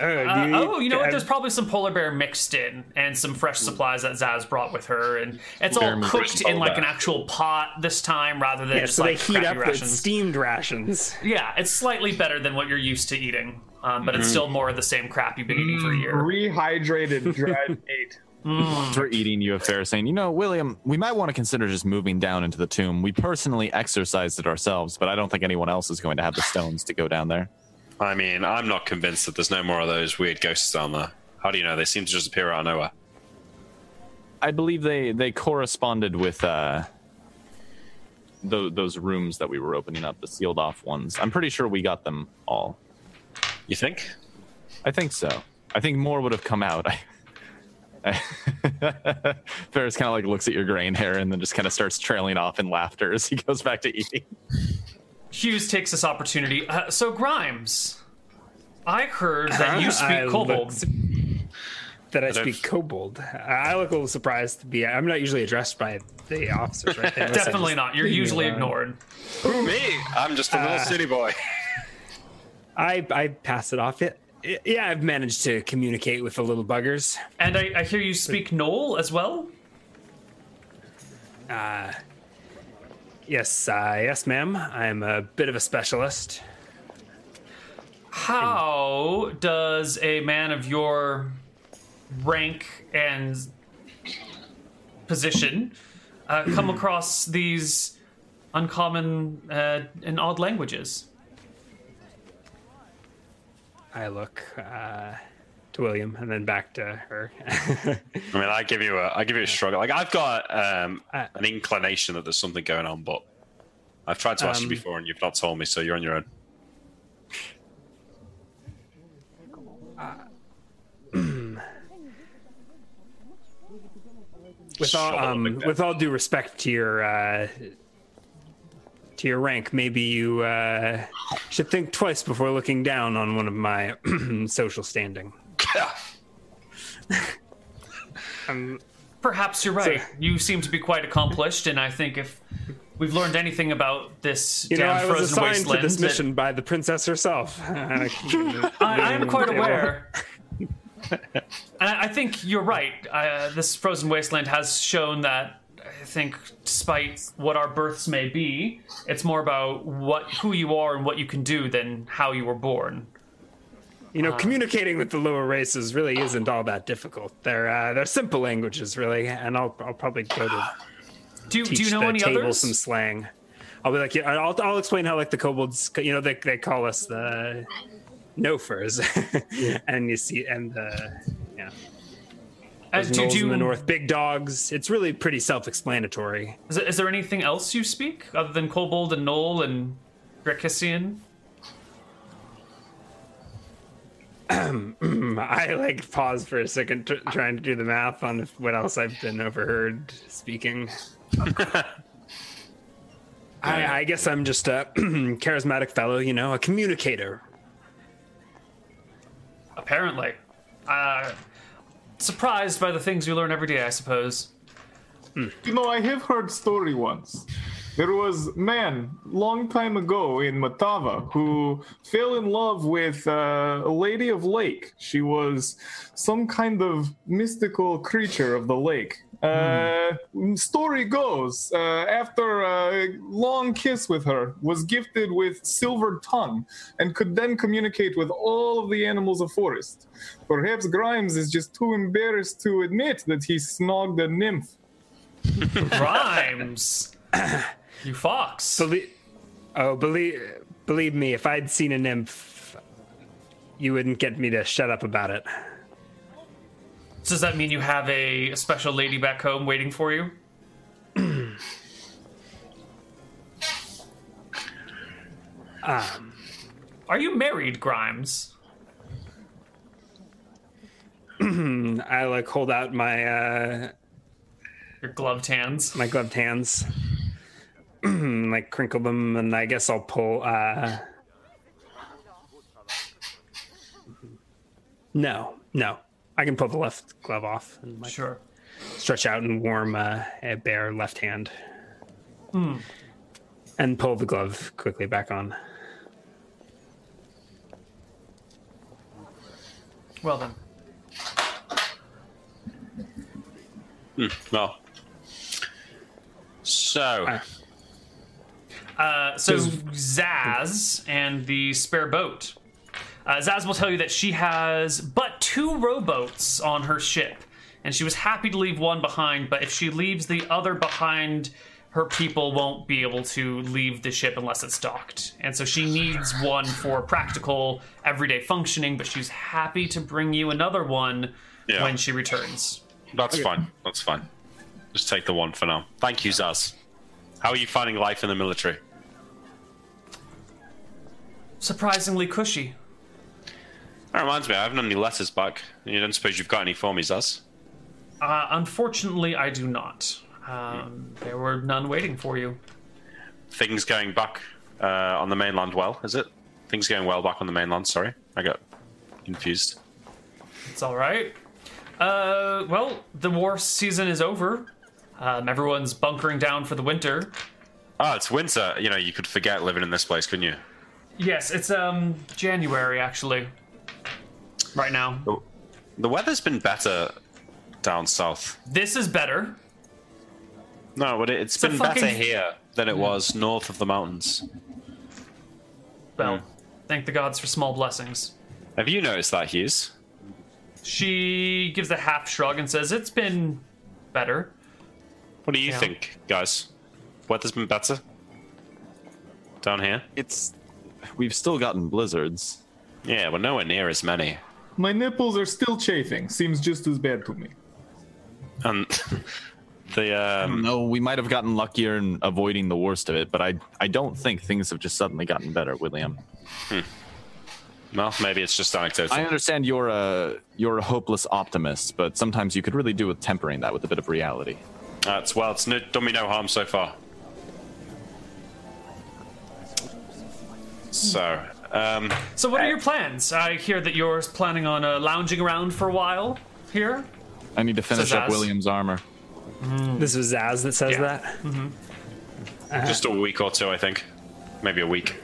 Oh,
Uh,
you,
oh, you know what?
uh,
There's probably some polar bear mixed in and some fresh supplies that Zaz brought with her, and it's all
Experiment
cooked in like an
back.
actual pot this time rather than
yeah,
just
so
like
they heat
crappy
up with
rations.
steamed rations.
Yeah, it's slightly better than what you're used to eating, um,
Mm-hmm.
but it's still more of the same crap you've been eating for a year.
Rehydrated dried meat.
After eating, you have Ferris saying, "You know, William, we might want to consider just moving down into the tomb. We personally exercised it ourselves, but I don't think anyone else is going to have the stones to go down there."
I mean, I'm not convinced that there's no more of those weird ghosts down there. How do you know? They seem to just appear out of nowhere.
I believe they they corresponded with uh, tho- those rooms that we were opening up, the sealed off ones. I'm pretty sure we got them all.
You think?
I think so. I think more would have come out. I, (laughs) Ferris kind of like looks at your grain hair and then just kind of starts trailing off in laughter as he goes back to eating.
Hughes takes this opportunity. Uh, so Grimes, I heard that you speak
(laughs) (laughs) I
kobold.
look- That I
don't-
speak kobold. I I look a little surprised to be. I'm not usually addressed by the
(laughs)
officers, right? Unless I
Definitely
just
not. You're
leave me
usually
alone.
ignored.
Who me? I'm just a little city boy.
I I pass it off. It yeah, I've managed to communicate with the little buggers.
And I, I hear you speak Knoll as well.
Yes, uh, yes, ma'am. I'm a bit of a specialist.
How does a man of your rank and position uh, come across these uncommon uh, and odd languages?
I look uh, to William and then back to her. (laughs)
I mean, I give you a, I give you a struggle. Like I've got um,
Uh,
an inclination that there's something going on, but I've tried to ask you
Um,
before and you've not told me, so you're on your own.
with all
Shut up,
um,
Macbeth.
with all due respect to your uh, to your rank, maybe you uh, should think twice before looking down on one of my (clears throat) social standing.
Perhaps you're right. you seem to be quite accomplished, and I think if we've learned anything about this
You know,
damn
I was
frozen
assigned to
wasteland,
this
that-
mission by the princess herself. (laughs) I
I, I am quite
Yeah, well.
aware. and I, I think you're right. Uh, this frozen wasteland has shown that I think, despite what our births may be, it's more about what who you are and what you can do than how you were born.
You
Uh,
know, communicating with the lower races really isn't all that difficult. They're uh, they're simple languages, really, and I'll I'll probably go to
Do you,
teach
do you know
the
any
table
others?
some slang. I'll be like, yeah, I'll I'll explain how like the kobolds, you know, they they call us the (laughs) nofers, and you see, and the yeah,
Uh,
those
do,
gnolls
do,
in the north, big dogs. It's really pretty self-explanatory.
Is, there- is there anything else you speak other than kobold and knoll and Drakissian?
Mm, I like pause for a second, tr- trying to do the math on what else I've been overheard speaking. (laughs) I, I guess I'm just a (clears throat) charismatic fellow, you know, a communicator.
Apparently, uh, surprised by the things we learn every day, I
(laughs)
suppose.
You know, I have heard story once. There was man long time ago in Matava who fell in love with uh, a lady of lake. She was some kind of mystical creature of the lake. Uh, Story goes uh, after a long kiss with her, was gifted with silver tongue and could then communicate with all of the animals of forest. Perhaps Grimes is just too embarrassed to admit that he snogged a nymph.
Grimes, you fox.
Believe, oh, believe, believe me, if I'd seen a nymph, you wouldn't get me to shut up about it.
Does that mean you have a, a special lady back home waiting for you? Are you married, Grimes?
I like hold out my uh,
Your gloved hands.
my gloved hands (clears throat) and, like crinkle them and i guess i'll pull uh no no i can pull the left glove off and like
Sure.
stretch out and warm uh, a bare left hand and pull the glove quickly back on
Well then.
Well, so
Uh, so Zaz and the spare boat. Uh, Zaz will tell you that she has but two rowboats on her ship, and she was happy to leave one behind. But if she leaves the other behind, her people won't be able to leave the ship unless it's docked, and so she needs one for practical everyday functioning. But she's happy to bring you another one
Yeah.
when she returns.
that's fine. That's fine. Just take the one for now. Thank you, Zaz. How are you finding life in the military?
Surprisingly cushy.
That reminds me, I haven't had any letters back. You don't suppose you've got any for me, Zaz?
Uh, unfortunately, I do not. Um, there were none waiting for you.
Things going back uh, on the mainland well, is it? Things going well back on the mainland, sorry. I got confused.
It's all right. Uh, well, the war season is over. Um, everyone's bunkering down for the winter.
Oh, it's winter. You know, you could forget living in this place, couldn't you?
Yes, it's um January actually. Right now,
The- The weather's been better down south.
this is better.
No, but it, it's
a
been
fucking-
better here than it was north of the mountains.
Well,
Hmm.
thank the gods for small blessings.
Have you noticed that, Hughes?
She gives a half shrug and says, "It's been better."
What do you
Yeah.
think, guys? Weather's been better down here.
It's we've still gotten blizzards.
Yeah, we're nowhere near as many.
My nipples are still chafing. Seems just as bad to me.
And (laughs) the um,
No, we might have gotten luckier in avoiding the worst of it, but I I don't think things have just suddenly gotten better, William.
well, maybe it's just anecdotal.
I understand you're a you're a hopeless optimist, but sometimes you could really do with tempering that with a bit of reality.
That's well, it's no, done me no harm so far. So, um,
So, what are your plans? I hear that you're planning on uh, lounging around for a while here.
I need to finish
Says
up
us.
William's armor.
This was Zaz that says
Yeah.
that.
Uh.
just a week or two, I think, maybe a week.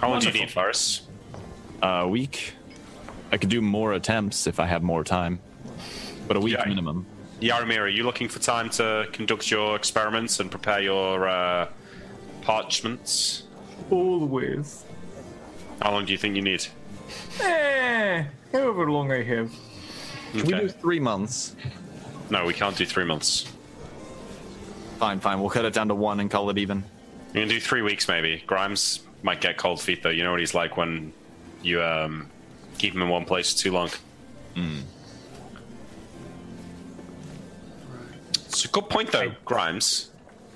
How long do you
Wonderful.
need, Faris?
A week. I could do more attempts if I have more time, but a week
Yeah, I-
minimum.
Yaramir, are you looking for time to conduct your experiments and prepare your uh, parchments?
Always.
How long do you think you need?
Eh, however long I have.
We
Okay.
do three months.
No, we can't do three months.
Fine, fine. We'll cut it down to one and call it even.
You can do three weeks, maybe. Grimes might get cold feet, though. You know what he's like when you um, keep him in one place too long. It's a good point, though, Grimes.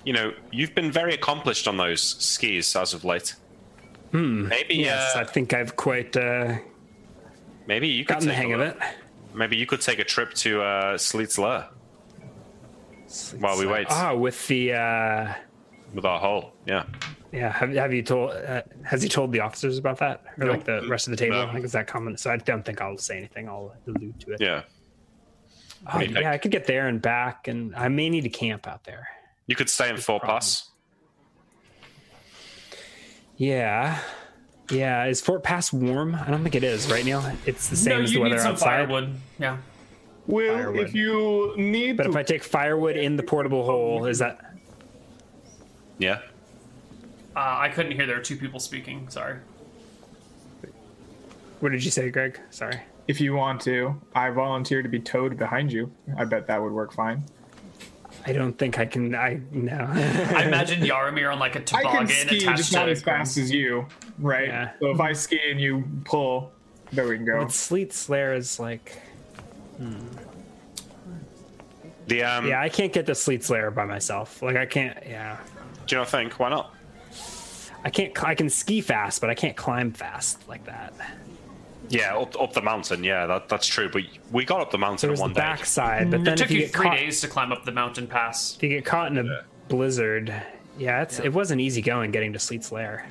You know, you've been very accomplished on those skis as of late. Hmm. Maybe,
Yes,
uh,
I think I've quite uh,
maybe you could
gotten the
take a
hang of
look-
it.
Maybe you could take a trip to uh, Sleet's Lair while we wait
Ah, with the uh,
with our hole. Yeah.
yeah. Have, have you told? Uh, has he told the officers about that, or like the rest of the table?
No.
I think it's that common. So I don't think I'll say anything. I'll allude to it.
Yeah.
Oh,
do you think?
yeah, I could get there and back, and I may need to camp out there.
You could stay in Four Pass.
Yeah. Yeah, is Fort Pass warm? I don't think it is right now. It's the same
no,
as
you
the
need
weather
some
outside.
firewood. Yeah.
Well,
Firewood.
if you need
But
to
if I take firewood in the
Oh,
portable hole, is that
Yeah.
Uh, I couldn't hear. There were two people speaking. Sorry.
what did you say, Greg? Sorry.
If you want to, I volunteer to be towed behind you. I bet that would work fine.
I don't think I can I no. (laughs)
I imagine Yaramir on like a
(laughs) I
toboggan
can ski,
attached
just
to
not
a
as fast as you, right?
Yeah.
So if I ski and you pull, there we can go.
but Sleet Slayer is like
The um,
Yeah, I can't get to Sleet Slayer by myself. Like I can't yeah.
Do you not think? Why not?
I can't cl- I can ski fast, but I can't climb fast like that.
Yeah, up, up the mountain. Yeah, that, that's true. But we got up the
There
mountain in
was the
one day.
backside, but then
Mm, it
if
took
you
you
get
three
caught
days to climb up the mountain pass.
if you get caught in a blizzard, yeah, it's it wasn't easy going getting to Sleet's lair.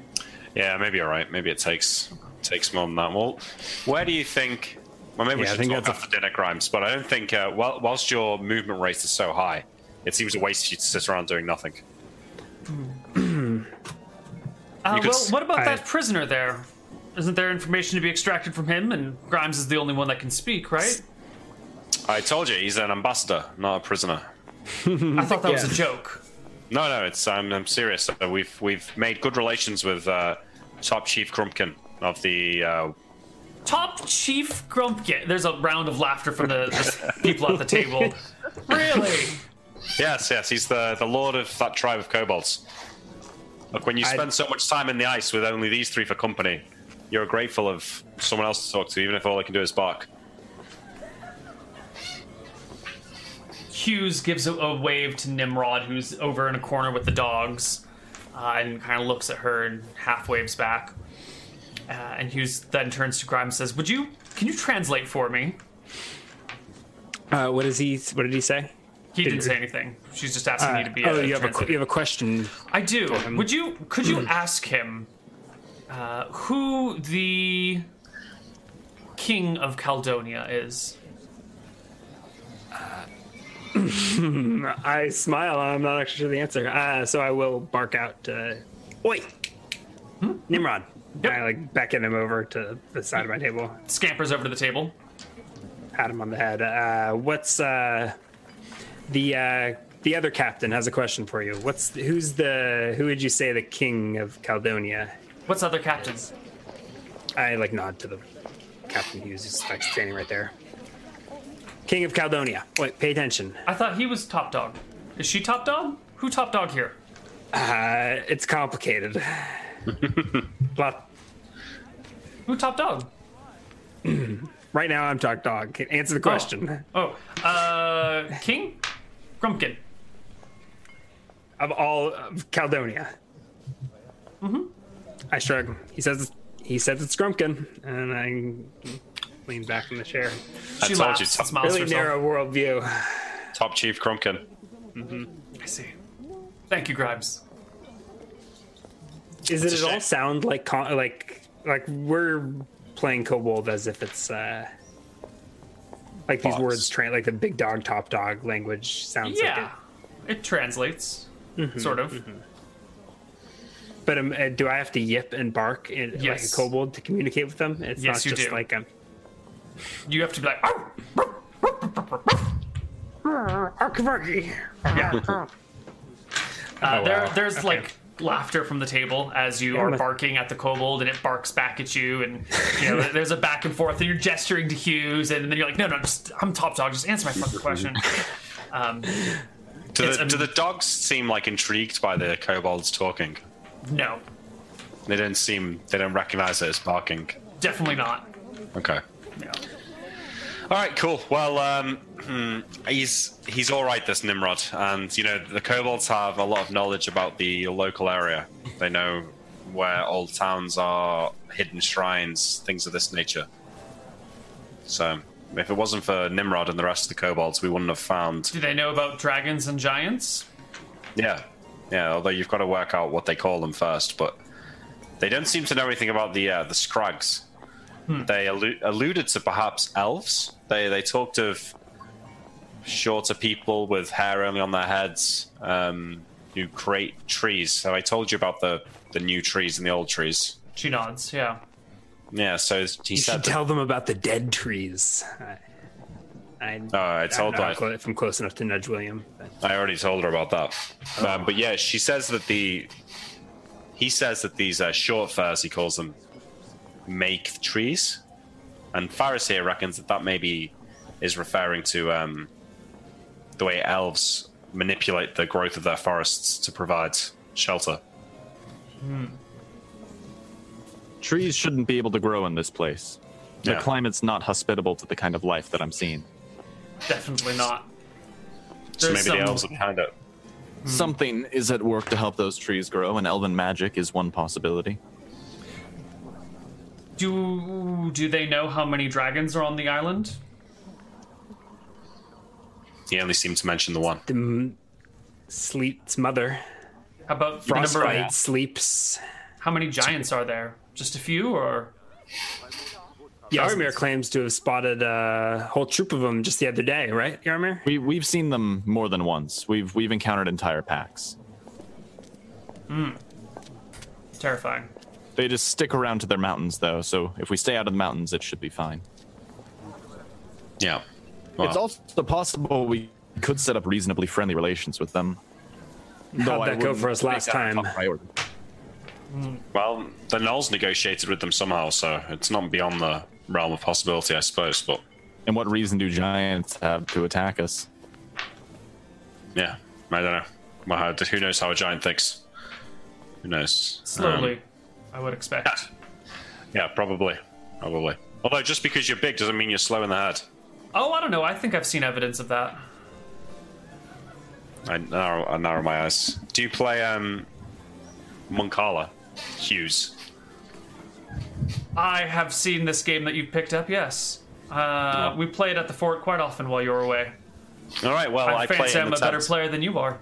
Yeah, maybe all right. Maybe it takes takes more than that. Well, where do you think? Well, maybe we
Yeah, I
should
think
talk
that's a-
after dinner, Grimes. But I don't think. Uh, whil whilst your movement rate is so high, it seems a waste for you to sit around doing nothing.
Uh,
could
well,
s-
what about
I-
that prisoner there? Isn't there information to be extracted from him? And Grimes is the only one that can speak, right?
I told you, he's an ambassador, not a prisoner.
Mm,
I thought that was a joke.
No, no, it's I'm, I'm serious. Uh, We've we've made good relations with uh, Top Chief Grumpkin of the. Uh,
Top Chief Grumpkin. There's a round of laughter from the, the people at the (laughs) table. Really?
yes, yes, he's the the lord of that tribe of kobolds. Look, when you
I-
spend so much time in the ice with only these three for company, you're grateful of someone else to talk to, even if all they can do is bark.
Hughes gives a, a wave to Nimrod, who's over in a corner with the dogs, uh, and kind of looks at her and half waves back. Uh, and Hughes then turns to Grimes and says, "Would you? Can you translate for me?"
Uh, what is he? What did he say?
He didn't say anything. She's just asking me to be.
Uh, oh,
a
you have a qu-
translator.
you have a question.
I do. Would you? Could you
Hmm.
ask him uh, who the king of Caldonia is?
I smile. I'm not actually sure the answer. Uh, so I will bark out. Uh, Oi, Nimrod.
Hmm? Yep.
I like beckon him over to the side of my table,
Scampers over to the table.
pat him on the head. Uh, what's uh, the uh, the other captain has a question for you. What's who's the who would you say the king of Caldonia?
What's other captain?
I like nod to the captain who's just like standing right there. King of Caldonia. Wait, pay attention.
I thought he was top dog. Is she top dog? Who top dog here?
Uh, it's complicated. Lot
Who top dog?
Right now, I'm Talk Dog. Answer the question.
Oh, uh, King Grumpkin.
Of all of Caldonia. Mm-hmm.
Mm-hmm.
I shrug. He says he says it's Grumpkin, and I lean back in the chair.
I
She
told
laughs
you,
and
top-
smiles
Really
to herself.
narrow worldview.
Top Chief Crumpkin.
I see. Thank you, Grimes.
Is it
a
at all
shame.
sound like con- like like we're playing Kobold as if it's uh like these
Fox.
words train like the big dog top dog language sounds like
Yeah, it translates, sort of.
it. But um, uh, do I have to yip and bark in, like a
Yes.
kobold to communicate with them? It's
Yes,
not
you
just
do.
like I'm
You have to be like, "Oh!" "Arr!"
Arkivarki. (laughs)
Uh, there,
wow.
there's like laughter from the table as you are
my-
barking at the kobold, and it barks back at you, and you know there's a back and forth, and you're gesturing to Hughes, and then you're like, no, no, just, I'm top dog, just answer my fucking question. Um,
Do
It's
the,
a-
do the dogs seem like intrigued by the kobolds talking?
no,
They don't seem. They don't recognize it as barking.
definitely not.
Okay.
No.
All right. Cool. Well, um, hmm, he's he's all right. This Nimrod, and you know the kobolds have a lot of knowledge about the local area. They know where old towns are, hidden shrines, things of this nature. So, if it wasn't for Nimrod and the rest of the kobolds, we wouldn't have found.
Do they know about dragons and giants?
Yeah, yeah. Although you've got to work out what they call them first, but they don't seem to know anything about the uh, the Scrags. They allu- alluded to perhaps elves. They they talked of shorter people with hair only on their heads um, who create trees. Have I told you about the the new trees and the old trees?
She nods. Yeah.
Yeah. So he
You should
said.
tell them about the dead trees. I, I,
that- oh, I told
don't know
her.
clo- if I'm close enough to nudge William. but-
I already told her about that. Um, but yeah, she says that the he says that these uh, short furs, he calls them, make trees, and Faris here reckons that that maybe is referring to um, the way elves manipulate the growth of their forests to provide shelter.
Trees shouldn't be able to grow in this place. The
Yeah.
climate's not hospitable to the kind of life that I'm seeing.
Definitely not.
So maybe
There's
the
some-
elves are behind it.
Hmm. Something is at work to help those trees grow, and elven magic is one possibility.
Do do they know how many dragons are on the island?
He only seemed to mention the one.
The m- sleep's mother.
How about the number of,
Frostbite sleeps.
how many giants are there? Just a few, or
Yaramir claims to have spotted a whole troop of them just the other day, right, Yaramir?
We, we've seen them more than once. We've we've encountered entire packs.
terrifying?
They just stick around to their mountains, though. So if we stay out of the mountains, it should be fine.
Yeah.
It's
Well,
also possible we could set up reasonably friendly relations with them. Though
How'd
I
that go
wouldn't
for us
make
last
that a top
time?
priority.
well, the Knolls negotiated with them somehow, so it's not beyond the realm of possibility, I suppose. But
And what reason do giants have to attack us?
Yeah, I don't know. Well, how- who knows how a giant thinks? Who knows?
Slowly,
Um,
I would expect.
yeah, probably. Probably. Although, just because you're big doesn't mean you're slow in the head.
Oh, I don't know. I think I've seen evidence of that.
I narrow, I narrow my eyes. Do you play um, Moncala? Hughes.
I have seen this game that you've picked up. Yes, Uh, we played at the fort quite often while you were away.
All right. Well,
I,
Oh, I, play
fancy
in
I'm
the
a better
tent.
player than you are.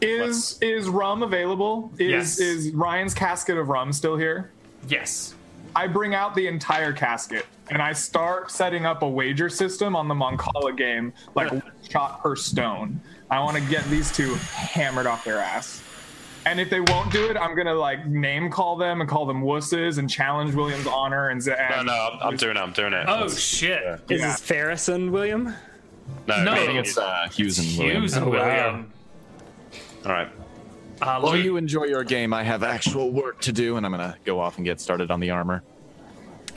Is is rum available? Is
Yes.
is Ryan's casket of rum still here?
Yes.
I bring out the entire casket and I start setting up a wager system on the Moncala game, like one shot per stone. I want to get these two hammered off their ass. And if they won't do it, I'm gonna like name call them and call them wusses and challenge William's honor and.
No, no, I'm, I'm doing it. I'm doing it.
Oh shit.
Is
Yeah.
this Ferris and William?
no,
no.
me.
I think it's uh, Hughes and Williams.
Hughes and
Oh, wow.
William.
All right.
Uh,
Well,
let me-
you enjoy your game. I have actual work to do, and I'm gonna go off and get started on the armor.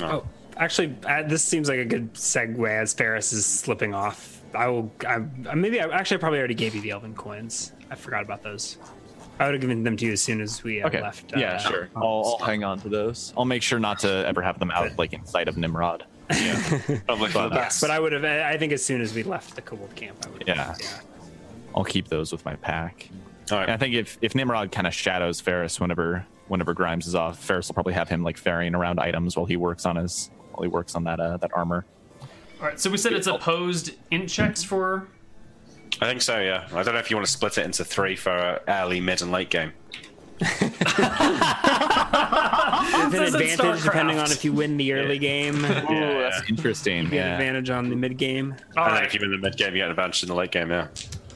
Oh, actually, uh, this seems like a good segue as Ferris is slipping off. I will. I, I- maybe I actually I probably already gave you the Elven coins. I forgot about those. I would have given them to you as soon as we uh,
Okay.
left.
yeah,
uh,
sure. I'll, I'll hang on to those. I'll make sure not to ever have them out like in sight of Nimrod. uh,
I'm looking at the best.
But I would have. I I think as soon as we left the Kobold camp, I would.
Yeah. I'll keep those with my pack.
All
And I
right.
think if if Nimrod kind of shadows Ferris whenever whenever Grimes is off, Ferris will probably have him like ferrying around items while he works on his while he works on that uh, that armor.
all right. So we said it's opposed int checks for.
I think so. Yeah. I don't know if you want to split it into three for uh, early, mid, and late game.
With an
This isn't
advantage depending
StarCraft.
on if you win the
(laughs)
early game.
Ooh,
You
that's interesting.
get
Yeah.
advantage on the mid game.
All
and then
right.
if you're in the mid game, you get an advantage in the late game. Yeah.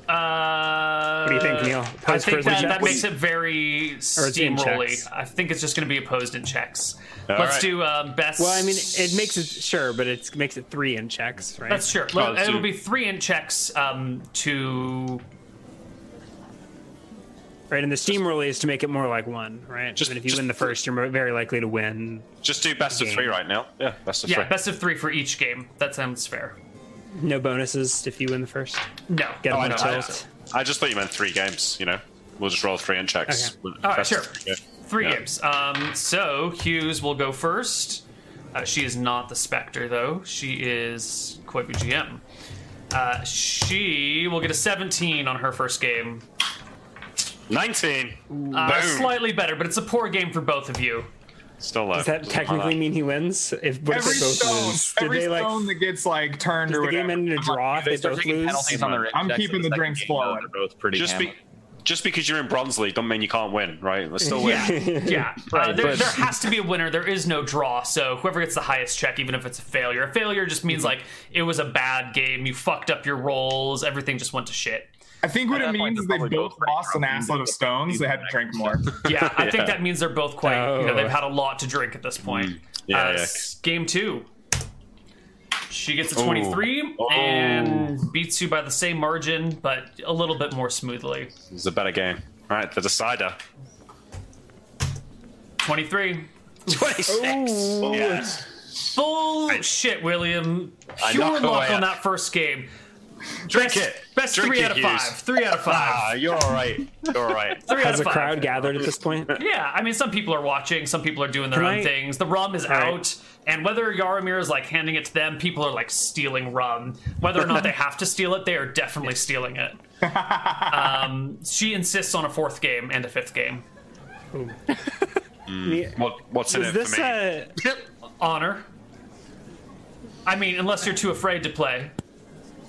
Uh, what
do you think, Neil?
I
Opposed
think
charisma
that, that
checks?
makes it very
it's in
steamrolly.
checks.
I think it's just going to be opposed in checks.
All
Let's
right.
do um, best.
Well, I mean, it makes it sure, but it makes it three in checks, right?
That's sure.
Oh,
it'll
two.
be three int checks um, to.
Right, and the steamroll is to make it more like one, right?
Just-
Just, if you
just-
win the first, you're mo- very likely to win.
Just do best of
Game.
three right now. Yeah. Best of
Yeah,
three.
best of three for each game. That sounds fair.
No bonuses if you win the first.
No.
Get
Oh, I,
them
know,
on
I-
tilt.
I just thought you meant three games. You know, we'll just roll three and checks.
Okay.
With-
All right,
best of
sure.
three, yeah.
Three
Yeah.
games. Um, so Hughes will go first. Uh, she is not the Spectre, though. She is Koibu GM. Uh, she will get a 17 on her first game.
Nineteen.
Uh,
Boom.
slightly better, but it's a poor game for both of you.
Still low.
Does that technically mean he wins? If what if
Every
they both
stone,
lose, did
every
they like?
stone that gets like turned
does
or
the game
whatever.
end in a draw if they both lose?
on their
I'm
checks
keeping
in
the
second
drinks
game, though.
flowing.
They're both pretty
just be,
hammered.
just because you're in Bronze League, don't mean you can't win, right? Let's still win.
Yeah, yeah. uh, there,
but-
there has to be a winner. There is no draw, so whoever gets the highest check, even if it's a failure, a failure just means like it was a bad game. You fucked up your rolls. Everything just went to shit.
I think what
At
it
that point,
means is they
they're probably
both
both pretty
lost an
drunk.
assload of stones. They had to drink more.
(laughs)
Yeah, I think that means they're both quite. You know,
Oh.
they've had a lot to drink at this point.
Yeah,
uh,
yeah.
s- Game two. She gets a 23 and beats you by the same margin, but a little bit more smoothly.
It's a better game. All right, the decider.
23.
Twenty-six. Yes.
Bullshit, William. Pure
knocked
luck
away
on
at-
that first game.
Drink
Best-
it.
Best
Drink
three
it,
out of
Hughes.
five. Three out of
Ah, (laughs)
five.
you're all right. You're
(laughs)
all right.
Three out
Has
of
a
five.
crowd gathered at this point?
Yeah, I mean, some people are watching, some people are doing their
Can
own
I-
things. The rum is
right.
out, and whether Yaramir is like handing it to them, people are like stealing rum. Whether or not
(laughs)
they have to steal it, they are definitely stealing it. Um, she insists on a fourth game and a fifth game.
What, what's in
Is
it
this uh,
for me?
a?
Honor. I mean, unless you're too afraid to play.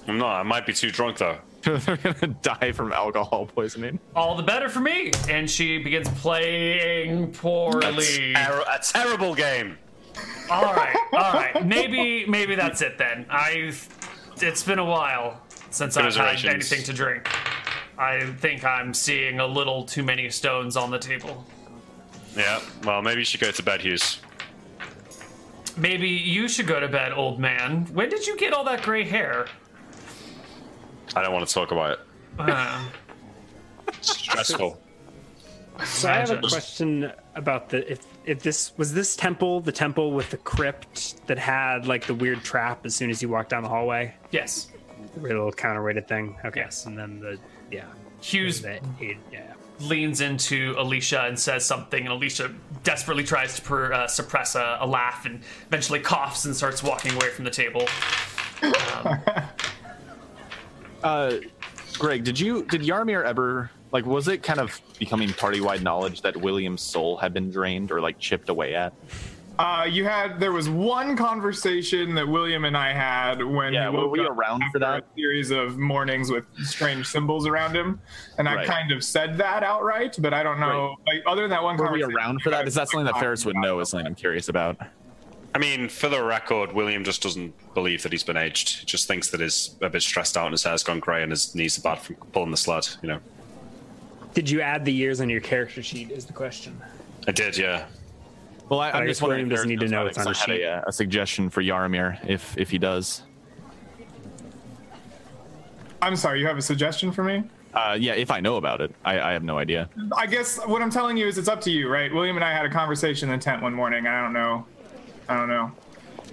I'm not. I might be too drunk though.
they're gonna die from alcohol poisoning.
All the better for me. And she begins playing poorly.
Ter- a terrible game.
All right, all right. Maybe, maybe that's it then. I, it's been a while since I've had
Commiserations.
anything to drink. I think I'm seeing a little too many stones on the table.
Yeah. Well, maybe you should go to bed, Hughes.
Maybe you should go to bed, old man. When did you get all that gray hair?
I don't want to talk about it.
Uh,
It's stressful.
So I have a
Imagine.
question about the if if this was this temple the temple with the crypt that had like the weird trap as soon as you walked down the hallway,
yes,
the weird little counterweighted thing. Okay,
Yes.
and then the yeah,
Hughes
that aid, yeah.
leans into Alicia and says something, and Alicia desperately tries to per, uh, suppress a, a laugh and eventually coughs and starts walking away from the table.
Uh, Greg, did you did Yarmir ever like was it kind of becoming party wide knowledge that William's soul had been drained or like chipped away at?
Uh, you had there was one conversation that William and I had when
Yeah,
he
were
woke
we
up
around for
after
that?
a series of mornings with strange symbols around him, and I
Right.
kind of said that outright, but I don't know. Like other than that one
Were we
conversation,
around for that? Is that something that Ferris would know? Is something I'm curious about.
I mean, for the record, William just doesn't believe that he's been aged. He just thinks that he's a bit stressed out and his hair's gone grey and his knees are bad from pulling the sled, you know.
Did you add the years on your character sheet? Is the question.
I did, yeah.
Well, I, I'm
guess
just wondering. if
William doesn't
Ferris
need to
knows
know
about
it's on
it, 'cause
the
I had a, uh, a suggestion for Yaramir, if if he does.
I'm sorry, you have a suggestion for me?
Uh, yeah, if I know about it, I, I have no idea.
I guess what I'm telling you is it's up to you, right? William and I had a conversation in the tent one morning. I don't know. I don't know.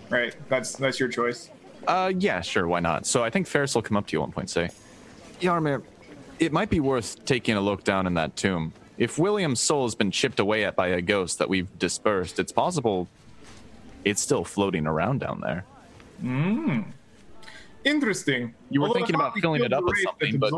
Right? That's that's your choice.
Uh, yeah, sure, why not? So I think Ferris will come up to you at one point and say, Yarmir, it might be worth taking a look down in that tomb. If William's soul has been chipped away at by a ghost that we've dispersed, it's possible it's still floating around down there.
Interesting.
You were
Although I
thinking
thought
about
we
filling
killed
it up
the
with
wraith that
something, but-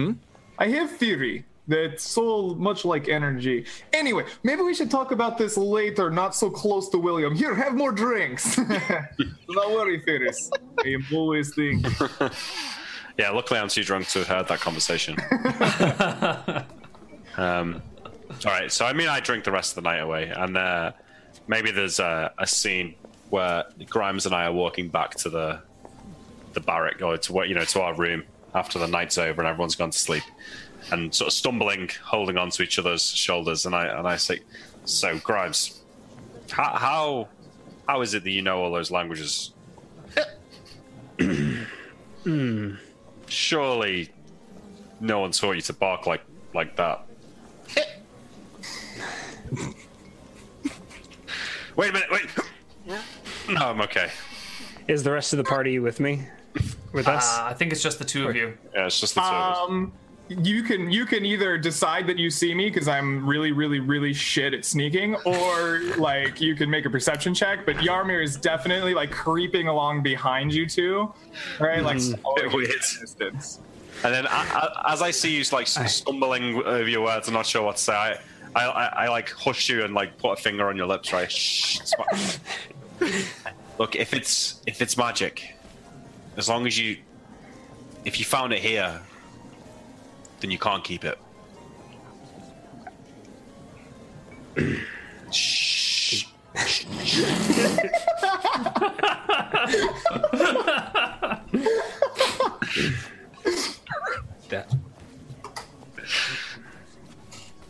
Hmm?
absorbed it. I have theory that soul, much like energy. Anyway, maybe we should talk about this later, not so close to William. Here, have more
(laughs)
drinks. (laughs) Don't worry, Ferris. I am always thinking.
Yeah, luckily I'm too drunk to have heard that conversation. um, all right, so I mean, I drink the rest of the night away, and uh, maybe there's a, a scene where Grimes and I are walking back to the the barrack or to what you know to our room after the night's over and everyone's gone to sleep, and sort of stumbling, holding on to each other's shoulders, and I and I say, "So Grimes, how how, how is it that you know all those languages?" surely no one taught you to bark like like that. wait a minute, wait. (clears throat) No, I'm okay.
Is the rest of the party with me? With us?
Uh, I think it's just the two of you.
Yeah, it's just the two of us.
Um, you can you can either decide that you see me because I'm really really really shit at sneaking, or like you can make a perception check. But Yarmir is definitely like creeping along behind you two, right? Like oh, slowly
Bit weird.
at a distance.
And then, I, I, as I see you like stumbling over your words and not sure what to say, I, I, I, I like hush you and like put a finger on your lips, right? Shh. it's fine. Look, if it's if it's magic, as long as you, if you found it here, then you can't keep it. Shh.
that.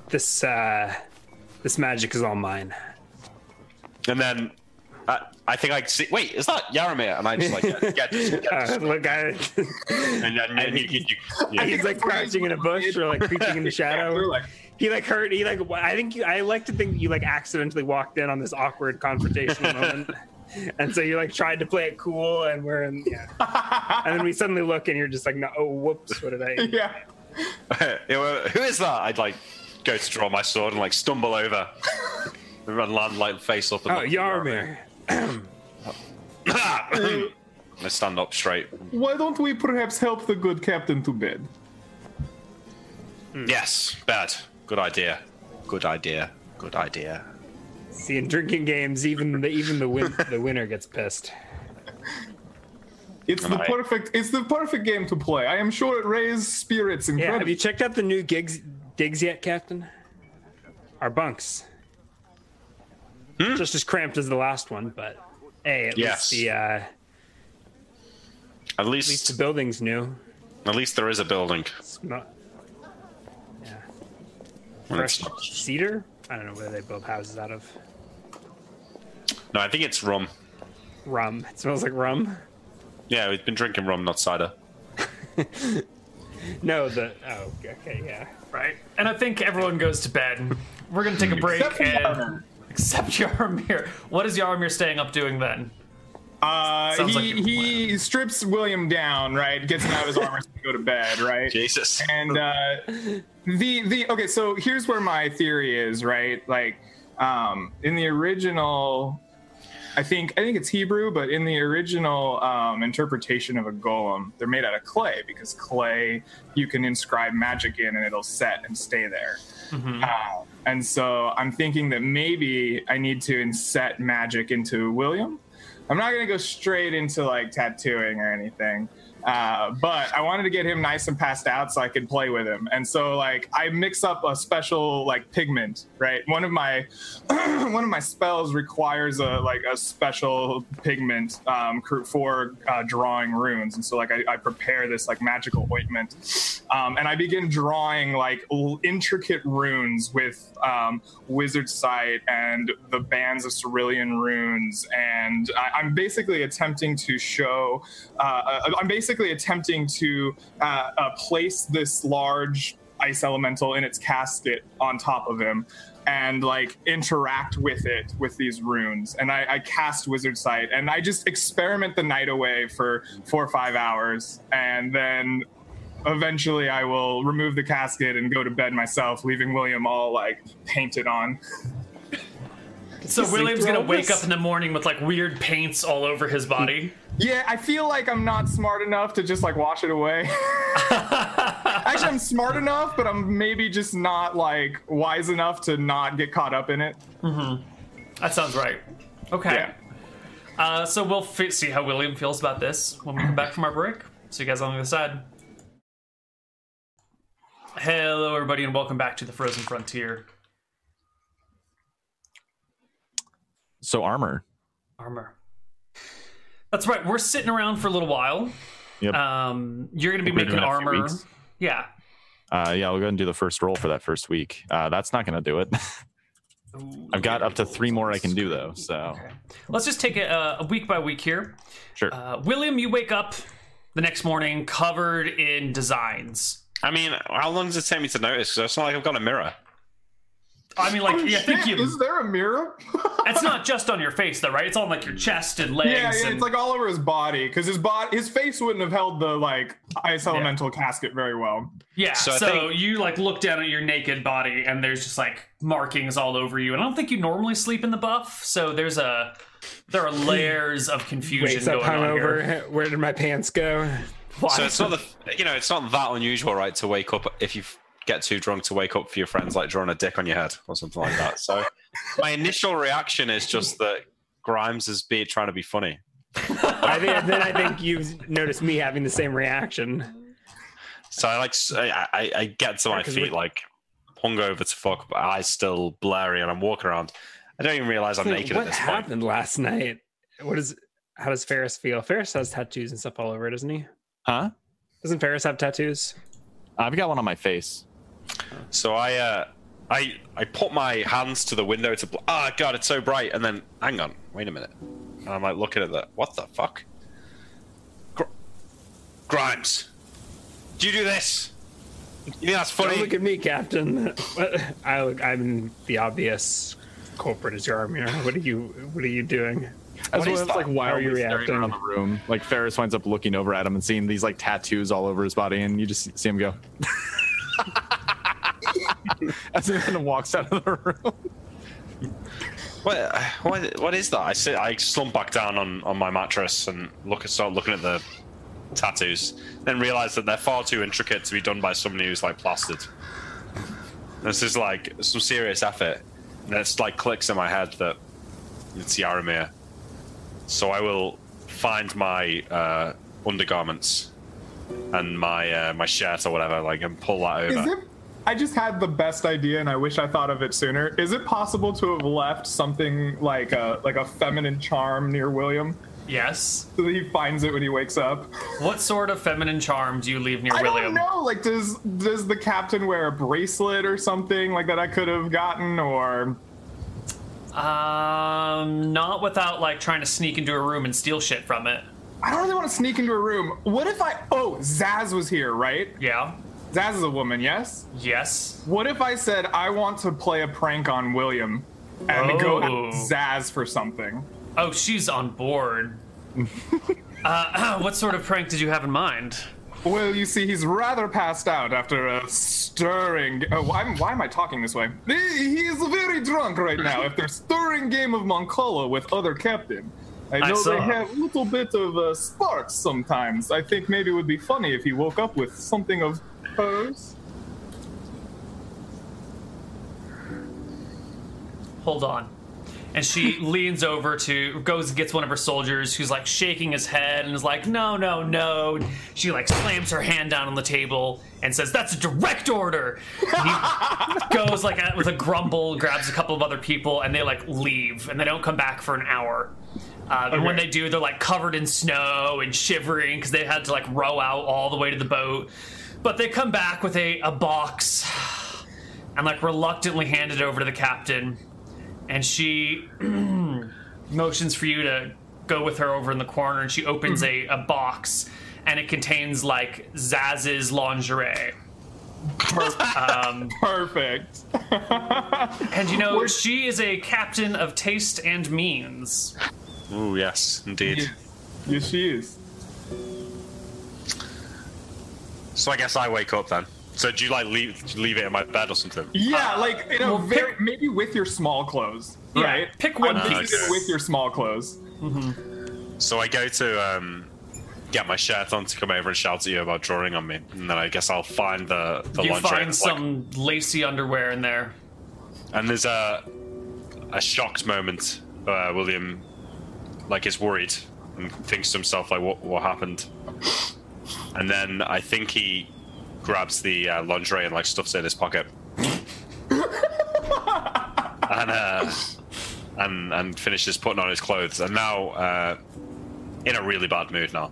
This uh, this magic is all mine.
And then. I, I think I see. Wait, is that Yaramir? And I just like get, get,
(laughs)
get
Uh, look, I,
and then and you, you, you, you,
he's like crouching in a bush or like creeping in the shadow.
We're like,
He like hurt. He like. I think you, I like to think you like accidentally walked in on this awkward confrontational moment, and so you like tried to play it cool, and we're in. Yeah. and then we suddenly look, and you're just like, no, oh, whoops, what did
(laughs)
I?
yeah.
(laughs) Yeah, well, who is that? I'd like go to draw my sword and like stumble over (laughs) and run land like face up. And
Oh, (coughs)
(laughs)
Yarmir.
I stand up straight.
Why don't we perhaps help the good captain to bed?
Hmm.
Yes, bad. Good idea. Good idea. Good idea.
See, in drinking games, even the even the win the winner gets pissed.
It's the
Right.
perfect. It's the perfect game to play. I am sure it raises spirits
Yeah, have
incredibly.
you checked out the new gigs digs yet, Captain? Our bunks.
Hmm?
Just as cramped as the last one, but hey, at
Yes.
least the uh, at
At
least the
least,
building's new.
at least there is a building.
It's not
And
fresh
it's-
cedar. I don't know where they build houses out of.
No, I think it's rum.
Rum. It smells like rum.
Yeah, we've been drinking rum, not cider.
No, the oh, okay, yeah.
Right. And I think everyone goes to bed. We're gonna take a break
Except for
and
Yarmir.
except (laughs) Yaramir. What is Yaramir staying up doing then?
uh,
Sounds like
he
your
he strips William down, right? Gets him out of his armor to go to
(laughs)
bed, right?
Jesus.
and uh, the the okay so here's where my theory is right like um in the original I think I think it's Hebrew, but in the original um, interpretation of a golem, they're made out of clay because clay you can inscribe magic in and it'll set and stay there. Uh, and so I'm thinking that maybe I need to inset magic into William. I'm not gonna go straight into like tattooing or anything. Uh, but I wanted to get him nice and passed out so I could play with him. And so like I mix up a special like pigment, right? One of my (clears throat) one of my spells requires a like a special pigment um, cr- for uh, drawing runes. And so like I, I prepare this like magical ointment, um, and I begin drawing like l- intricate runes with um, wizard sight and the bands of cerulean runes. And I, I'm basically attempting to show. Uh, uh, I'm basically attempting to uh, uh, place this large ice elemental in its casket on top of him and like interact with it with these runes and I, I cast wizard sight and i just experiment the night away for four or five hours and then eventually i will remove the casket and go to bed myself leaving william all like painted on
So William's gonna wake up in the morning with like weird paints all over his body.
yeah i feel like i'm not smart enough to just like wash it (laughs) away actually i'm smart enough but i'm maybe just not like wise enough to not get caught up in it
That sounds right. Okay.
Yeah.
Uh, so we'll fi- see how William feels about this when we come back from our break. See you guys on the other side. Hello, everybody, and welcome back to the Frozen Frontier.
So armor.
Armor. That's right. We're sitting around for a little while.
Yep.
Um, you're going to be
We're
making
doing that a few
armor.
weeks.
Yeah.
Uh, yeah, I'll go ahead and do the first roll for that first week. Uh, that's not going to do it. (laughs) I've got up to three more I can do though. So
Okay. Let's just take it uh, a week by week here.
sure.
Uh, William, you wake up the next morning covered in designs.
I mean, how long does it take me to notice? 'Cause it's not like I've got a mirror.
I mean, like, yeah, I think
Oh, Shit,
you.
Is there a mirror? (laughs)
It's not just on your face, though, right? It's on like your chest and legs.
yeah, yeah,
and...
it's like all over his body because his body, his face wouldn't have held the like ice elemental casket very well.
Yeah, so,
So I think-
you like look down at your naked body and there's just like markings all over you. And I don't think you normally sleep in the buff, so there's a there are layers of confusion
Wakes up
going on here.
hungover. Where did my pants go?
Why?
So it's not the you know it's not that unusual, right? To wake up if you get too drunk to wake up for your friends, like drawing a dick on your head or something like that.
(laughs)
So my initial reaction is just that Grimes is be trying to be funny.
I think, then I think you've noticed me having the same reaction.
So I like s- I, I- I get to my
'cause
feet
we-
like hungover to fuck, but eyes still blurry, and I'm walking around. I don't even realize I'm
Like,
naked
what
at this point.
happened last night? What is? How does Ferris feel? Ferris has tattoos and stuff all over, doesn't he?
Huh?
Doesn't Ferris have tattoos?
I've got one on my face.
So I uh, I I put my hands to the window to bl- ah god, it's so bright, and then hang on, wait a minute, and I'm like looking at that. What the fuck? Gr- Grimes, do you do this? You think that's
Don't
funny?
look at me, Captain. What? I look, I'm the obvious culprit is your arm here. What are you? What are you doing?
As
What
well
is
as
that?
like
How are
wildly
you
staring
reacting?
around the room. Like Ferris winds up looking over at him and seeing these like tattoos all over his body, and you just see him go. (laughs) As he kind of walks out of the room.
What, what what is that? I sit, I slump back down on on my mattress and look at start looking at the tattoos, then realize that they're far too intricate to be done by somebody who's like plastered. This is like some serious effort. And it's like clicks in my head that it's Yaramir. So I will find my uh, undergarments and my uh, my shirt or whatever, like, and pull that
Is
over.
it? I just had the best idea, and I wish I thought of it sooner. Is it possible to have left something like a like a feminine charm near William
yes.
so that he finds it when he wakes up?
What sort of feminine charm do you leave near
I
William?
don't know. Like, does does the captain wear a bracelet or something like that? I could have gotten, or
Um, not without like trying to sneak into a room and steal shit from it.
I don't really want to sneak into a room. What if I? Oh, Zaz was here, right?
Yeah.
Zaz is a woman, yes.
Yes.
What if I said I want to play a prank on William and go at
Oh.
Zaz for something?
Oh, (clears throat) she's on board. uh, what sort of prank did you have in mind?
Well, you see, he's rather passed out after a stirring. Oh, why, am- why am I talking this way? He he is very drunk right
(laughs)
now after a stirring game of Moncola with other captain. I know
saw.
they have a little bit of uh, sparks sometimes. I think maybe it would be funny if he woke up with something of hers.
hold on. And she leans over to goes and gets one of her soldiers who's like shaking his head and is like, no, no, no. She like slams her hand down on the table and says, That's a direct order. And he goes like a, with a grumble, grabs a couple of other people, and they like leave and they don't come back for an hour. Uh, And when
Okay.
they do, they're like covered in snow and shivering because they had to like row out all the way to the boat. But they come back with a, a box and like reluctantly hand it over to the captain and she (clears throat) motions for you to go with her over in the corner and she opens a, a box and it contains like zaz's lingerie
Perfect. (laughs)
and you know she is a captain of taste and means
Ooh, yes, indeed.
yes, she is.
So I guess I wake up then. So do you like leave do you leave it in my bed or something?
Yeah, like in a
Uh, well,
very
pick-
maybe with your small clothes,
Yeah,
right?
pick one
I'm
piece.
thinking with your small clothes.
So I go to um, get my shirt on to come over and shout at you about drawing on me, and then I guess I'll find the the
you
lingerie
find
that's like-
some lacy underwear in there
and there's a a shocked moment. Uh, William, like, is worried and thinks to himself, like, what what happened? And then I think he grabs the uh, lingerie and like stuffs it in his pocket, and uh, and and finishes putting on his clothes. And now, uh, in a really bad mood now.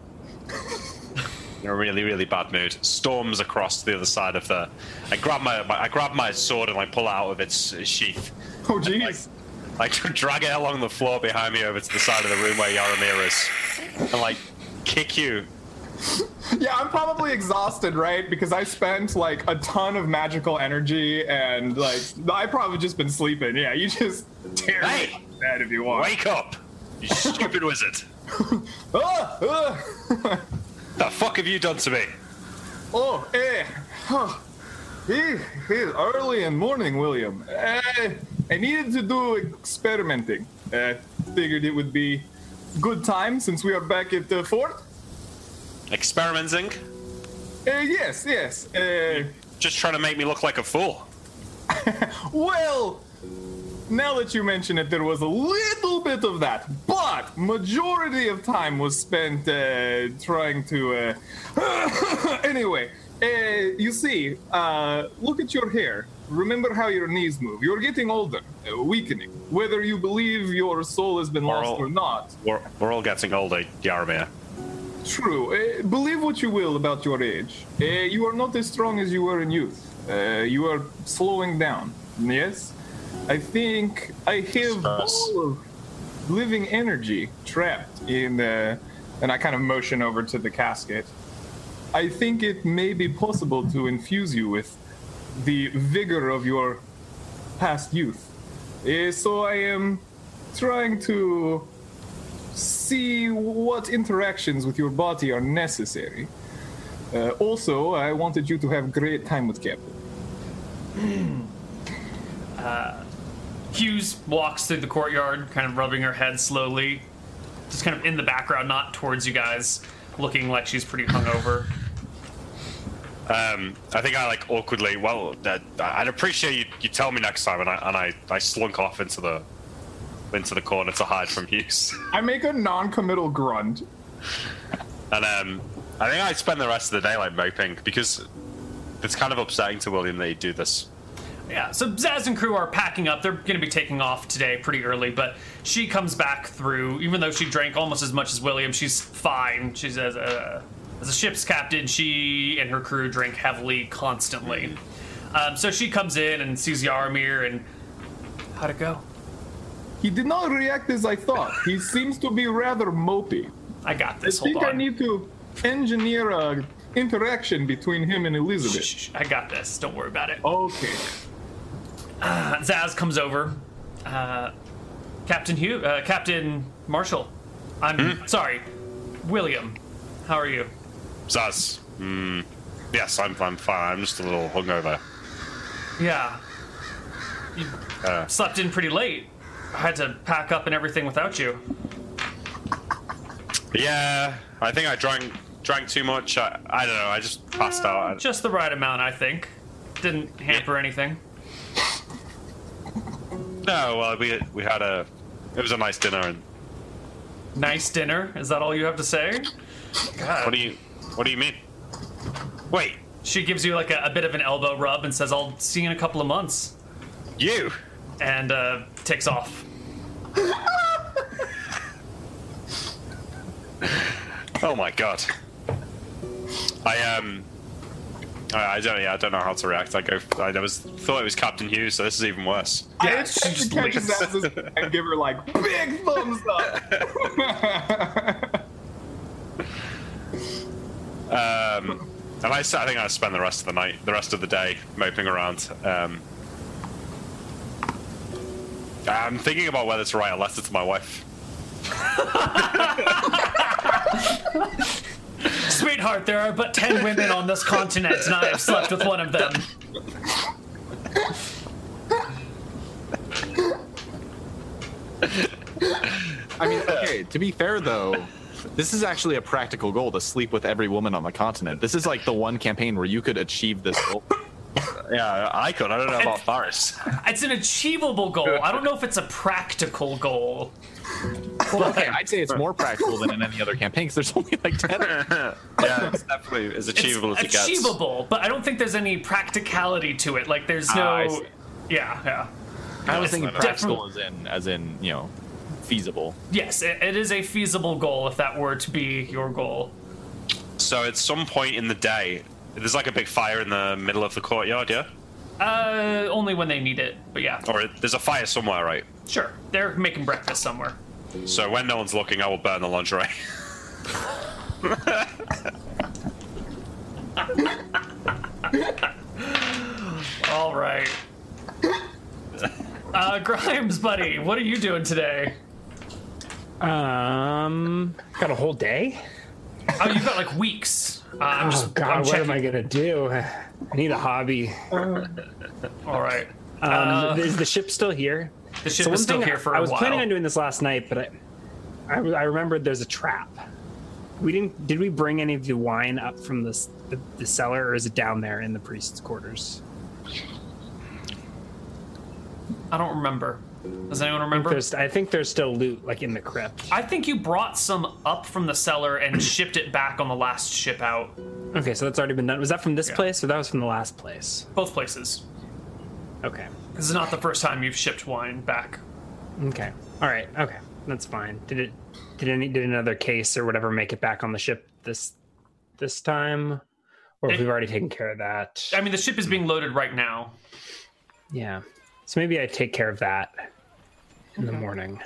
In a really, really bad mood. Storms across the other side of the. I grab my, my I grab my sword and like pull it out of its sheath.
Oh, jeez.
Like drag it along the floor behind me over to the side of the room where Yaramir is, and like kick you.
Yeah, I'm probably exhausted, right? Because I spent like a ton of magical energy and like I probably just been sleeping. Yeah, you just tear
Hey!
me that if you want.
Wake up, you stupid wizard!
Ah, ah.
The fuck have you done to me?
oh, eh. Huh. Eh, eh, early in morning, William. Eh, I needed to do experimenting. Eh, figured it would be good time since we are back at the fort.
Experimenting?
Eh, yes, yes. Eh,
Just trying to make me look like a fool.
Well, now that you mention it, there was a little bit of that, but majority of time was spent uh, trying to. Uh... (laughs) anyway, uh, you see, uh, look at your hair. Remember how your knees move. You're getting older, uh, weakening. Whether you believe your soul has been
Carl.
lost or not,
We're, we're all getting older, Yaramir.
True. Uh, believe what you will about your age. Uh, you are not as strong as you were in youth. Uh, you are slowing down. Yes? I think I have
Stress.
all of living energy trapped in the. And I kind of motion over to the casket. I think it may be possible to infuse you with the vigor of your past youth. Uh, so I am trying to see what interactions with your body are necessary. Uh, also, I wanted you to have great time with Captain.
hughes walks through the courtyard kind of rubbing her head slowly just kind of in the background not towards you guys looking like she's pretty hungover
Um, I think I like awkwardly. Well, uh, I'd appreciate you, you tell me next time, and I and I, I slunk off into the into the corner to hide from Hughes.
I make a non-committal grunt.
And um, I think I'd spend the rest of the day like moping because it's kind of upsetting to William that he'd do this.
Yeah, so Zaz and crew are packing up. They're going to be taking off today pretty early, but she comes back through. Even though she drank almost as much as William, she's fine. She's as a, as a ship's captain, she and her crew drink heavily constantly.
Mm-hmm.
Um, so she comes in and sees Yaramir, and how'd it go?
He did not react as I thought. He seems to be rather mopey.
I got
I
this. Hold
think I
on.
need to engineer a interaction between him and Elizabeth.
Shh, shh, I got this. Don't worry about it. Uh,
Okay.
Zaz comes over. Uh, Captain Hugh, uh, Captain
Mm-hmm.
Marshall. I'm sorry, William. How are you?
Zaz, mm, Yes, I'm, I'm fine. I'm just a little hungover.
Yeah. You
Uh.
slept in pretty late. I had to pack up and everything without you.
Yeah, I think I drank drank too much. I, I don't know. I just passed out. I-
Just the right amount, I think. Didn't hamper anything.
No, well, we we had a it was a nice dinner. And
Nice dinner. Is that all you have to say?
what do you what do you mean? Wait,
She gives you like a, a bit of an elbow rub and says, "I'll see you in a couple of months,"
you?
and uh, takes off.
Oh my god. I um. I, I don't. Yeah, I don't know how to react. I go. I was thought it was Captain Hughes, so this is even worse.
I
Yeah, she
expect
just
to catch his
leaves.
asses
(laughs)
and give her like big thumbs up.
Um, and I, s- I think I spend the rest of the night, the rest of the day, moping around. Um, I'm thinking about whether to write a letter to my wife.
Sweetheart, there are but ten women on this continent, and I have slept with one of them.
I mean, okay, to be fair though, this is actually a practical goal to sleep with every woman on the continent. This is like the one campaign where you could achieve this goal.
Yeah, I could. I don't
(laughs)
know about Faris.
It's an achievable goal. I don't know if it's a practical goal.
Okay, I'd say it's more practical than in any other campaign because there's only like 10.
yeah, it's definitely as achievable
it's
as it gets.
achievable, but I don't think there's any practicality to it. Like there's no.
Ah, I see.
yeah, yeah.
I was
It's
thinking
definitely-
practical as in, as in, you know, feasible.
Yes, it, it is a feasible goal if that were to be your goal.
So at some point in the day, there's like a big fire in the middle of the courtyard, yeah,
Uh, only when they need it. But yeah,
or it- there's a fire somewhere, right?
sure. They're making breakfast somewhere.
So when no one's looking, I will burn the lingerie. (laughs)
All right.
(laughs)
Uh, Grimes, buddy, what are you doing today?
Um, got a whole day.
Oh, you've got like weeks. Uh, I'm
Oh
just.
God,
I'm
what
checking.
am I gonna do? I need a hobby.
All right.
Um,
Uh,
is the ship still here?
The ship
one
is still
thing
here for
I
a
was
while.
planning on doing this last night, but I, I, I remembered there's a trap. We didn't. Did we bring any of the wine up from the, s- the the cellar, or is it down there in the priest's quarters?
I don't remember. Does anyone
I think
remember?
there's- I think there's still loot like in the crypt.
I think you brought some up from the cellar
(clears throat)
and shipped it back on the last ship out.
Okay, so that's already been done. Was that from this place, or that was from the last place?
Both places.
Okay.
This is not the first time you've shipped wine back.
Okay. All right. Okay. That's fine. Did it? Did any? Did another case or whatever make it back on the ship this this time, or
It-
if we've already taken care of that?
I mean, the ship is being loaded right now.
Yeah. So maybe I take care of that in the morning.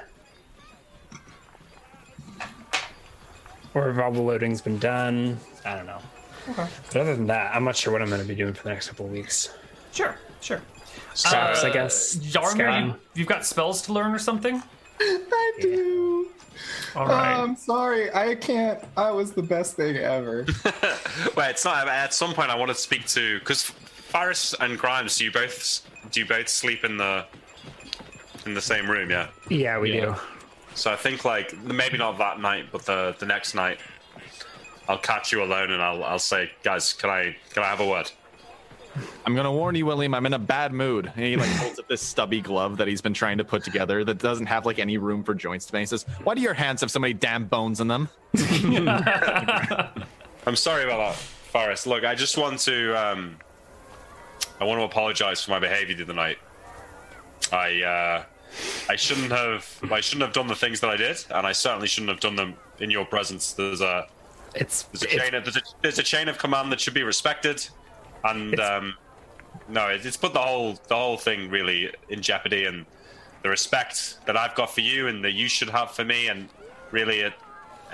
Or if all the loading's been done. I don't know. But other than that, I'm not sure what I'm going to be doing for the next couple of weeks.
Sure, sure.
Scraps, I
Uh,
guess.
Yarmir, you,
Skyrim.
you've got spells to learn or something?
I do.
All right.
I'm Um, sorry. I can't. I was the best thing ever.
Wait, it's not. At some point, I want to speak to because Faris and Grimes. Do you both do you both sleep in the in the same room? Yeah.
Yeah, we
Yeah.
So I think like maybe not that night, but the the next night, I'll catch you alone and I'll I'll say, guys, can I can I have a word?
I'm gonna warn you, William. I'm in a bad mood. And he like holds up this stubby glove that he's been trying to put together that doesn't have like any room for joints. And he says, "Why do your hands have so many damn bones in them?"
I'm sorry about that, Faris. Look, I just want to um, I want to apologize for my behavior the other night. I uh, I shouldn't have I shouldn't have done the things that I did, and I certainly shouldn't have done them in your presence. There's a
do. It's,
there's a
it's-
chain of there's a, there's a chain of command that should be respected, and
It's-
um, no, it, it's put the whole the whole thing really in jeopardy, and the respect that I've got for you and that you should have for me, and really it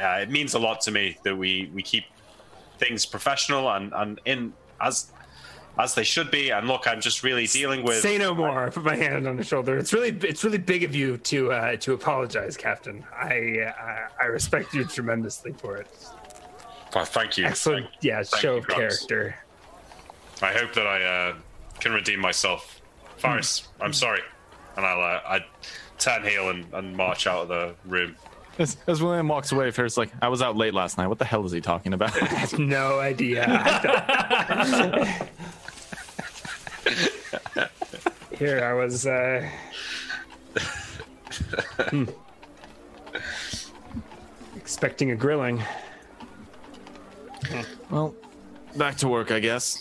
uh, it means a lot to me that we we keep things professional and and in as as they should be. And look, I'm just really dealing with
Say no more. I put my hand on the shoulder. It's really, it's really big of you to uh, to apologize, Captain. I, uh, I I respect you tremendously for it.
Well, thank you.
Excellent.
Thank-
Yeah,
thank
show
you,
of
Grimes.
character.
I hope that I uh, can redeem myself. Faris, I'm sorry. And I'll uh, I turn heel and, and march out of the room.
As, as William walks away, Ferris like, I was out late last night. What the hell is he talking about? (laughs)
I have no idea. I don't- Here I was. Uh... hmm. Expecting a grilling.
well, back to work, I guess.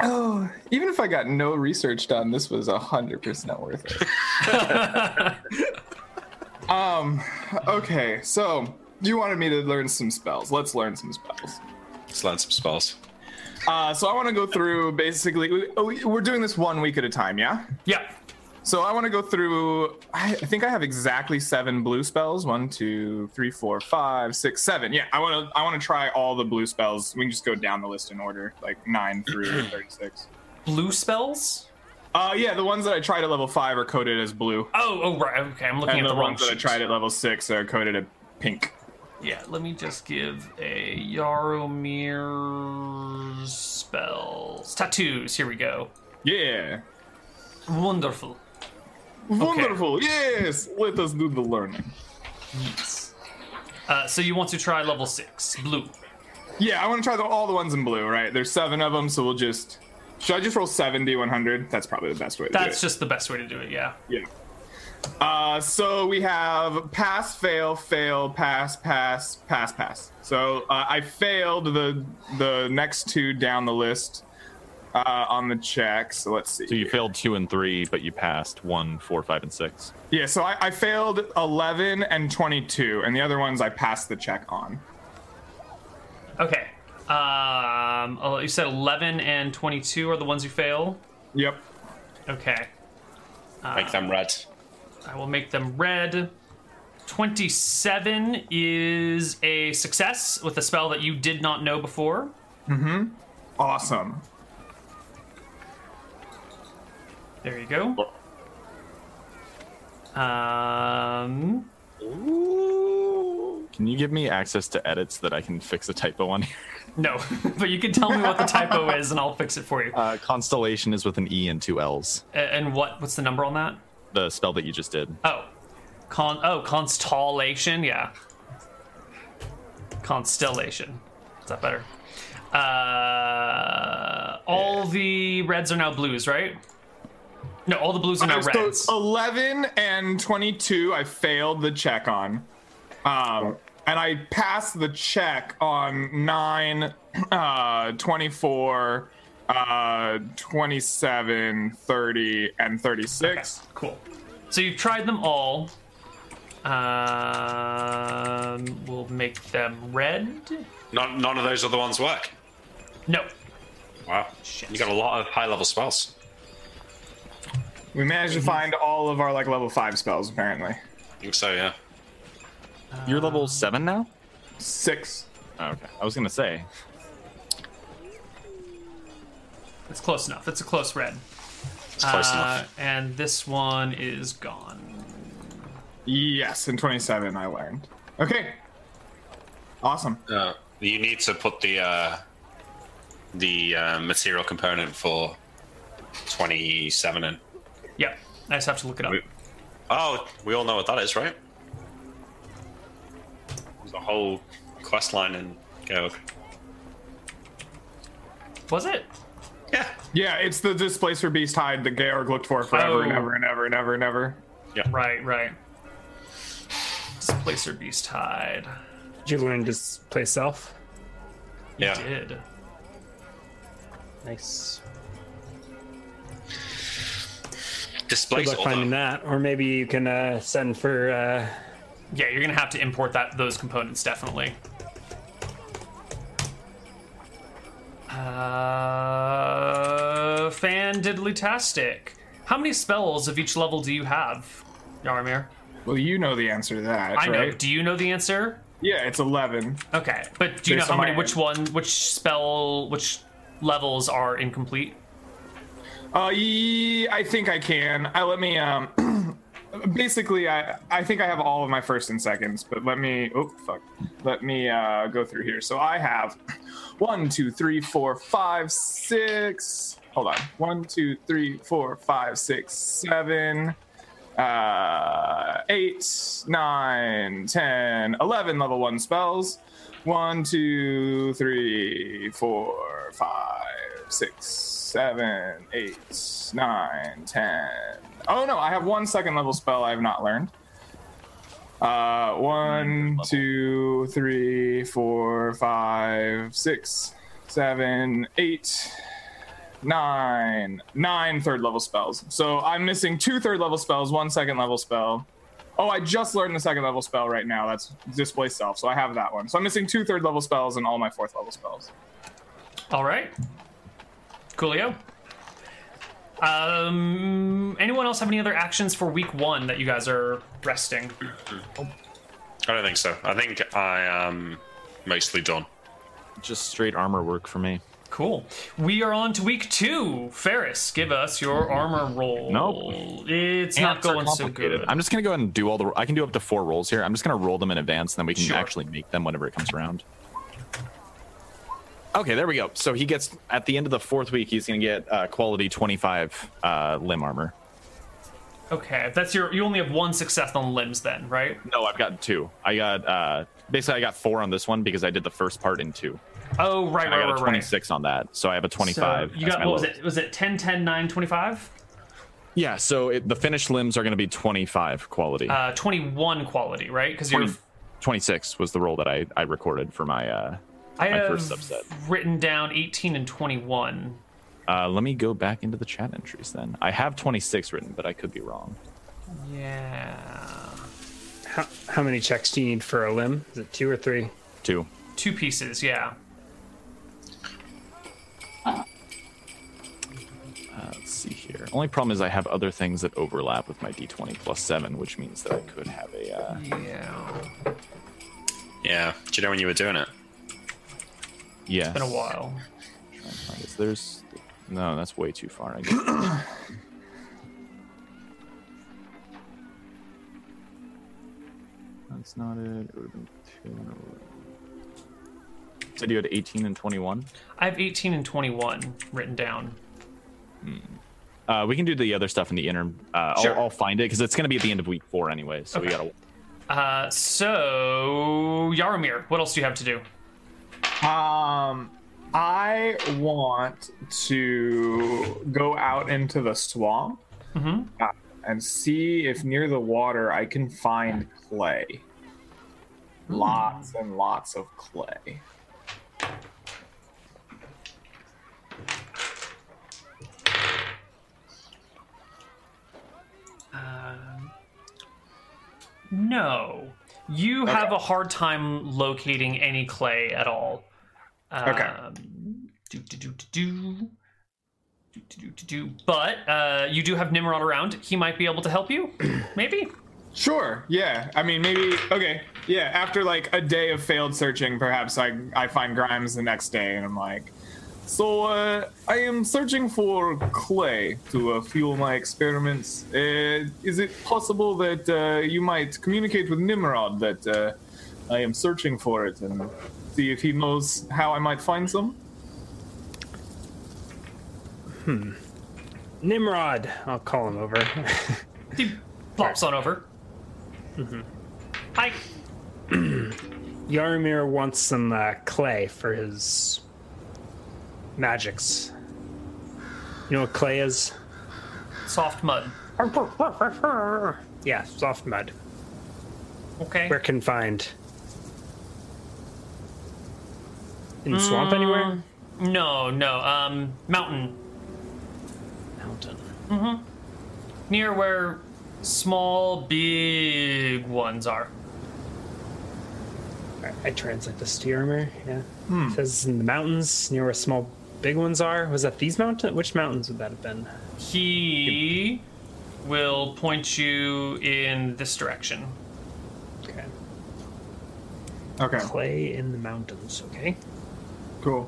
Oh, even if I got no research done, this was hundred percent worth it. um, okay, so you wanted me to learn some spells. Let's learn some spells.
Let's learn some spells.
Uh, so I want to go through basically. we- oh, we- We're doing this one week at a time, yeah.
Yeah.
So I want to go through. I I think I have exactly seven blue spells. One, two, three, four, five, six, seven. Yeah, I want to. I want to try all the blue spells. We can just go down the list in order, like nine through thirty-six.
Blue spells?
Uh, yeah, the ones that I tried at level five are coded as blue,
Oh, oh right. Okay, I'm looking
and
at
the,
the, wrong
ones that I
sheet.
tried at level six are coded at pink.
Yeah, let me just give a Yaromir spells. Tattoos, here we go.
Yeah,
Wonderful.
wonderful. Yes, let us do the learning.
Yes. Uh, so you want to try level six, blue.
Yeah, I want to try the, all the ones in blue. Right, there's seven of them, so we'll just. Should I just roll 70, 100? That's probably the best way to do it.
That's just the best way to do it, yeah.
Yeah. Uh, so we have pass, fail, fail, pass, pass, pass, pass. So uh, I failed the the next two down the list uh, on the check. So let's see.
So you failed two and three, but you passed one, four, five, and six.
yeah. So I, I failed eleven and twenty-two, and the other ones I passed the check on.
Okay. Um, oh, you said 11 and 22 are the ones you fail?
Yep.
Okay.
Make them red.
I will make them red. 27 is a success with a spell that you did not know before.
Awesome.
There you go. Um,
Can you give me access to edits that I can fix a typo on (laughs) here?
no, (laughs) but you can tell me what the typo is and I'll fix it for you.
Uh, Constellation is with an E and two L's.
A- and what? What's the number on that?
The spell that you just did.
Oh, con. Oh, constellation. Yeah, constellation. Is that better? Uh, all the reds are now blues, right? No, all the blues are now
so
reds.
oh.
11 and 22 i failed the check on um, and i passed the check on 9 uh, 24 uh, 27 30 and 36
Cool. So you've tried them all. Um, we'll make them red.
None, none of those other ones work.
No.
Wow. You got a lot of high level spells.
we managed to find all of our like level 5 spells apparently
I think so, yeah.
You're level seven now?
6
Oh, okay. I was going to say.
It's close enough. It's a close red.
It's close
Uh,
enough.
And this one is gone.
yes and 27 i learned okay awesome
Uh, you need to put the uh, the uh, material component for 27 in.
Yep. I just have to look it up.
We- Oh, we all know what that is, right? There's a whole quest line in Georg.
Was it?
Yeah.
yeah it's the displacer beast hide that georg looked for forever and
Oh.
ever and ever and ever and ever
Right, right. Displacer Beast Hide.
Did you learn to s- play self?
You
Yeah.
did.
Nice. Good
Displace
luck
all
finding
that.
that, or maybe you can uh, send for. Uh,
Yeah, you're gonna have to import that those components definitely. Uh, fan diddly tastic. How many spells of each level do you have, Yaramir?
Well, you know the answer to that,
I know.
right?
Do you know the answer?
yeah, it's eleven.
Okay, but do you
Based
know
on
how many?
my-
Which one? Which spell? Which levels are incomplete?
Uh, ye- I think I can. I let me. (clears throat) Um, basically, I I think I have all of my first and seconds, but let me. Oh fuck. let me uh, go through here. So I have (clears throat) one, two, three, four, five, six. Hold on. One, two, three, four, five, six, seven, uh, eight, nine, ten, eleven level one spells. One, two, three, four, five, six, seven, eight, nine, ten. Oh no, I have one second level spell I have not learned. Uh, one, two, three, four, five, six, seven, eight, nine, nine third level spells. So I'm missing two third level spells, one second level spell. Oh, I just learned the second level spell right now. That's display self. So I have that one. So I'm missing two third level spells and all my fourth level spells.
All right. Coolio. Um, anyone else have any other actions for week one that you guys are resting?
I don't think so. I think I am mostly done.
Just straight armor work for me.
Cool. We are on to week two. Ferris, give us your armor roll.
Nope.
It's not
Ants are
going so
complicated.
good.
I'm just gonna go ahead and do all the. I can do up to four rolls here. I'm just gonna roll them in advance, and then we can
Sure.
actually make them whenever it comes around. Okay, there we go. So he gets at the end of the fourth week, he's gonna get uh, quality 25 uh, limb armor.
Okay, that's your. You only have one success on limbs, then, right?
No, I've got two. I got uh, basically I got four on this one because I did the first part in two.
Oh, right,
I
right, right,
got a
right.
26 on that, so I have a
So
25.
you
as
got
my
what was
lowest.
it? Was it 10, 10, 9, 25?
Yeah, so it, the finished limbs are gonna be 25 quality.
Uh, 21 quality, right? Because you're.
20 26 was the roll that I, I recorded for my uh,
I
my
have
first subset.
written down 18 and 21.
Uh, let me go back into the chat entries then. I have 26 written, but I could be wrong.
Yeah.
How, how many checks do you need for a limb? Is it two or three?
Two.
Two pieces, yeah.
Let's see here. Only problem is I have other things that overlap with my d20 plus seven, which means that I could have a. Uh...
Yeah.
Yeah. Do you know when you were doing it?
Yes.
Been a while.
I guess there's. No, that's way too far. I guess. (coughs) that's not it. It would have been two. Said you had 18 and 21.
I have 18 and 21 written down.
Uh, we can do the other stuff in the interim. Uh,
Sure.
I'll, I'll find it because it's going to be at the end of week four anyway. So we
Okay.
gotta.
Uh, so, Yaromir, what else do you have to do?
Um, I want to go out into the swamp uh, and see if near the water I can find clay. Lots and lots of clay.
No. You have a hard time locating any clay at all.
Okay.
Um, do, do, do, do, do. Do, do, do, do, do. But uh, you do have Nimrod around. He might be able to help (clears throat) you. Maybe.
Sure. Yeah. I mean, maybe. Okay. Yeah. After like a day of failed searching, perhaps I I find Grimes the next day, and I'm like, so uh, I am searching for clay to uh, fuel my experiments. Uh, is it possible that uh, you might communicate with Nimrod that uh, I am searching for it and see if he knows how I might find some?
Nimrod. I'll call him over. (laughs)
He plops on over. Mm-hmm. Hi.
Yarimir wants some uh, clay for his magics. You know what clay is?
Soft mud.
Yeah, soft mud.
Okay.
Where confined? In the swamp anywhere?
No, no. Um, mountain.
Mountain.
Near where small, big ones are.
I, I translate this to Yarimir. Yeah. It says in the mountains near where small big ones are. Was that these mountains? Which mountains would that have been?
He will point you in this direction.
Okay.
Okay.
Clay in the mountains. Okay.
Cool.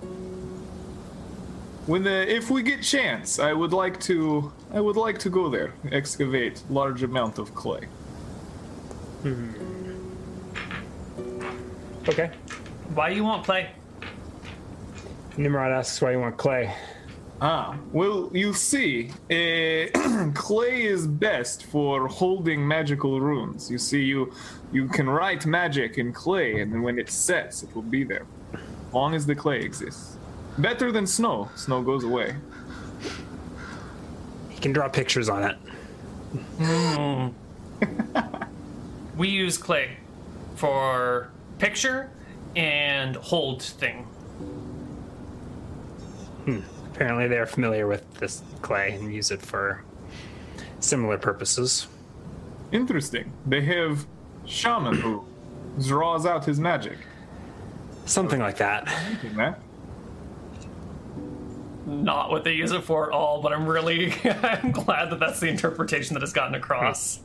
When the, if we get chance, I would like to I would like to go there, excavate large amount of clay.
Okay.
Why you want play?
Nimrod asks why you want clay.
Ah, well, you see, uh, (clears throat) clay is best for holding magical runes. You see, you you can write magic in clay, and when it sets, it will be there, long as the clay exists. Better than snow. Snow goes away.
He can draw pictures on it.
We use clay for picture and hold thing.
Apparently, they're familiar with this clay and use it for similar purposes.
Interesting. They have shaman who draws out his magic.
Something like that.
Isn't that?
Not what they use it for at all, but I'm really (laughs) I'm glad that that's the interpretation that has gotten across.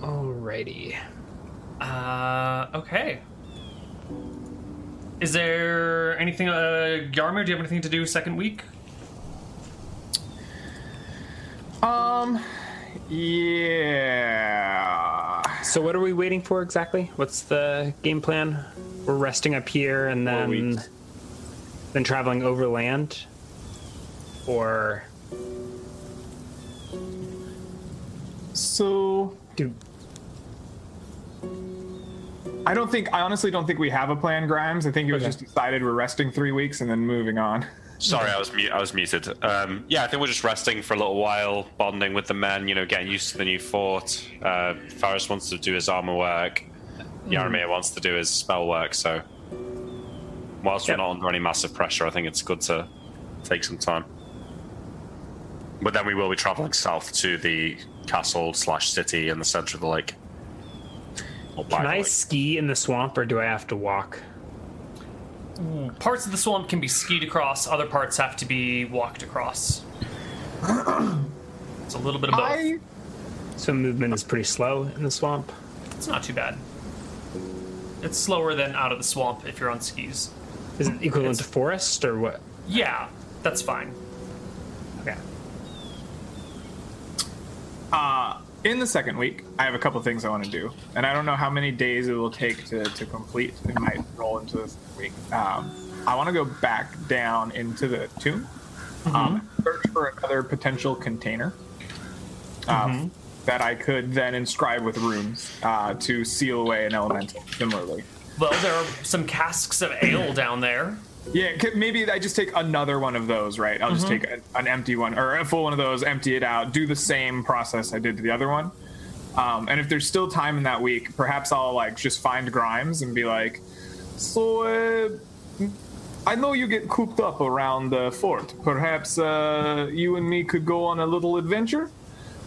Alrighty.
Uh, okay. Is there anything, uh, Yarmir? Do you have anything to do second week?
Um, yeah.
So, what are we waiting for exactly? What's the game plan? We're resting up here and then
weeks.
then traveling overland, or
So
do
I don't think I honestly don't think we have a plan, Grimes. I think it was
Okay.
just decided we're resting three weeks and then moving on.
Sorry, I was mute. I was muted. Um, yeah, I think we're just resting for a little while, bonding with the men. You know, getting used to the new fort. Uh, Faris wants to do his armor work.
Mm-hmm.
Yaramir wants to do his spell work. So, whilst
Yep.
we're not under any massive pressure, I think it's good to take some time. But then we will be traveling south to the castle slash city in the center of the lake. Or by
can
the
I
lake.
ski in the swamp or do I have to walk?
Parts of the swamp can be skied across; other parts have to be walked across. (clears throat) it's a little bit of both.
I
So movement is pretty slow in the swamp.
It's not too bad. It's slower than out of the swamp if you're on skis.
Is it equivalent to forest or what?
Yeah, that's fine.
Okay.
in the second week, I have a couple things I want to do, and I don't know how many days it will take to, to complete. It might roll into this week. Um, I want to go back down into the tomb, um, search for another potential container um, that I could then inscribe with runes uh, to seal away an elemental. Similarly,
Well, there are some casks of ale down there.
Yeah, c- maybe I just take another one of those, right? I'll just take a, an empty one or a full one of those, empty it out, do the same process I did to the other one. Um, and if there's still time in that week, perhaps I'll like just find Grimes and be like, "So, uh, I know you get cooped up around the fort. Perhaps uh, you and me could go on a little adventure.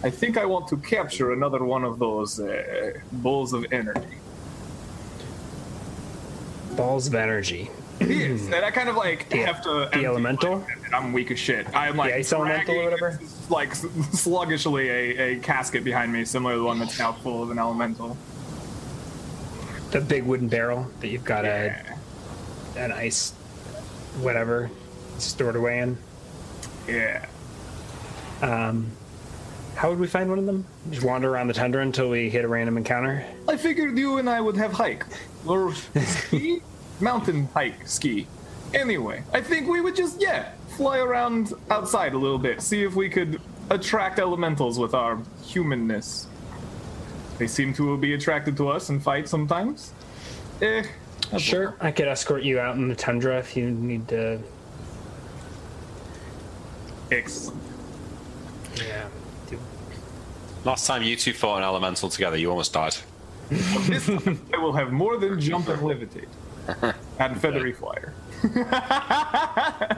I think I want to capture another one of those uh, bowls of energy."
Balls of energy.
Yes, and I kind of like
The-
have to.
the
empty
elemental?
my- and I'm weak as shit. I'm like
ice elemental or
dragging,
whatever?
Like s- sluggishly a, a casket behind me, similar to the one that's now full of an elemental.
The big wooden barrel that you've got
Yeah.
a an ice whatever stored away in.
yeah.
Um, how would we find one of them? Just wander around the tundra until we hit a random encounter.
I figured you and I would have hike
(laughs)
or ski, mountain hike, ski. Anyway, I think we would just yeah fly around outside a little bit, see if we could attract elementals with our humanness. They seem to be attracted to us and fight sometimes. Eh,
Sure, Oh, I could escort you out in the tundra if you need to.
excellent.
Yeah. do-
Last time you two fought an elemental together, you almost died.
This time I will have more than jump and levitate. And feathery flyer. (laughs)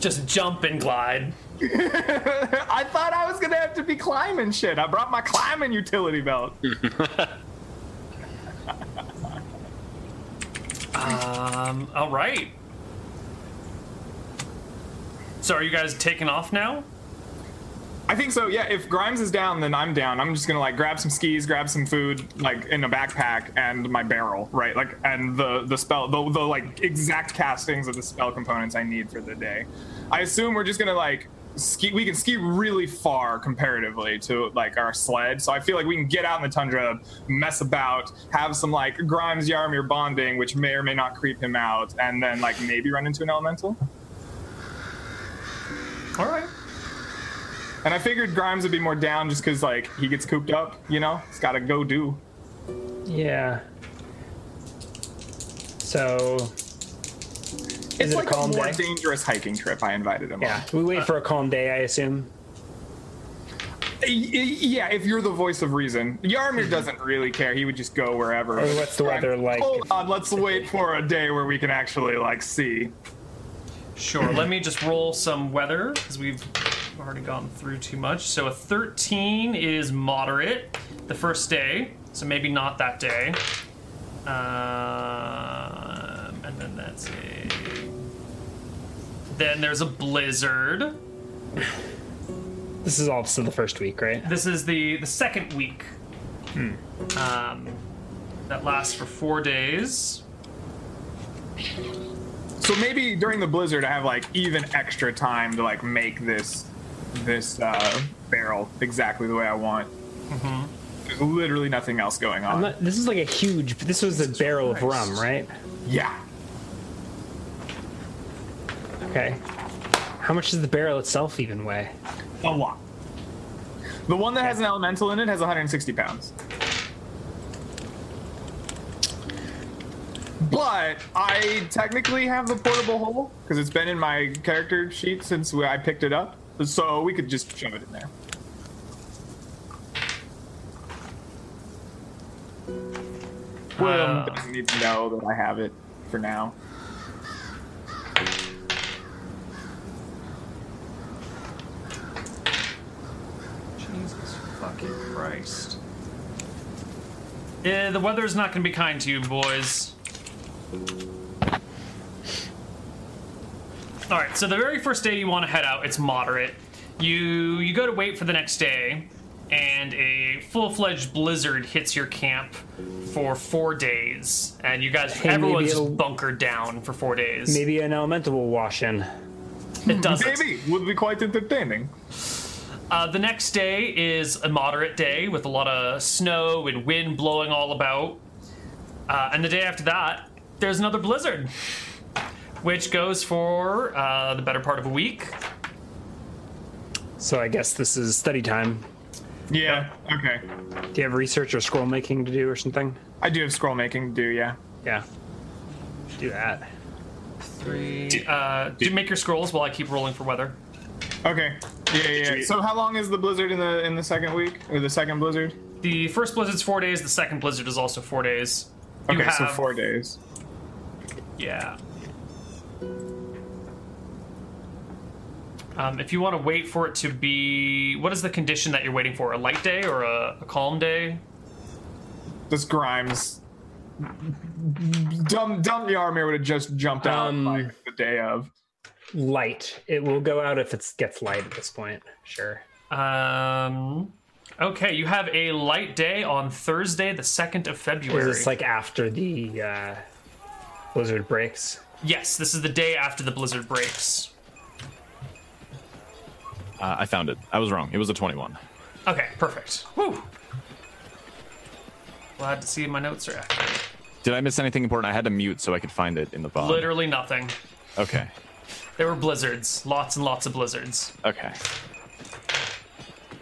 Just jump and glide.
I thought I was gonna have to be climbing shit. I brought my climbing utility belt.
Um, all right. So are you guys taking off now?
I think so. Yeah, if Grimes is down, then I'm down. I'm just gonna like grab some skis, grab some food, like in a backpack and my barrel, right? Like and the the spell, the, the like exact castings of the spell components I need for the day. I assume we're just gonna like ski. We can ski really far comparatively to like our sled, so I feel like we can get out in the tundra, mess about, have some like Grimes Yarmir bonding, which may or may not creep him out, and then like maybe run into an elemental.
All right.
And I figured Grimes would be more down just because like he gets cooped up, you know, he's got to go do.
Yeah. So.
It's
it a
like a
calm
more
day?
dangerous hiking trip. I invited him.
Yeah,
on.
we wait for a calm day, I assume.
Y- y- Yeah, if you're the voice of reason, Yarmir doesn't really care. He would just go wherever.
Or what's the weather like?
Hold on, let's wait for a day where we can actually like see.
Sure. let me just roll some weather because we've already gone through too much. So a 13 is moderate the first day, so maybe not that day. Um, and then that's a. Then there's a blizzard.
This is also the first week, right?
This is the the second week. Um, that lasts for four days.
So maybe during the blizzard, I have like even extra time to like make this this uh, barrel exactly the way I want. There's literally nothing else going on.
Mm-hmm. I'm not, this is like a huge. This was a barrel of rum, right?
yeah,
Okay. How much does the barrel itself even weigh?
a lot. The one that has an elemental in it has 160 pounds. But I technically have the portable hole because it's been in my character sheet since we- I picked it up, so we could just shove it in there. William
Uh.
doesn't need to know that I have it for now.
Jesus fucking Christ. Eh, the weather's not going to be kind to you, boys. All right, so the very first day you want to head out, it's moderate. You you go to wait for the next day, and a full-fledged blizzard hits your camp for four days, and you guys
maybe
everyone's
it'll-
just bunkered down for four days.
Maybe an elemental will wash in.
it doesn't.
Maybe would be quite entertaining.
Uh, the next day is a moderate day with a lot of snow and wind blowing all about. Uh, and the day after that, there's another blizzard, which goes for uh, the better part of a week.
So I guess this is study time.
Yeah. Okay.
Do you have research or scroll making to do or something?
I do have scroll making. Do yeah.
Yeah. Do that.
Three. Uh, do make your scrolls while I keep rolling for weather.
Okay. Yeah, yeah. yeah.
you-
So how long is the blizzard in the in the second week or the second blizzard?
The first blizzard's four days. The second blizzard is also four days. You
Okay, so
have-
four days.
Yeah. Um, if you want to wait for it to be, what is the condition that you're waiting for? A light day or a, a calm day?
This Grimes, dumb dumb Yarmir would have just jumped out
Um,
like the day of.
Light. It will go out if it gets light at this point. Sure.
Um. Okay, you have a light day on Thursday, the second of
Or is
February.
this like after the uh, blizzard breaks?
yes, this is the day after the blizzard breaks.
Uh, I found it. I was wrong. It was a 21.
Okay, perfect. Woo! Glad to see my notes are accurate.
Did I miss anything important? I had to mute so I could find it in the VOD.
Literally nothing.
Okay.
There were blizzards, lots and lots of blizzards.
Okay.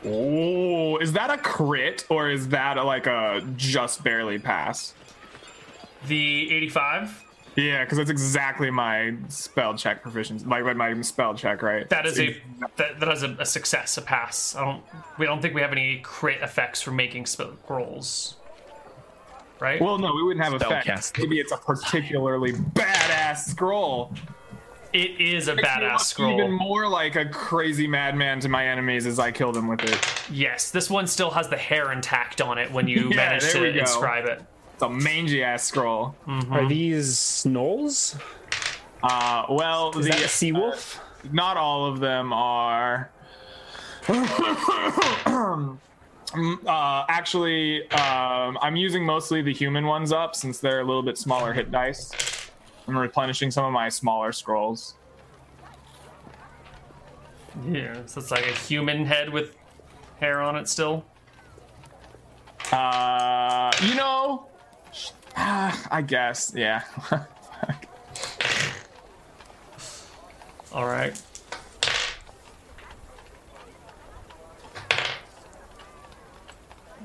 Oh, is that a crit or is that a, like a just barely pass?
The 85.
Yeah, because that's exactly my spell check proficiency. Like what my spell check, right?
That is a that, that is a, a success, a pass. I don't. We don't think we have any crit effects for making spell rolls, right?
well, no, we wouldn't have
Spell
effects.
cast.
Maybe it's a particularly badass scroll.
it is a
makes me
badass
look
scroll.
Even more like a crazy madman to my enemies as I kill them with it.
Yes, this one still has the hair intact on it when you
(laughs) Yeah,
manage
there we
to
go.
inscribe it.
It's a mangy ass scroll.
Mm-hmm.
Are these gnolls?
Uh, well,
Is
the uh,
that a sea wolf?
not all of them are. (coughs) Mm, uh, actually, um, I'm using mostly the human ones up since they're a little bit smaller hit dice. I'm replenishing some of my smaller scrolls.
Yeah, so it's like a human head with hair on it still.
Uh, you know, (sighs) ah, I guess, yeah. (laughs)
All right.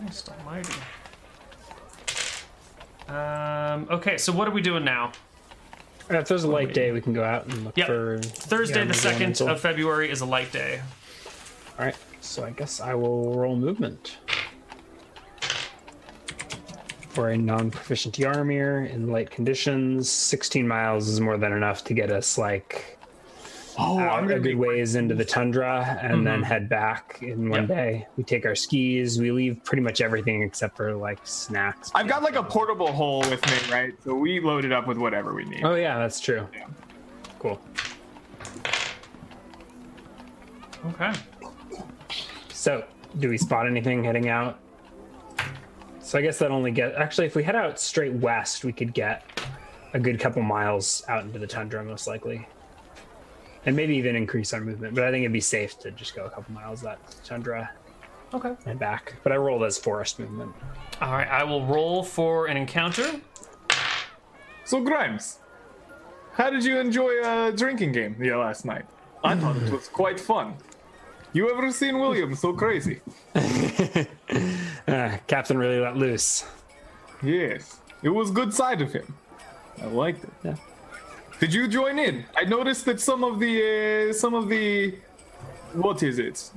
Christ almighty. Um, okay, so what are we doing now?
Uh, If there's a light day, we can go out and look
Yep.
for
Thursday,
yeah,
the
maybe
2nd
elemental.
of February is a light day.
All right, so I guess I will roll movement for a non-proficient Yarmir in light conditions. 16 miles is more than enough to get us like
Oh,
out a good
be- Mm-hmm.
ways into the tundra and then head back in one
Yep.
day. We take our skis. We leave pretty much everything except for like snacks.
I've got like a portable hole with me, right? So we load it up with whatever we need.
oh yeah, that's true.
Yeah.
Cool.
Okay.
So, do we spot anything heading out? So I guess that only get actually if we head out straight west, we could get a good couple miles out into the tundra most likely. And maybe even increase our movement, but I think it'd be safe to just go a couple miles that tundra
Okay.
and back. But I rolled as forest movement.
All right, I will roll for an encounter.
So Grimes, how did you enjoy a drinking game yeah, last night? I thought it was quite fun. You ever seen William so crazy?
Uh, Captain really let loose.
Yes, it was good side of him. I liked it.
Yeah.
Did you join in? I noticed that some of the uh, some of the what is it?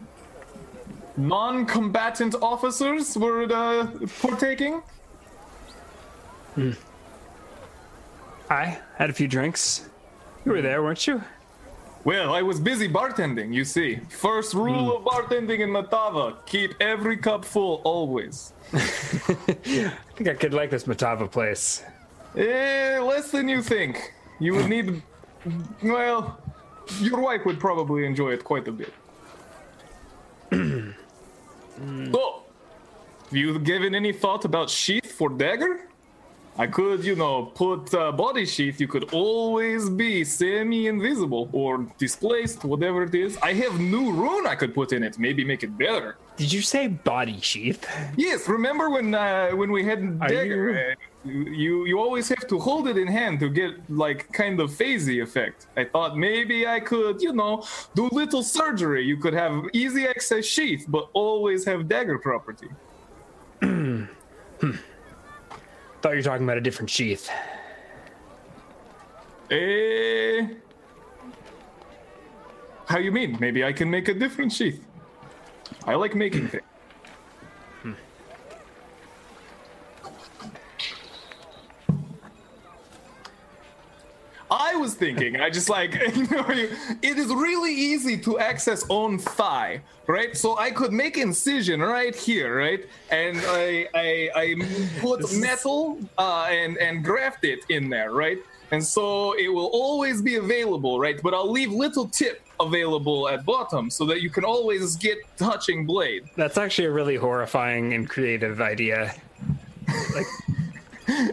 Non-combatant officers were uh, partaking.
I had a few drinks. You were there, weren't you?
Well, I was busy bartending, you see. First rule of bartending in Matava: keep every cup full always.
I think I could like this Matava place.
Eh, less than you think. You would need. Well, your wife would probably enjoy it quite a bit. so, have you given any thought about sheath for dagger? I could, you know, put uh, body sheath. You could always be semi invisible or displaced, whatever it is. I have new rune I could put in it, maybe make it better.
Did you say body sheath?
Yes, remember when uh, when we had
Are
dagger? You... you you always have to hold it in hand to get like kind of phasey effect. I thought maybe I could, you know, do little surgery. You could have easy access sheath, but always have dagger property.
Thought you were talking about a different sheath.
Eh? How you mean? Maybe I can make a different sheath. I like making things. I was thinking, I just like (laughs) ignore you. It is really easy to access own thigh, right? So I could make incision right here, right? And I I, I put metal uh, and and graft it in there, right? And so it will always be available, right? But I'll leave little tip available at bottom so that you can always get touching blade.
That's actually a really horrifying and creative idea.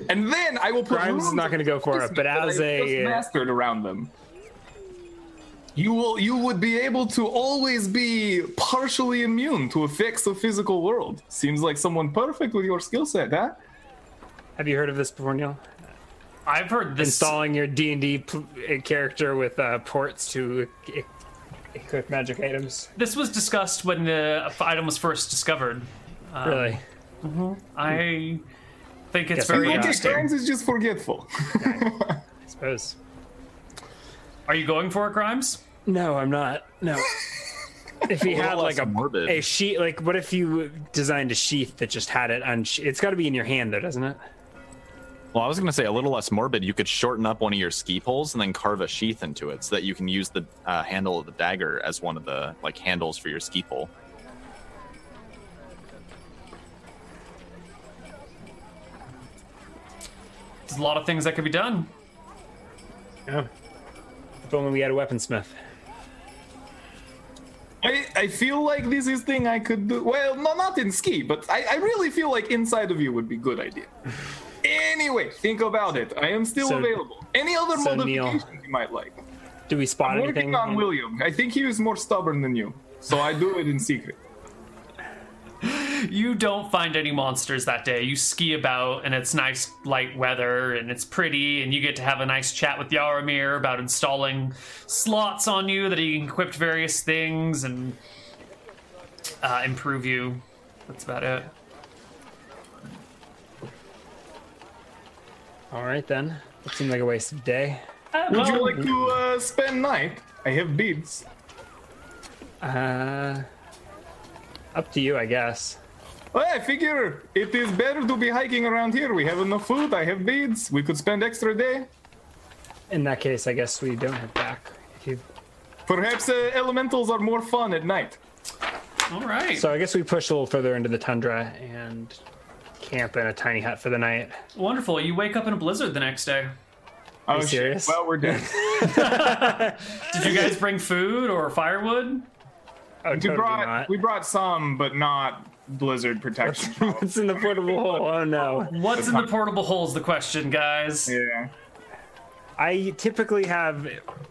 And then I will put
Grimes is
runes
not going to go for it, but as
that I've just
a uh,
mastered around them. You will you would be able to always be partially immune to effects of physical world. Seems like someone perfect with your skill set, huh?
have you heard of this before, Neil?
I've heard this.
Installing your D and D character with uh, ports to e- equip magic items.
This was discussed when the item was first discovered.
really?
I think it's
Guess
very uh,
we
Okay,
will
interesting.
Grimes is just forgetful.
I suppose.
Are you going for it, Grimes?
No, I'm not. (laughs) No. if he had like a
morbid.
a sheath, like what if you designed a sheath that just had it on? It's got to be in your hand though, doesn't it?
well, I was gonna say a little less morbid. You could shorten up one of your ski poles and then carve a sheath into it, so that you can use the uh, handle of the dagger as one of the like handles for your ski pole.
There's a lot of things that could be done.
Yeah. If only we had a weaponsmith.
I, I feel like this is thing I could do. Well, no, not in ski, but I, I really feel like inside of you would be good idea. Anyway, think about it. I am still
So-
available. Any other
so, Neil-
modifications you might like?
Do we spot anything?
Working on William. I think he was more stubborn than you, so I do it in secret.
You don't find any monsters that day. You ski about, and it's nice, light weather, and it's pretty, and you get to have a nice chat with Yaramir about installing slots on you that he can equip various things and uh, improve you. That's about it.
All right then. It seemed like a waste of day.
Would
Oh,
you like to uh, spend night? I have beads.
Uh, up to you, I guess.
Well, I figure it is better to be hiking around here. We have enough food. I have beads. We could spend extra day.
In that case, I guess we don't head back. If you...
Perhaps uh, elementals are more fun at night.
All right.
So I guess we push a little further into the tundra and camp in a tiny hut for the night.
Wonderful. You wake up in a blizzard the next day.
Are
you serious?
Oh, Well,
(laughs)
we're dead.
Did you guys bring food or firewood?
Oh,
we
totally
brought
not.
we brought some, but not blizzard protection.
(laughs) It's in the portable hole. Oh no.
What's in the portable hole's the question, guys.
(laughs)
(laughs) yeah.
I typically have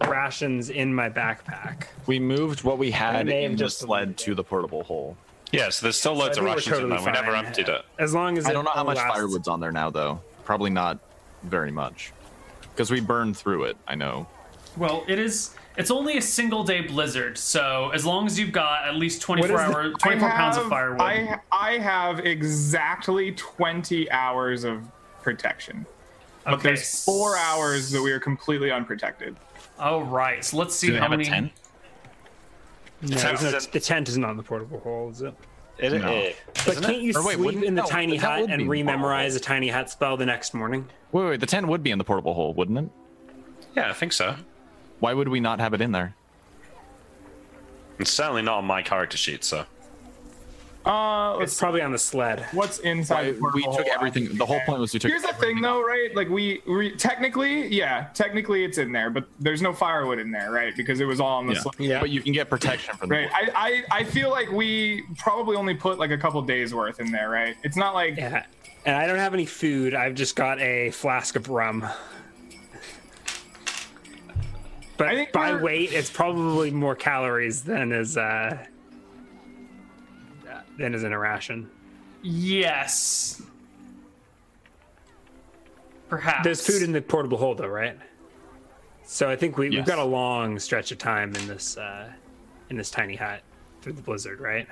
rations in my backpack.
We moved what we had
may have
in the
just
sled to the portable hole.
Yeah, so there's still loads
I think
of
we're
rations in
totally
there. We never
fine.
emptied it.
As long as
I
it
don't know how much
lasts-
firewood's on there now, though. Probably not very much, because we burned through it. I know.
Well, it is. It's only a single day blizzard, so as long as you've got at least 24
What is the-
hour, 24
I
pounds of
have-
firewood.
I I have exactly twenty hours of protection. But
Okay,
there's four hours that we are completely unprotected.
All right, so let's see
Do they
how
have a
many.
tent?
No,
Tent-
it's not- the tent is not in the portable hole, is it?
It,
No.
it-
But
isn't
can't
it?
you
Or wait,
sleep
wouldn't-
in the
no,
tiny
that
hut
would
and
be-
rememorize a tiny hut spell the next morning?
Wait, wait, the tent would be in the portable hole, wouldn't it?
Yeah, I think so.
Why would we not have it in there?
It's certainly not on my character sheet, so. (laughs)
Uh, let's
It's probably on the sled.
What's inside?
Why,
the
we
portable
took
hole?
everything. The whole point was we took.
Here's the thing, though, right? Like we re- technically, yeah, technically it's in there, but there's no firewood in there, right? Because it was all on the
Yeah.
sled.
Yeah.
But you can get protection from the
Right. I, I I feel like we probably only put like a couple days worth in there, right? It's not like
Yeah. And I don't have any food. I've just got a flask of rum.
I
But
think
by
we're-
weight, it's probably more calories than is uh than is in a ration.
Yes. Perhaps
There's food in the portable hole, though, right? So I think we, we've
Yes.
got a long stretch of time in this uh, in this tiny hut through the blizzard, right?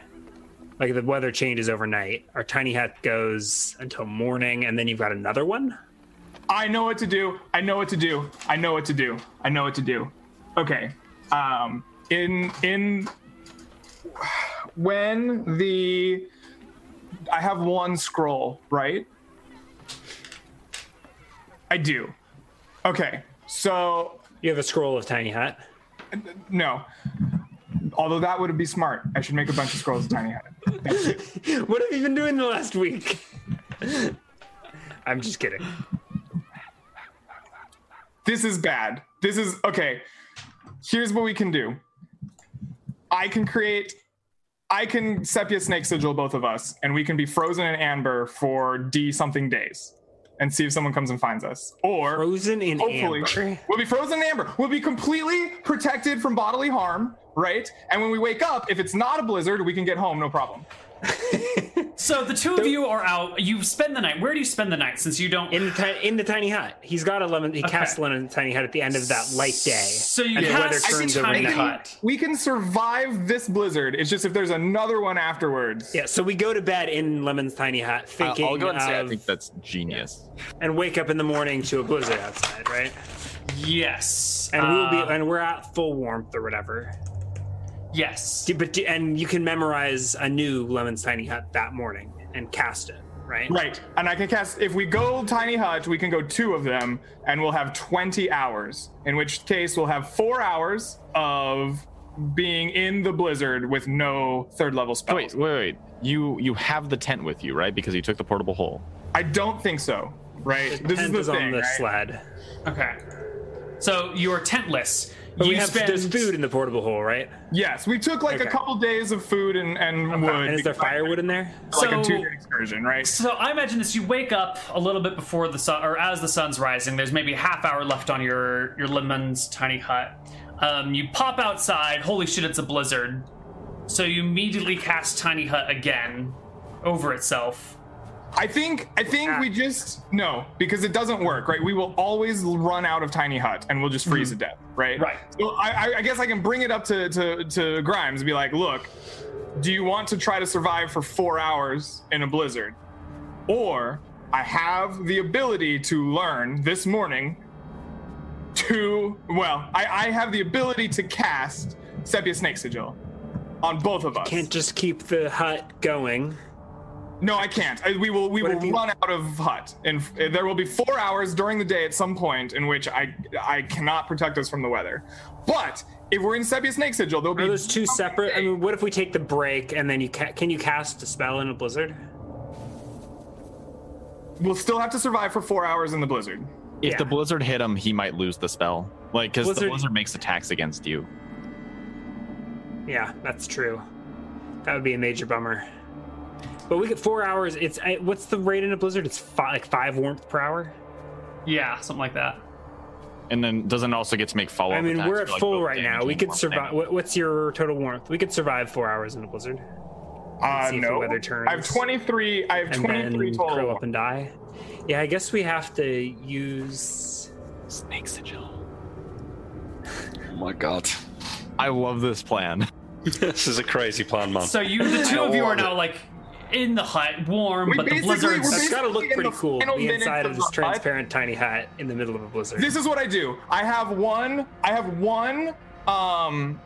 Like the weather changes overnight. Our tiny hut goes until morning, and then you've got another one.
I know what to do. I know what to do. I know what to do. I know what to do. Okay. Um. In in when the I have one scroll, right? I do. Okay. So
You have a scroll of tiny hut.
No. Although that would be smart. I should make a bunch of scrolls of tiny hat.
What have you been doing the last week? I'm just kidding.
This is bad. This is okay. Here's what we can do. I can create I can sepia snake sigil both of us, and we can be frozen in amber for D something days and see if someone comes and finds us. Or
Frozen in
hopefully
amber.
we'll be frozen in amber we'll be completely protected from bodily harm right and when we wake up if it's not a blizzard we can get home no problem
So the two of you are out. You spend the night. Where do you spend the night? Since you don't.
In the, ti- in the tiny hut. He's got a lemon. He casts a lemon in the tiny hut at the end of that light day.
so you
and the weather
cast
turns
tiny
overnight.
hut.
We can survive this blizzard. It's just if there's another one afterwards.
Yeah, so we go to bed in Lemon's tiny hut,
I'll,
thinking
I'll go and say I
of-
think that's genius.
and wake up in the morning to a blizzard outside, right?
Yes.
And we'll
Uh,
be and we're at full warmth or whatever.
yes.
Do- But do- and you can memorize a new Lemon's tiny hut that morning and cast it, right?
Right. And I can cast if we go tiny hut, we can go two of them and we'll have 20 hours. In which case we'll have 4 hours of being in the blizzard with no third level
Wait,
spells.
wait, wait. You you have the tent with you, right? Because you took the portable hole.
I don't think so. Right. This is
Tent
the
is
thing.
on the
right?
sled.
Okay. So you are tentless.
But
you
we have
spend
there's food in the portable hole, right?
Yes, we took like a
Okay.
couple days of food and and wood.
and is there
because-
firewood in there?
Like
So-
a two-day excursion, right?
So I imagine this: you wake up a little bit before the sun, or as the sun's rising. There's maybe a half hour left on your your lemon's tiny hut, Um, you pop outside. Holy shit, it's a blizzard. So you immediately cast Tiny Hut again over itself.
I think I think we just no because it doesn't work, right? We will always run out of tiny hut and we'll just freeze to death, right?
Right.
So I, I- I guess I can bring it up to to to Grimes and be like, look, do you want to try to survive for four hours in a blizzard, or I have the ability to learn this morning to well, I, I have the ability to cast sepia snake sigil on both of us.
Can't just keep the hut going.
No, I can't. I, we will. We
What
will
if you-
run out of hut, and f- eh, there will be four hours during the day at some point in which I I cannot protect us from the weather. But if we're in Sepia Snake Sigil, there'll be
Are those two separate? I mean, what if we take the break and then you ca- can you cast a spell in a blizzard?
we'll still have to survive for four hours in the blizzard.
If
Yeah.
the blizzard hit him, he might lose the spell. Like, because the
Blizzard-
blizzard makes attacks against you.
Yeah, that's true. That would be a major bummer. But we get four hours. It's I- what's the rate in a blizzard? It's five, like five warmth per hour.
Yeah, something like that.
And then doesn't also get to make follow up
I mean,
attacks
we're
for,
at
like,
full
both
right
damage
now. We
and
could
warp
survive.
damage.
What, what's your total warmth? We could survive four hours in a blizzard.
Uh,
see if the
no,
weather turns.
I have twenty three. I have
and
twenty
then
three
curl
total.
up and die. Yeah, I guess we have to use.
Snake sigil.
Oh my god.
I love this plan. (laughs)
this is a crazy plan, man.
So you, the two of you are
love
now like in the hut, warm,
We
but the
basically-
blizzard's
we're
That's gotta look
Basically, in
pretty
the
cool. to
final
Be inside
minutes
of this
of the hut-
transparent tiny hut in the middle of a blizzard.
This is what I do. I have one. I have one. Um,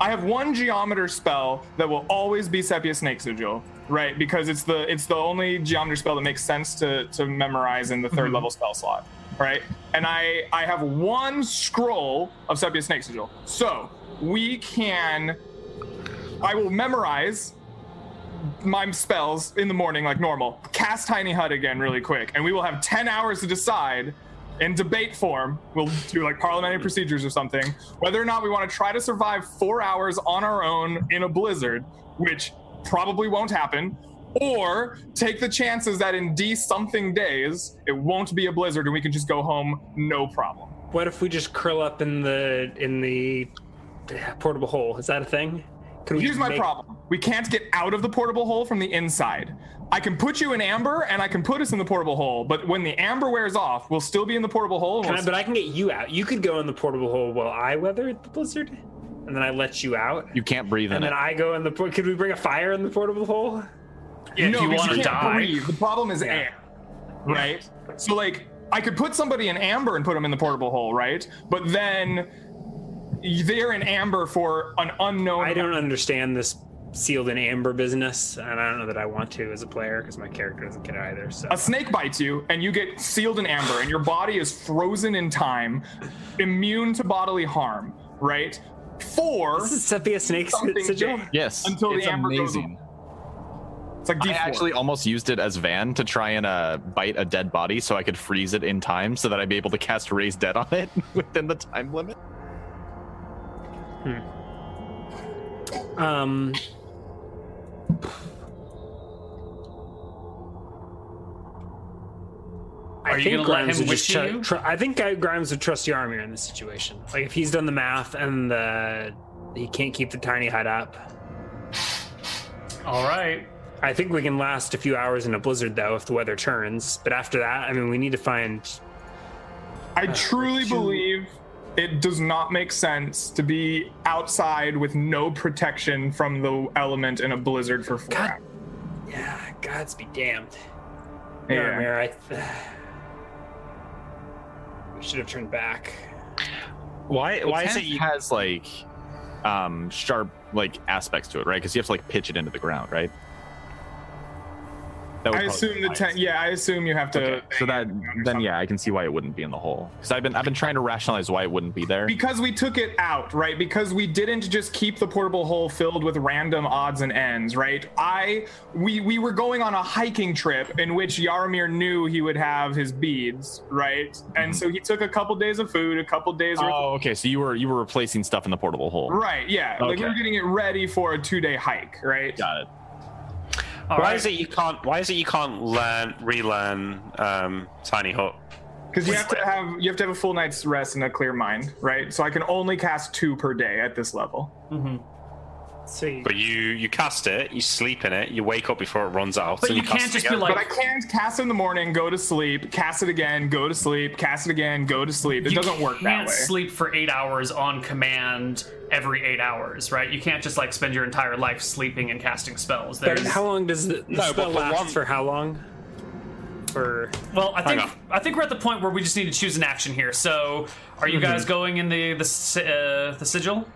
I have one geometer spell that will always be Sepia Snake Sigil, right? Because it's the it's the only geometer spell that makes sense to to memorize in the 3rd level spell slot, right? And I I have one scroll of Sepia Snake Sigil, so we can. I will memorize my spells in the morning like normal. Cast Tiny Hut again really quick, and we will have ten hours to decide in debate form. We'll do like parliamentary procedures or something, whether or not we want to try to survive four hours on our own in a blizzard, which probably won't happen, or take the chances that in D something days it won't be a blizzard and we can just go home no problem.
What if we just curl up in the in the portable hole? Is that a thing? Can
Here's my
make-
problem. We can't get out of the portable hole from the inside. I can put you in amber and I can put us in the portable hole, but when the amber wears off, we'll still be in the portable hole. and
Can I,
we'll-
but I can get you out. You could go in the portable hole while I weather the blizzard, and then I let you out,
You can't breathe in
and
it.
then I go in the. por- Could we bring a fire in the portable hole?
if
no,
you
because
want to
can't
die.
breathe. The problem is air, right? So like, I could put somebody in amber and put them in the portable hole, right? But then they're in amber for an unknown.
I don't understand this sealed in amber business, and I don't know that I want to as a player because my character doesn't get it either. So
A snake bites you, and you get sealed in amber, and your body is frozen in time, immune to bodily harm, right? Four.
this is Sepia Snake
something
Sigil.
big.
yes.
Until the
it's
amber goes
amazing.
It's like D4.
I actually almost used it as Van to try and uh, bite a dead body so I could freeze it in time so that I'd be able to cast Raise Dead on it (laughs) within the time limit.
Um,
Are
I
you gonna
think
let
Grimes
him
would
wish
just tru-
you?
tru- I think I, Grimes would trust Yarmir in this situation. Like if he's done the math and the he can't keep the tiny hut up.
All right.
I think we can last a few hours in a blizzard though if the weather turns. But after that, I mean, we need to find.
I truly believe it does not make sense to be outside with no protection from the element in a blizzard for four
God
hours.
Yeah, gods be damned.
Yeah.
Yarmir, I. (sighs) we should have turned back.
Why? Why is it?
Tent
You,
has like um, sharp like aspects to it, right? Because you have to like pitch it into the ground, right? That would
I
probably
assume
be
the
wise.
tent. Yeah, I assume you have to.
Okay, so that then yeah, I can see why it wouldn't be in the hole because I've been I've been trying to rationalize why it wouldn't be there.
Because we took it out, right? Because we didn't just keep the portable hole filled with random odds and ends, right? I we we were going on a hiking trip in which Yaramir knew he would have his beads, right? And so he took a couple days of food, a couple days worth of
Oh, okay. So you were you were replacing stuff in the portable hole.
Right, yeah. Like we
Oh. Okay.
were getting it ready for a two day hike, right?
Got it.
All
why
right.
is it you can't? Why is it you can't learn, relearn um, Tiny Hut?
Because you have to have you have to have a full night's rest and a clear mind, right? So I can only cast two per day at this level.
See,
But you you cast it, you sleep in it, you wake up before it runs out.
But
then
you
cast
can't
it
just be
again.
like-
But I can cast in the morning, go to sleep, cast it again, go to sleep, cast it again, go to sleep. It
you
doesn't work that
can't
way.
sleep for eight hours on command every eight hours, right? You can't just like spend your entire life sleeping and casting spells.
but
There's,
how long does the, the
but
spell
for
last?
one-
For how long? For
well, I think
on.
I think we're at the point where we just need to choose an action here. So, are
Mm-hmm.
you guys going in the the si- uh, the sigil?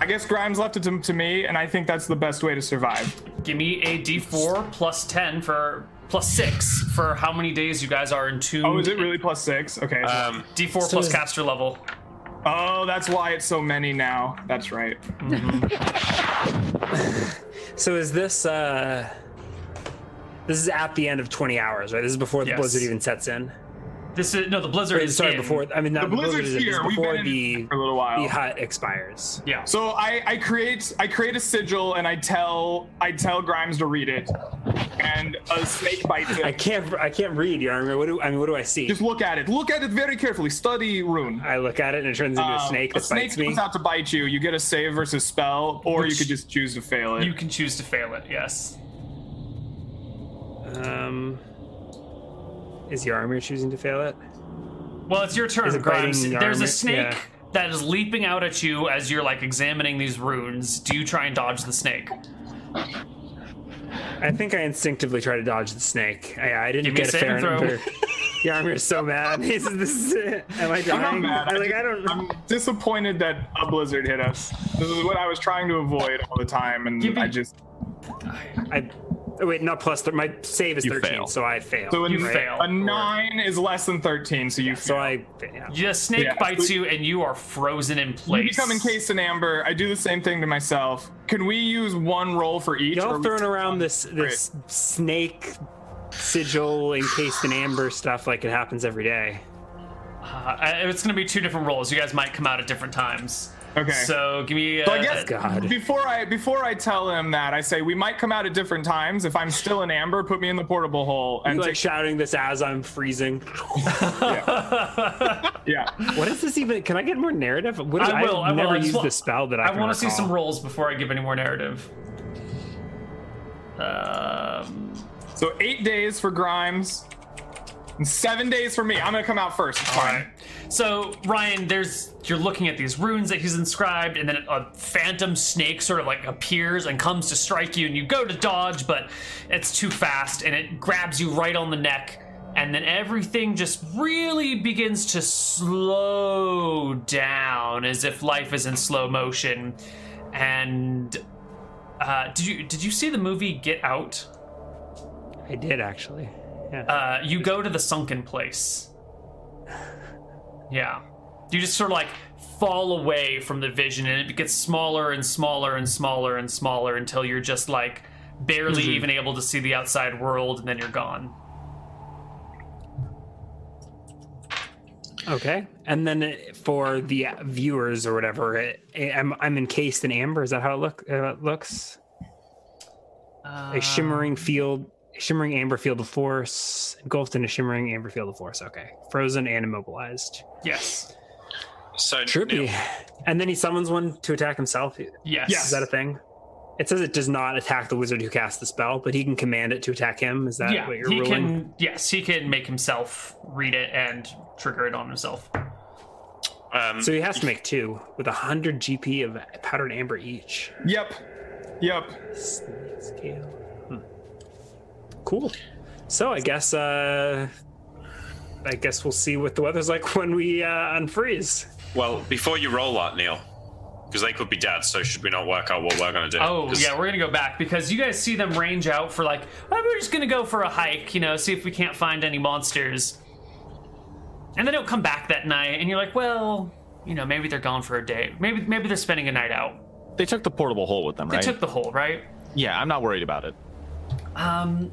I guess Grimes left it to, to me, and I think that's the best way to survive.
Give me a D4 plus ten for plus six for how many days you guys are entombed.
Oh, is it really plus six? Okay.
Uh,
so-
Um,
D4 plus
is-
caster level.
oh, that's why it's so many now. That's right.
so is this? uh This is at the end of twenty hours, right? This is before the
Yes.
blizzard even sets in.
This is no the blizzard is
Sorry,
in.
before I mean not
The blizzard's
blizzard,
here.
it's
We've
before
been in
the
for a little while.
the hut expires.
Yeah.
So I, I create I create a sigil and I tell I tell Grimes to read it, and a snake bites
I
it.
can't. I can't read. You know, what do I mean? What do I see?
Just look at it. Look at it very carefully. Study rune.
I look at it and it turns into a
Um,
snake that bites me.
comes out to bite you. You get a save versus spell, or you
Which-
could just choose to fail it.
You can choose to fail it. Yes.
Um, is Yarmir choosing to fail it?
Well, it's your turn,
Is it
Grimes.
biting your
There's a
armor?
snake
Yeah.
that is leaping out at you as you're like examining these runes. Do you try and dodge the snake?
I think I instinctively try to dodge the snake. I, I didn't
Give me
get
a
a fair
saving throw.
number. (laughs) Yarmir's so mad. He's (laughs) this is it. Am I
I'm not
dying?
mad.
I, like
just-
I don't.
I'm disappointed that a blizzard hit us. This is what I was trying to avoid all the time, and
Give me-
I just
I oh, wait. Not plus. Th- my save is
You
thirteen,
fail.
so I fail.
so an-
You
right?
fail.
A nine is less than thirteen, so you
So
fail.
I. Yeah.
The snake
Yeah.
bites you and you are frozen in place.
You become encased in amber. I do the same thing to myself. Can we use one roll for each? or
Y'all
we-
throwing around this this snake sigil encased in amber stuff like it happens every day.
Uh, I- it's going to be two different rolls. You guys might come out at different times.
Okay.
So give me. Uh,
So I guess
God.
before I before I tell him that, I say we might come out at different times. If I'm still in amber, put me in the portable hole
I'm
and
like shouting this as I'm freezing.
take, yeah.
What is this even? Can I get more narrative? What
I will. I
I've
will.
never
I just
used
wa-
the spell that I,
I
can
want to see
recall.
some rolls before I give any more narrative. Um,
So eight days for Grimes, and seven days for me. I'm gonna come out first. It's fine.
So Ryan, there's you're looking at these runes that he's inscribed, and then a phantom snake sort of like appears and comes to strike you, and you go to dodge, but it's too fast, and it grabs you right on the neck, and then everything just really begins to slow down, as if life is in slow motion. And uh, did you did you see the movie Get Out?
I did actually. Yeah.
Uh, you go to the sunken place. Yeah. You just sort of like fall away from the vision and it gets smaller and smaller and smaller and smaller until you're just like barely
Mm-hmm.
even able to see the outside world and then you're gone.
okay. And then it- for the viewers or whatever, it, I'm I'm encased in amber. Is that how it look? Uh, it looks a
Um,
shimmering field, shimmering amber field of force, engulfed in a shimmering amber field of force. Okay, frozen and immobilized.
Yes.
so
Trippy.
Neil,
And then he summons one to attack himself.
Yes.
Is that a thing? It says it does not attack the wizard who cast the spell, but he can command it to attack him. Is that
yeah,
what you're
he
ruling?
can. Yes, he can make himself read it and trigger it on himself.
um,
So he has to make two with a hundred GP of powdered amber each.
Yep. Yep.
Snake scale. Hmm.
Hmm.
Cool. So I guess uh I guess we'll see what the
(laughs)
weather's like when we uh unfreeze.
well, before you roll that, Neil, because they could be dead. So should we not work out what we're going to do?
Oh
'Cause
yeah, we're gonna go back because you guys see them range out for like. "Oh, we're just gonna go for a hike, you know, see if we can't find any monsters. And they don't come back that night, and you're like, well, you know, maybe they're gone for a day. Maybe maybe they're spending a night out.
They took the portable hole with them,
They
right?
took the hole, right?
yeah, I'm not worried about it.
Um,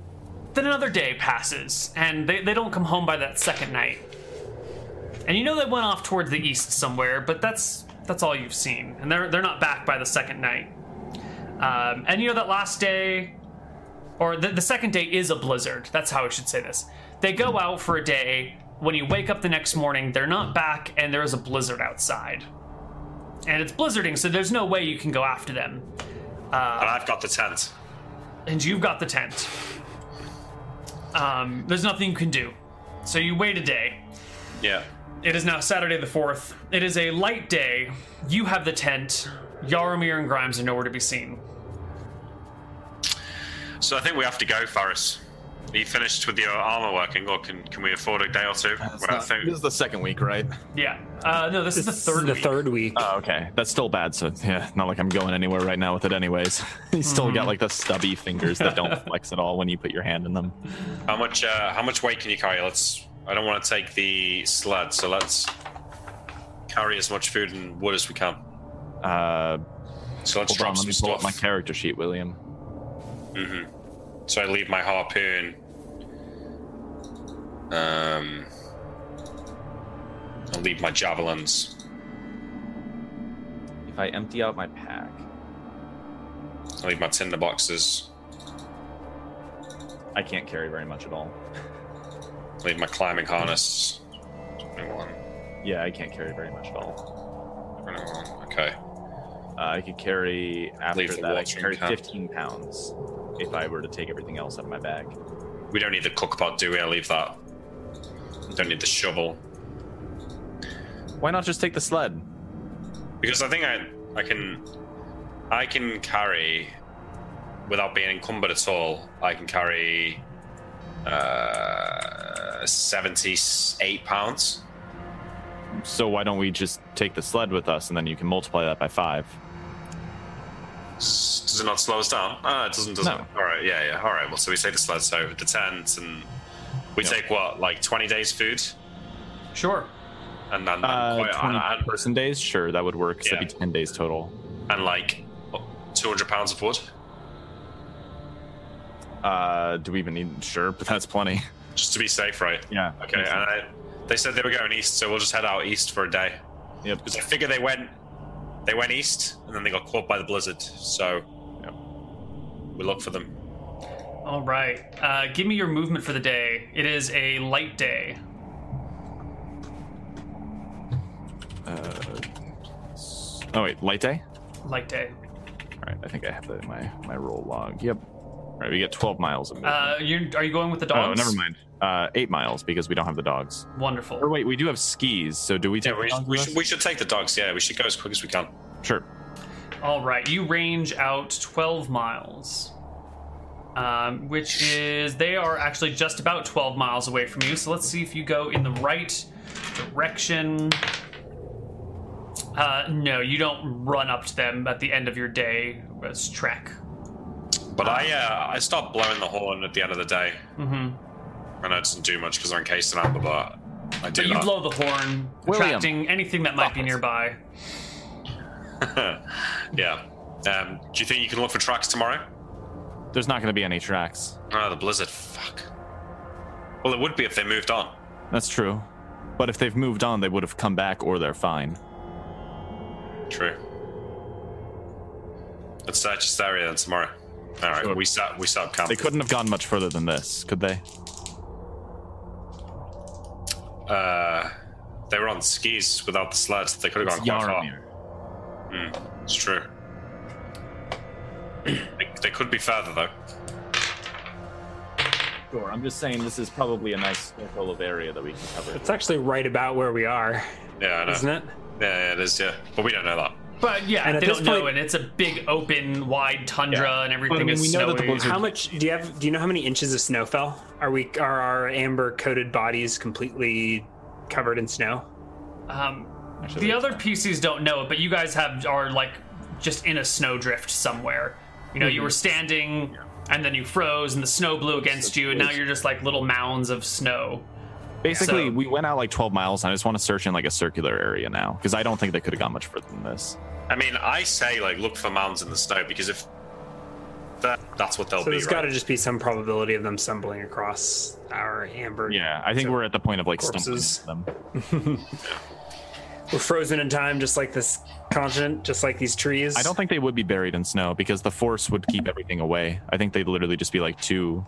then another day passes, and they, they don't come home by that second night. And you know they went off towards the east somewhere, but that's that's all you've seen, and they're they're not back by the second night. Um, and you know that last day, or the, the second day is a blizzard. That's how I should say this. They go out for a day. When you wake up the next morning, they're not back, and there is a blizzard outside. And it's blizzarding, so there's no way you can go after them.
and I've got the tent.
And you've got the tent. Um, there's nothing you can do. So you wait a day.
Yeah.
It is now Saturday the 4th. It is a light day. You have the tent. Yaromir and Grimes are nowhere to be seen.
So I think we have to go, Faris. Are you finished with your armor working, or can, can we afford a day or two?
It's not- this is the second week, right?
Yeah. Uh, no, this, is the third
the
week.
third week.
Oh, okay. That's still bad. So yeah, not like I'm going anywhere right now with it, anyways. (laughs) you still got like the stubby fingers that (laughs) don't flex at all when you put your hand in them.
How much uh, how much weight can you carry? Let's. I don't want to take the sled, so let's carry as much food and wood as we can.
Uh,
So
hold
let's
on,
drop
let
some
me pull up
stuff.
my character sheet, William.
so I leave my harpoon. Um, I'll leave my javelins.
If I empty out my pack,
I'll leave my tinder boxes.
I can't carry very much at all.
I'll leave my climbing harness. 21,
Yeah, I can't carry very much at all.
21. Okay.
Uh, I could carry after
Leave the
that. I could carry
watering can.
15 pounds if I were to take everything else out of my bag.
We don't need the cook pot, do we? I'll leave that. Don't need the shovel.
Why not just take the sled?
Because I think I I can I can carry without being encumbered at all. I can carry uh, seventy eight pounds.
So why don't we just take the sled with us, and then you can multiply that by five?
S- Does it not slow us down? Ah, it doesn't. Doesn't.
No.
All right. Yeah. Yeah. All right. Well, so we take the sled. So the tent, and we
Yeah.
take what like twenty days food,
Sure.
and then
Uh,
quite,
20
and, and-
person days, sure, that would work. So it'd be
Yeah.
10 days total.
and like two hundred pounds of wood.
Uh, do we even need? Sure, (laughs) but that's plenty.
Just to be safe, right?
Yeah.
Okay, uh, and I, they said they were going east, so we'll just head out east for a day.
Yep.
Because I figure they went, they went east, and then they got caught by the blizzard. So,
Yep.
we look for them.
All right. Uh, give me your movement for the day. It is a light day.
Oh wait, light day.
Light day.
All right, I think I have that in my my roll log. Yep. All right, we get 12 miles of movement.
Uh, you are you going with the
oh,
dogs?
never mind. Uh, eight miles because we don't have the dogs. Or
Wonderful.
wait, we do have skis. So do we take?
Yeah, we,
the dogs
we,
with
should, we should take the dogs. Yeah, we should go as quick as we can.
us? Sure.
All right. You range out 12 miles, um, which is they are actually just about 12 miles away from you. So let's see if you go in the right direction. Uh, no, you don't run up to them at the end of your day as trek.
But I, uh, I start blowing the horn at the end of the day.
hmm
Mm-hmm.
I know it doesn't do much because they're encased in amber, but I do
But you
that.
blow the horn,
William.
attracting anything that might be nearby.
yeah. Um, do you think you can look for tracks tomorrow?
There's not going to be any tracks.
Ah, the blizzard. Fuck. Well, it would be if they moved on.
That's true. But if they've moved on, they would have come back, or they're fine.
True. Let's search this area then tomorrow. All right,
Sure.
we set we set up camp.
They couldn't have gone much further than this, could they?
Uh, they were on skis without the sleds. They could have gone quite far.
Yarmir.
It's true. they, they could be further though.
Sure. I'm just saying this is probably a nice circle of area that we can cover.
It's actually right about where we are,
Yeah, I know.
isn't it?
Yeah, yeah, it is. Yeah, but we don't know that.
But yeah,
And at
they
this
don't know,
point-
and it's a big, open, wide tundra,
Yeah.
and everything
But, I mean,
is
we
snowy.
know that the blizzard-
How much do you have? Do you know how many inches of snow fell? Are we are our amber coated bodies completely covered in snow?
Um,
Actually,
the
that's
other PCs don't know it, but you guys have are like just in a snowdrift somewhere. You know, you were standing, and then you froze, and the snow blew against you, and now you're just like little mounds of snow.
Basically,
So-
we went out like 12 miles, and I just want to search in like a circular area now because I don't think they could have gone much further than this.
I mean, I say like look for mounds in the snow because if that that's what they'll
So
be.
there's
Right?
got to just be some probability of them stumbling across our amber.
Yeah, I think we're at the point of like
Corpses.
stumbling into them.
We're frozen in time, just like this continent, just like these trees.
I don't think they would be buried in snow because the force would keep everything away. I think they'd literally just be like two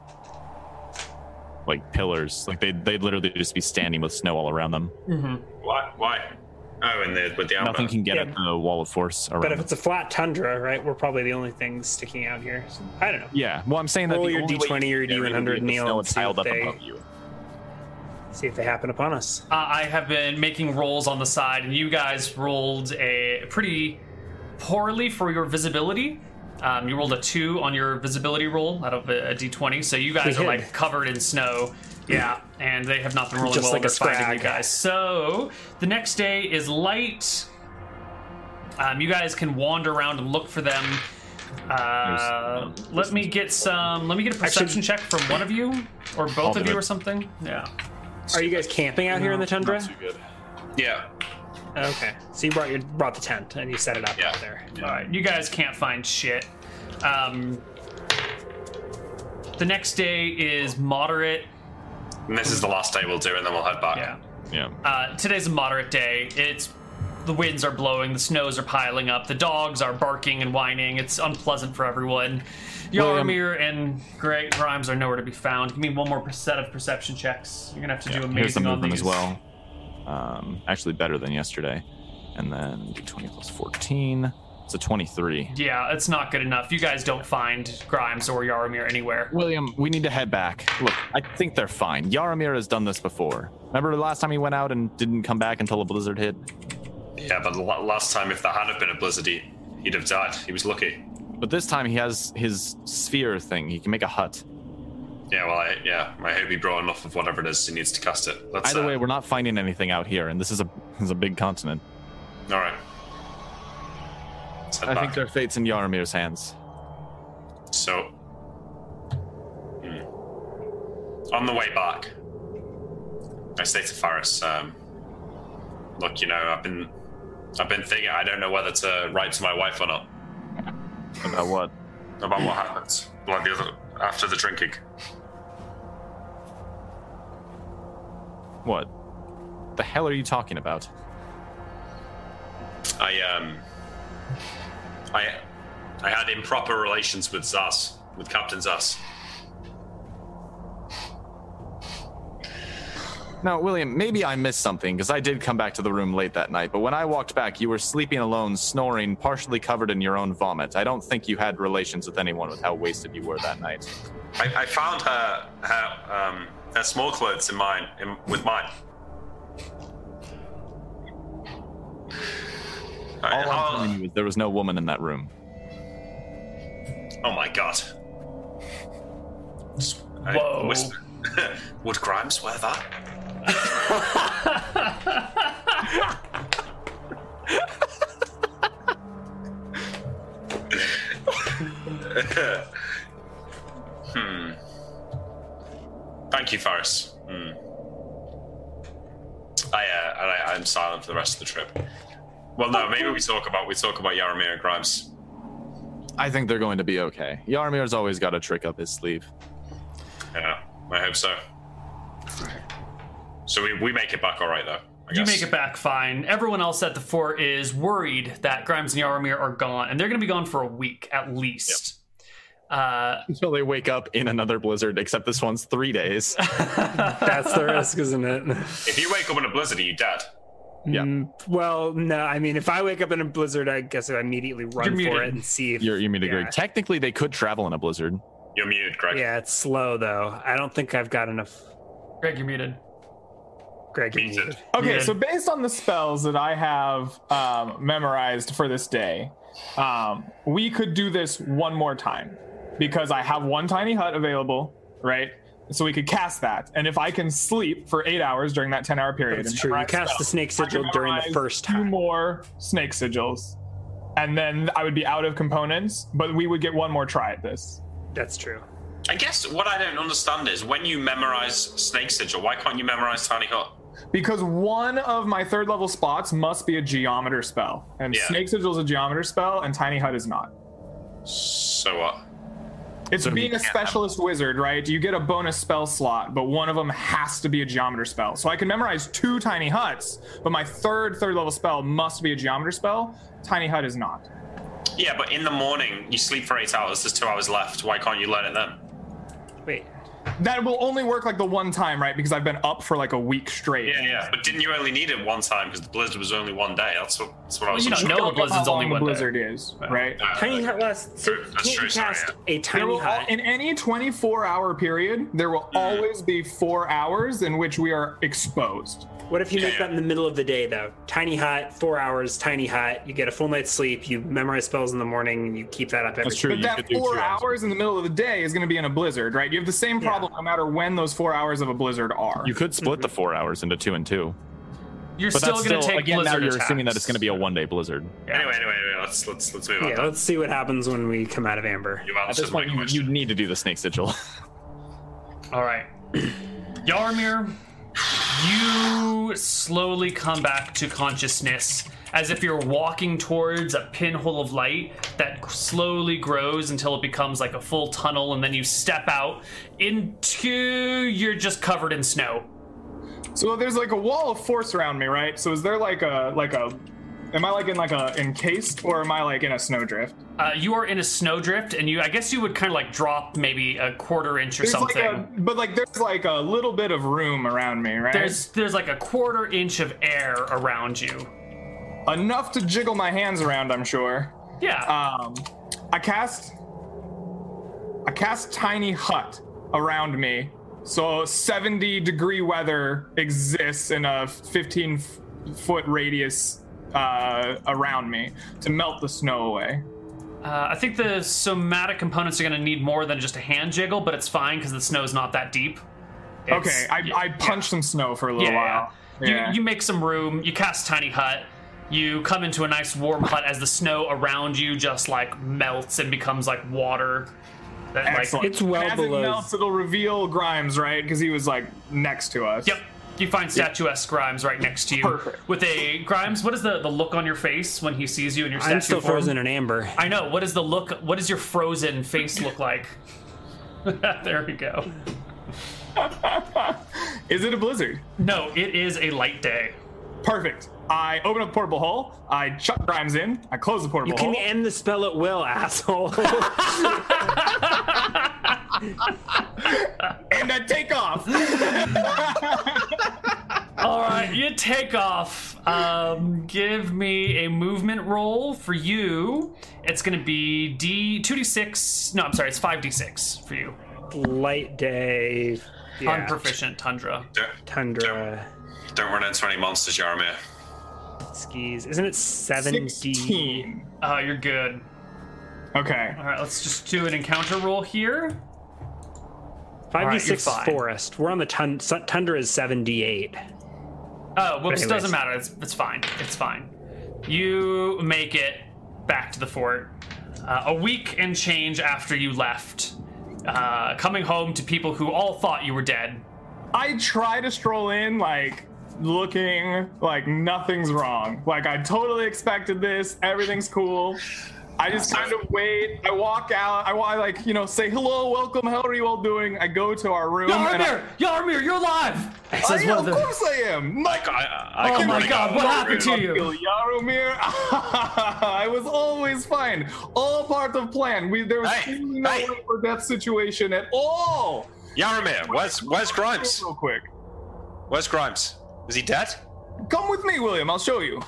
like pillars. Like they'd they'd literally just be standing with snow all around them.
Why? Why? Oh, and the, with the armor.
Nothing can get
Yeah.
at the wall of force around.
But if
them.
it's a flat tundra, right, we're probably the only things sticking out here. So, I don't know.
yeah, well, I'm saying that
Roll
the
your
only way
D20
you can
or
get rid of
D100
it is
Neil
snow
and
is
see
piled
if
up
they-
above you.
See if they happen upon us.
Uh, I have been making rolls on the side, and you guys rolled a pretty poorly for your visibility. Um, you rolled a two on your visibility roll out of a a d20, so you guys
We
are
hid.
like covered in snow. Yeah, and they have not been rolling
Just
well.
like
they're
a
finding you
scrag.
guys. So the next day is light. Um, you guys can wander around and look for them. Uh, let me get some. Let me get a perception check from one of you, or both
do
of you,
it.
or something. Yeah.
Are you guys camping out here in the tundra?
Yeah.
Okay. So you brought your brought the tent and you set it up
Yeah.
out there.
All right, you guys can't find shit. Um, the next day is moderate.
And this is the last day we'll do, and then we'll head back.
Yeah.
Yeah.
Uh, today's a moderate day. It's the winds are blowing, the snows are piling up, the dogs are barking and whining. It's unpleasant for everyone.
William.
Yarmir and Greg Grimes are nowhere to be found. Give me one more per- set of perception checks. You're gonna have to do
Here's
amazing
some
on
movement
these
as well. Um, actually, better than yesterday. And then d20 plus 14. It's a 23.
Yeah, it's not good enough. You guys don't find Grimes or Yaramir anywhere.
William, we need to head back. Look, I think they're fine. Yaramir has done this before. Remember the last time he went out and didn't come back until a blizzard hit?
Yeah, but la- last time, if there had have been a blizzard, he- he'd have died. He was lucky.
But this time he has his sphere thing. He can make a hut.
Yeah, well, I, yeah, I hope he brought enough of whatever it is he needs to cast it. Let's,
Either
uh,
way, we're not finding anything out here, and this is a (laughs) this is a big continent.
all right. uh, Let's head
I
Ah.
back.
think their fate's in Yaramir's hands.
So, Hmm. on the way back, I say to Faris, um, "Look, you know, I've been, I've been thinking. I don't know whether to write to my wife or not
About what?
about what happened, like the other, after the drinking.
What? The hell are you talking about?
I, um, I, I had improper relations with Zas, with Captain Zas.
Now, William, maybe I missed something because I did come back to the room late that night, but when I walked back, you were sleeping alone, snoring, partially covered in your own vomit. I don't think you had relations with anyone with how wasted you were that night.
I, I found her, her, um, her small clothes in mine, in, with mine."
All
I-
I'm
I'll-
telling you is there was no woman in that room.
Oh my god. Just- I
Whoa.
whisper- (laughs) Would Grimes wear that? hmm. Thank you, Faris. Hmm. I, uh, and I, I'm silent for the rest of the trip. Well, no, maybe we talk about we talk about Yaramir and Grimes.
I think they're going to be okay. Yarmir's always got a trick up his sleeve. (laughs)
Yeah, I hope so. So we, we make it back all right, though. I
You
guess.
make it back fine. Everyone else at the fort is worried that Grimes and Yaramir are gone, and they're going to be gone for a week at least. Uh,
Until they wake up in another blizzard, except this one's three days. (laughs)
That's the risk, isn't it?
(laughs) If you wake up in a blizzard, are you dead?
Yeah.
Mm, well, no. I mean, if I wake up in a blizzard, I guess I immediately
You're
run for
muted.
it and see if.
You're, you mean to agree?
Yeah.
Technically, they could travel in a blizzard.
You're muted, Greg.
Yeah, it's slow though. I don't think I've got enough.
Greg, you're muted.
Greg, you
Muted.
muted.
Okay,
Yeah.
so based on the spells that I have um, memorized for this day, um, we could do this one more time because I have one tiny hut available, right? So we could cast that, and if I can sleep for eight hours during that ten-hour period,
That's
and
true. You
memorize
cast the
spells,
snake
I could
sigil during the
memorize
first
two
time.
more snake sigils, and then I would be out of components, but we would get one more try at this.
That's true.
I guess what I don't understand is when you memorize Snake Sigil, why can't you memorize Tiny Hut?
Because one of my third level spots must be a geometer spell. And
Yeah.
Snake Sigil is a geometer spell, and Tiny Hut is not.
So what?
It's
So he
being a
can't have
specialist wizard, right? You get a bonus spell slot, but one of them has to be a geometer spell. So I can memorize two tiny huts, but my third third level spell must be a geometer spell. Tiny hut is not.
Yeah, but in the morning, you sleep for eight hours. There's two hours left. Why can't you learn it then?
Wait.
That will only work like the one time, right? Because I've been up for like a week straight.
Yeah, yeah. But didn't you only need it one time because the blizzard was only one day? That's what, that's what I was
you don't
unsure
know the
about.
blizzard's
How
only
long
one
the blizzard
day.
is, right?
Uh,
Tiny hut lasts. So
That's
can't
true,
you
sorry,
cast a
There
tiny
will al-
hut?
in any 24 hour period, there will always be four hours in which we are exposed.
What if you
Yeah,
make that in the middle of the day though? Tiny hut, four hours, tiny hut. You get a full night's sleep. You memorize spells in the morning, and you keep that up every.
That's true.
But
you
that
could do
four
two
hours, in the middle of the day is going to be in a blizzard, right? You have the same
Yeah.
problem no matter when those four hours of a blizzard are.
You could split the four hours into two and two,
You're Mm-hmm.
but
still
that's
gonna
still
take
again now
blizzard
you're assuming that
attacks.
it's going to be a one day blizzard.
Anyway, anyway, anyway, let's let's let's move on.
Yeah, let's see what happens when we come out of amber.
You
At
answered
this point,
my
you,
question.
you need to do the snake sigil. (laughs)
All right. (clears throat) Yarmir, you slowly come back to consciousness as if you're walking towards a pinhole of light that slowly grows until it becomes like a full tunnel, and then you step out into. You're just covered in snow.
So there's like a wall of force around me, right? So is there like a like a am I like in like a encased or am I like in a snowdrift?
Uh, you are in a snowdrift, and you. I guess you would kind of like drop maybe a quarter inch or
There's
something.
like a but like there's like a little bit of room around me, right?
there's there's like a quarter inch of air around you.
enough to jiggle my hands around, I'm sure.
Yeah.
Um I cast I cast tiny hut around me. So 70 degree weather exists in a 15 f- foot radius uh, around me to melt the snow away.
Uh, I think the somatic components are going to need more than just a hand jiggle, but it's fine because the snow's not that deep.
Okay, I, I punch some snow for a little
Yeah, yeah.
while. Yeah.
You, you make some room, you cast Tiny Hut, you come into a nice warm hut as the snow around you just like melts and becomes like water. That, like-
Excellent.
It's well
And as
below-
it melts, it'll reveal Grimes, right? Because he was like next to us.
yep. You find statuesque Grimes right next to you.
Perfect.
With a Grimes, what is the, the look on your face when he sees you in your statue
I'm still
form?
frozen in amber.
I know. What is the look? What does your frozen face look like? (laughs) there we go.
(laughs) Is it a blizzard?
No, it is a light day.
Perfect. I open up the portable hole. I chuck Grimes in. I close the
You
portable
can
hole.
end the spell at will, (laughs) asshole.
and I take off.
All right, you take off. Um, give me a movement roll for you. It's gonna be D two D six. No, I'm sorry, it's five D six for you.
Light day.
on
Yeah.
Unproficient tundra.
Don't,
Tundra
don't run into any monsters, Yaramir.
skis. Isn't it 70?
16.
Oh, you're good.
Okay.
All right, let's just do an encounter roll here.
5d6
All right, you're fine.
forest. We're on the tund- su- tundra is 78.
Oh, whoops,
anyways.
doesn't matter. It's, it's fine. It's fine. You make it back to the fort. Uh, a week and change after you left, uh, coming home to people who all thought you were dead.
I try to stroll in like looking like nothing's wrong. Like I totally expected this. Everything's cool. I just kind of wait. I walk out. I, wa- I like you know say hello, welcome. How are you all doing? I go to our room. and I,
Yarmir! Yarmir, you're alive!
I
Says
am,
one
of
of the-
course I am. My
Like, I, I, I
Oh
keep
my
running
god,
out
what
of
happened
room.
to you?
Yaromir, (laughs) I was always fine. All part of plan. We there was
Hey,
clearly no
hey.
life or death situation at all.
Yaramir, where's where's Grimes?
Real quick.
Where's Grimes? Is he dead?
come with me, William. I'll show you.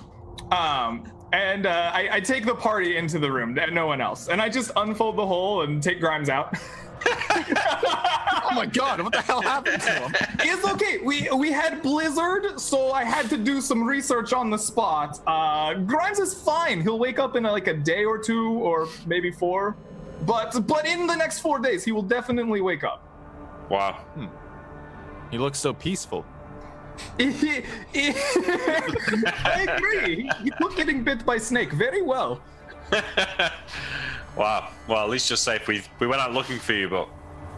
Um, and uh, I, I take the party into the room, and no one else. And I just unfold the hole and take Grimes out. (laughs)
oh my god! What the hell happened to him?
it's okay. We we had blizzard, so I had to do some research on the spot. Uh, Grimes is fine. He'll wake up in like a day or two, or maybe four. But but in the next four days, he will definitely wake up. (laughs)
Wow.
(laughs) He looks so peaceful.
I agree. He, he took getting bit by snake very well.
wow. Well, at least you're safe. We we went out looking for you, but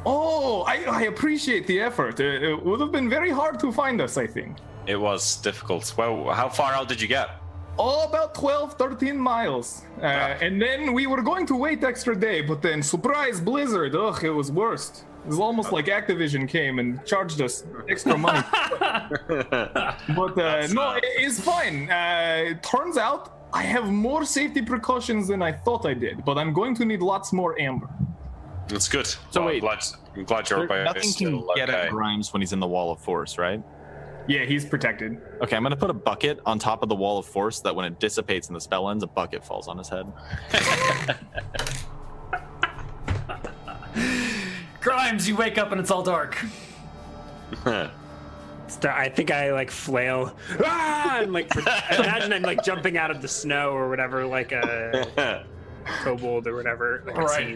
Oh, I, I appreciate the effort. It, it would have been very hard to find us, I think.
it was difficult. Well, how far out did you get?
all about 12, 13 miles. Uh, And then we were going to wait extra day, but then surprise blizzard. Ugh, it was worst. It was almost like Activision came and charged us extra (laughs) money. but uh, no, it, it's fine. Uh, turns out I have more safety precautions than I thought I did, but I'm going to need lots more amber.
That's good.
So
Well,
wait.
I'm glad, I'm glad you're
There-
okay.
nothing can get
okay.
at Grimes when he's in the wall of force, right?
Yeah, he's protected.
Okay, I'm gonna put a bucket on top of the wall of force that when it dissipates and the spell ends, a bucket falls on his head.
Grimes, you wake up and it's all dark.
St- I think I like flail. Ah! And, like, pre- I imagine I'm like jumping out of the snow or whatever, like a kobold or whatever. Like
All
I've seen.
right,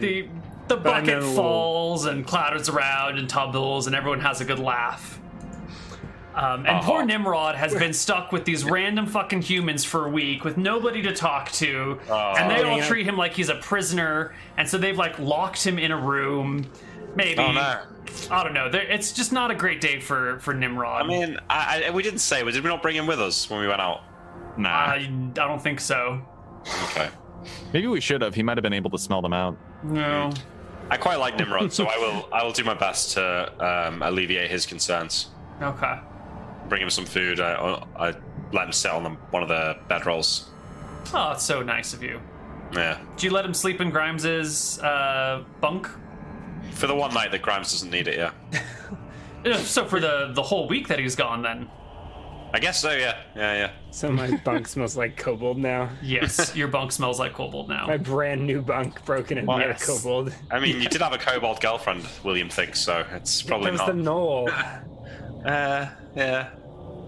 the the
But I'm
bucket
in a little-
falls and clatters around and tumbles, and everyone has a good laugh. Um, and poor Nimrod has
(laughs)
been stuck with these random fucking humans for a week with nobody to talk to, and they all
Yeah.
treat him like he's a prisoner, and so they've like locked him in a room. Maybe
Oh, no.
I don't know. They're- It's just not a great day for for Nimrod.
(laughs) I mean, I, I, we didn't say. Did we not bring him with us when we went out? Ah,
Nah.
I, I don't think so.
Okay.
Maybe we should have. He might have been able to smell them out.
No.
I quite like Nimrod, so I will. I will do my best to um, alleviate his concerns.
Okay.
Bring him some food. I, I let him sit on the, one of the bedrolls.
Oh, it's so nice of you.
Yeah,
Do you let him sleep in Grimes's uh, bunk?
for the one night that Grimes doesn't need it. Yeah,
Ugh, So for the the whole week that he's gone, then
I guess so. Yeah, yeah,
So my (laughs) bunk smells like kobold now.
yes, your bunk smells like kobold
My
now.
brand new bunk, broken and near
yes.
kobold.
yeah. I mean, you did have a kobold girlfriend, William thinks, so it's probably
That was
not.
the knoll.
Uh, yeah.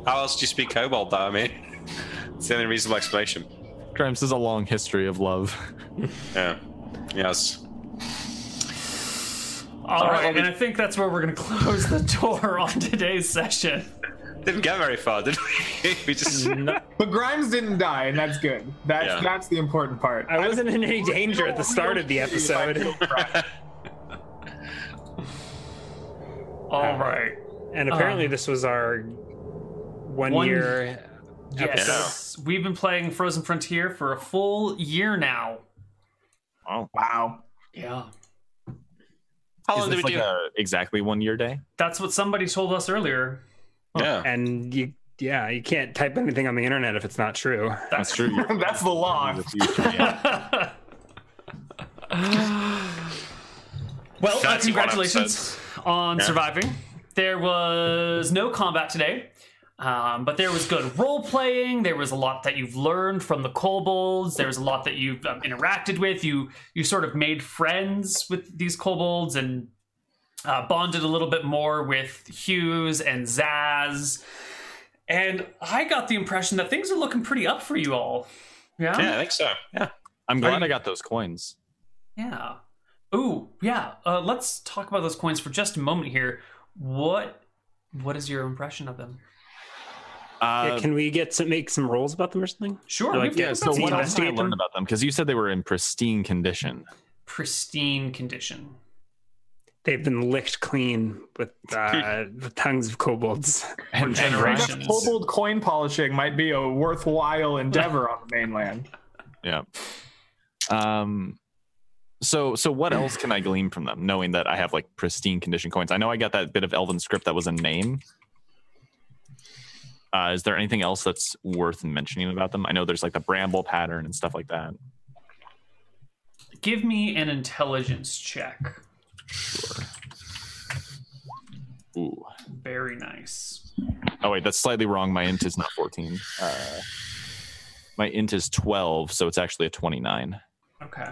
How else do you speak kobold, though? I mean, (laughs) it's the only reasonable explanation.
Grimes has a long history of love.
Yeah. Yes.
All right, and I think that's where we're gonna (laughs) close the door on today's session.
Didn't get very far, (laughs) did we? we just. (laughs)
But Grimes didn't die, and that's good. That's
Yeah.
that's the important part.
I wasn't in any danger at the start of the episode. (laughs)
All right,
And apparently,
Um,
this was our Uh-huh. one,
one-
year.
yes, we've been playing Frozen Frontier for a full year now.
Wow.
Yeah,
How
Is
long did
this
we
like a
do?
exactly one year day?
that's what somebody told us earlier. (laughs)
Yeah.
And you, yeah, you can't type anything on the internet if it's not true.
That's
(laughs)
true.
(laughs) That's the law.
Well, uh,
91
congratulations on surviving. There was no combat today, um, but there was good role playing. There was a lot that you've learned from the kobolds. There was a lot that you've um, interacted with. You you sort of made friends with these kobolds and uh, bonded a little bit more with Hughes and Zaz. And I got the impression that things are looking pretty up for you all. Yeah.
Yeah, I think so. Yeah. (laughs)
I'm glad I got those coins.
Yeah. Ooh, yeah. Uh, let's talk about those coins for just a moment here. What what is your impression of them?
Uh,
yeah, can we get to make some rolls about them or something?
Sure.
Like,
we've-
yeah,
we've
so
got
so
some
what else did I
investigate them?
learn about them? Because you said they were in pristine condition.
pristine condition.
They've been licked clean with uh, the tongues of kobolds.
And generations.
Kobold coin polishing might be a worthwhile endeavor on the mainland.
Yeah. Um. So so what else can I glean from them? Knowing that I have like pristine condition coins. I know I got that bit of Elven script that was a name. Uh, is there anything else that's worth mentioning about them? I know there's like the bramble pattern and stuff like that.
Give me an intelligence check.
Ooh.
Very nice.
Oh wait, that's slightly wrong. My int is not 14. Uh, my int is 12, so it's actually a 29.
Okay.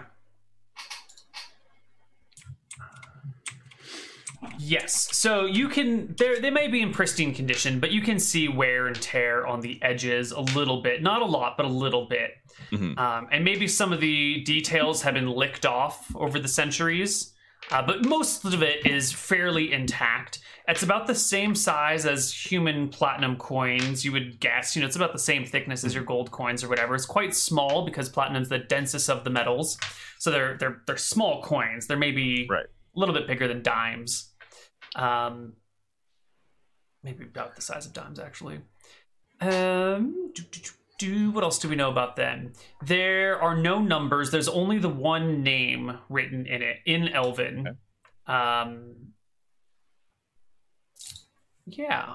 Yes. So you can there they may be in pristine condition, but you can see wear and tear on the edges a little bit. Not a lot, but a little bit.
Mhm.
Um, and maybe some of the details have been licked off over the centuries. Uh, but most of it is fairly intact. It's about the same size as human platinum coins, you would guess. You know, it's about the same thickness as your gold coins or whatever. It's quite small because platinum's the densest of the metals, so they're they're they're small coins. They're maybe
Right.
a little bit bigger than dimes, um, maybe about the size of dimes actually. Um, doo- doo- doo. do what else do we know about them? There are no numbers. There's only the one name written in it in Elven. Um, yeah.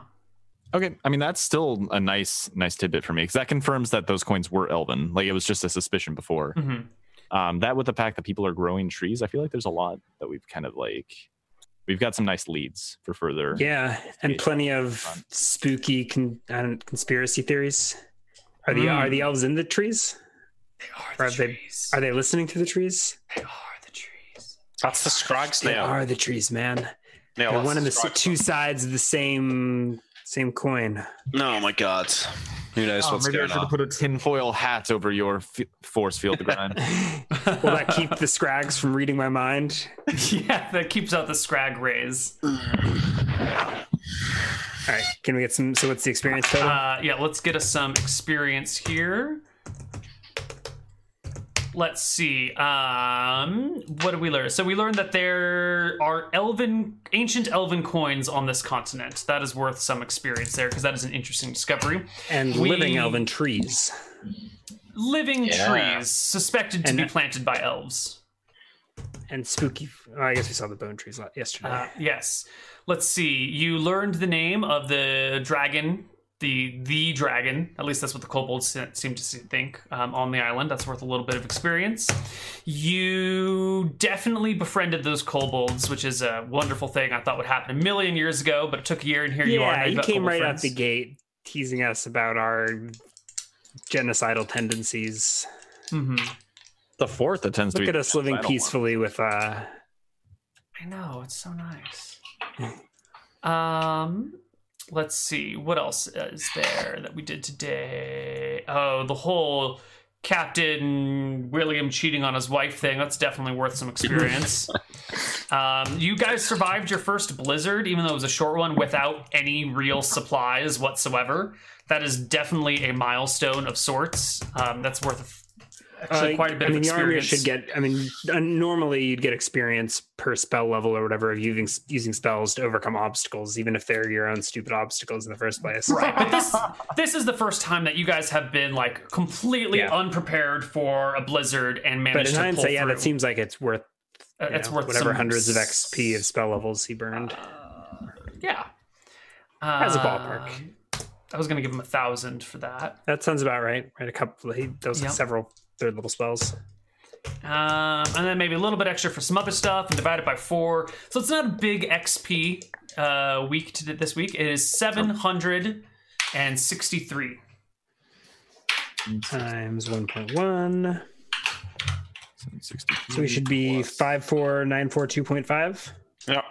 Okay, I mean that's still a nice nice tidbit for me because that confirms that those coins were elven. Like it was just a suspicion before.
Mhm.
Um, that with the fact that people are growing trees, I feel like there's a lot that we've kind of like we've got some nice leads for further.
Yeah, and plenty of spooky con- I don't- conspiracy theories. Are the
Mm.
are the elves in the trees?
They are
Are
the
they-
trees.
Are they listening to the trees?
they are the trees.
That's the Scrags
They
nail.
are the trees, man.
Nail,
They're
that's
one of the s-
Scrags.
two sides of the same same coin.
No, my God. Who knows
Oh,
what's
maybe I
going
should
on?
have put a tinfoil hat over your f- force field
(laughs)
grind.
Will that keep the scrags from reading my mind?
(laughs) yeah, that keeps out the scrag rays.
All right, can we get some? So, what's the experience total?
Uh, yeah, let's get us some experience here. Let's see. Um, what did we learn? So we learned that there are elven, ancient elven coins on this continent. That is worth some experience there because that is an interesting discovery.
and
we-
living elven trees.
Living
Yeah.
trees suspected to
And
be
that-
planted by elves.
and spooky. oh, I guess we saw the bone trees lot yesterday.
Uh, yes. Let's see. You learned the name of the dragon, the the dragon. At least that's what the kobolds se- seem to se- think um, on the island. That's worth a little bit of experience. You definitely befriended those kobolds, which is a wonderful thing. I thought would happen a million years ago, but it took a year, and here you are.
yeah,
now you've
you
got
came
kobold
right out
friends.
the gate teasing us about our genocidal tendencies.
Mhm.
the fourth that tends to
Look
be
at us living
I don't want-
peacefully with uh
I know it's so nice. Um, let's see what else is there that we did today. Oh, the whole Captain William cheating on his wife thing. That's definitely worth some experience. um, you guys survived your first blizzard, even though it was a short one, without any real supplies whatsoever. That is definitely a milestone of sorts. Um, that's worth actually
uh,
quite a bit
I mean,
of
the army
experience.
should get. I mean, uh, normally you'd get experience per spell level or whatever of using using spells to overcome obstacles, even if they're your own stupid obstacles in the first place.
Right, but this this is the first time that you guys have been like completely
Yeah.
unprepared for a blizzard and (laughs)
But
managed to
in
pull
hindsight, yeah,
through.
that seems like it's worth.
Uh,
you
it's
know,
worth
whatever
some-
hundreds of XP of spell levels he burned.
Yeah,
As a ballpark.
Uh, I was gonna give him a thousand for that.
That sounds about right. Right, a couple. He those
Yeah.
several third level spells.
um, and then maybe a little bit extra for some other stuff and divide it by four. So it's not a big XP uh, week to this week. It is seven hundred and sixty-three.
times 1.1.
762,
So we should be 54942.5.
Yep.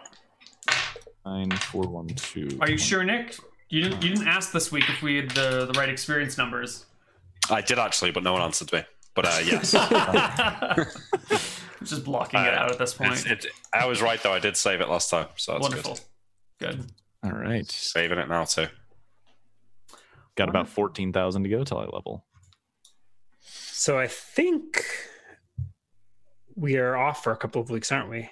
9412.
Are you sure, Nick? You didn't, you didn't ask this week if we had the, the right experience numbers.
I did actually, but no one answered me. But uh, yes,
I'm just blocking it out at this point.
It's- it- I was right though. I did save it last time, so that's
Wonderful.
good.
Good.
All right.
Saving it now too.
Got about 14,000 to go till I level.
So I think we are off for a couple of weeks, aren't we?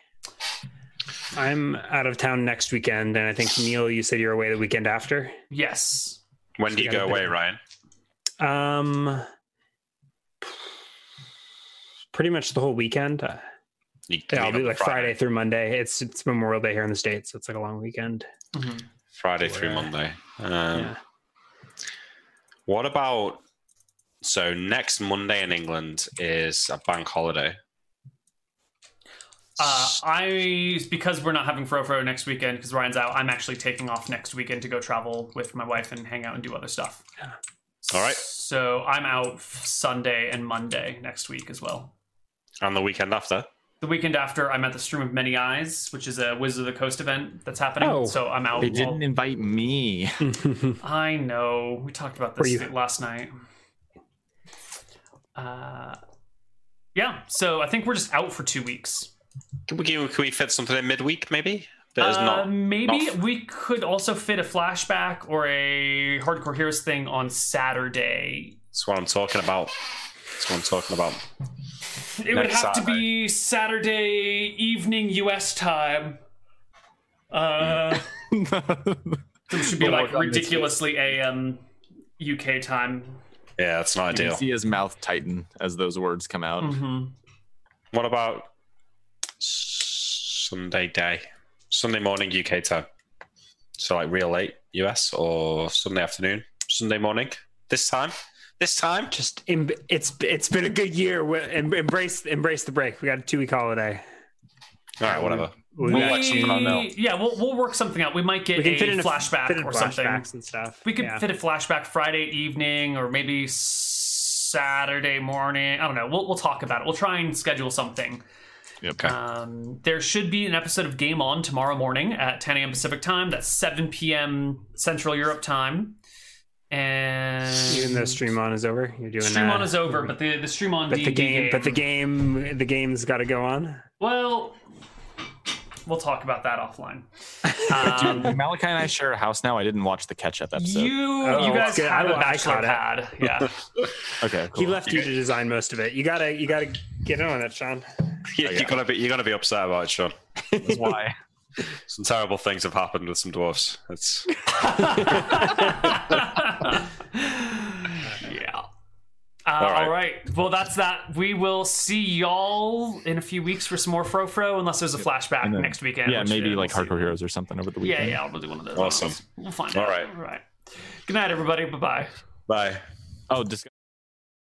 I'm out of town next weekend, and I think Neil, you said you're away the weekend after.
Yes.
When do you
gotta
go away, Ryan?
Um, pretty much the whole weekend. Uh,
You
yeah, I'll be
leave on
like Friday through Monday. It's it's Memorial Day here in the states, so it's like a long (laughs) weekend.
Mm-hmm.
Mhm.
Friday through
Yeah.
Monday. Um,
yeah.
What about so next Monday in England is a bank holiday?
Uh, I because we're not having Frofro next weekend because Ryan's out. I'm actually taking off next weekend to go travel with my wife and hang out and do other stuff.
All right.
So I'm out f- Sunday and Monday next week as well.
And the weekend after.
The weekend after, I'm at the Stream of Many Eyes, which is a Wizard of the Coast event that's happening.
Oh.
so I'm out.
They didn't invite (laughs) me.
I know. We talked about
Were
this
you-
th- last night. Uh, yeah. So I think we're just out for two weeks.
Can we, can we fit something in midweek maybe? That is
Uh,
Um,
not
maybe
not-
we could also fit a flashback or a hardcore heroes thing on Saturday.
That's what I'm talking about. That's what I'm talking about.
It would
Next
have to be Saturday evening U.S. time. Uh,
Mm.
(laughs)
Oh
so it should be like ridiculously a.m. UK time.
Yeah, that's not
You can
ideal.
see his mouth tighten as those words come out.
Hmm.
What about Sunday day? Sunday morning UK time. So like real late US or Sunday afternoon? Sunday morning? This time? This time?
Just em- it's it's been a good year. We- em- Embrace embrace the break. We got a two week holiday.
Alright, whatever.
We,
We,
We'll let you know.
yeah, we'll, we'll work something out. We might get
we can
a
fit in a
flashback
fit in
or something.
flashbacks and stuff.
We could
Yeah.
fit a flashback Friday evening or maybe Saturday morning. I don't know. We'll, we'll talk about it. We'll try and schedule something.
Okay.
Um, there should be an episode of Game On tomorrow morning at 10 a.m. Pacific time. That's 7 p.m. Central Europe time. And
even though stream on is over, you're doing
stream
that.
on is over, but the, the stream on
but the
D&D
game, but the game, the game's got to go on.
Well, we'll talk about that
(laughs)
offline. Um,
Malachi and I share a house now. I didn't watch the catch up episode.
you you
Oh,
guys
good.
have
I-
an
I
bachelor
caught it.
pad. Yeah.
okay,
He
cool.
left you to design most of it. You gotta you gotta get in on it, Sean.
Yeah, you gotta be you gotta be upset about it, Sean.
That's why.
Some terrible things have happened with some dwarfs. It's
yeah. Uh, all, right.
right.
Well, that's that. We will see y'all in a few weeks for some more frofro, unless there's a flashback
And then-
next weekend.
Yeah,
which,
maybe
we'll
like
see.
Hardcore Heroes or something over the
Yeah,
weekend.
yeah, I'll do one of those.
Awesome.
We'll find
All
out.
right.
All right. Good night, everybody. Bye bye.
bye.
Oh, just.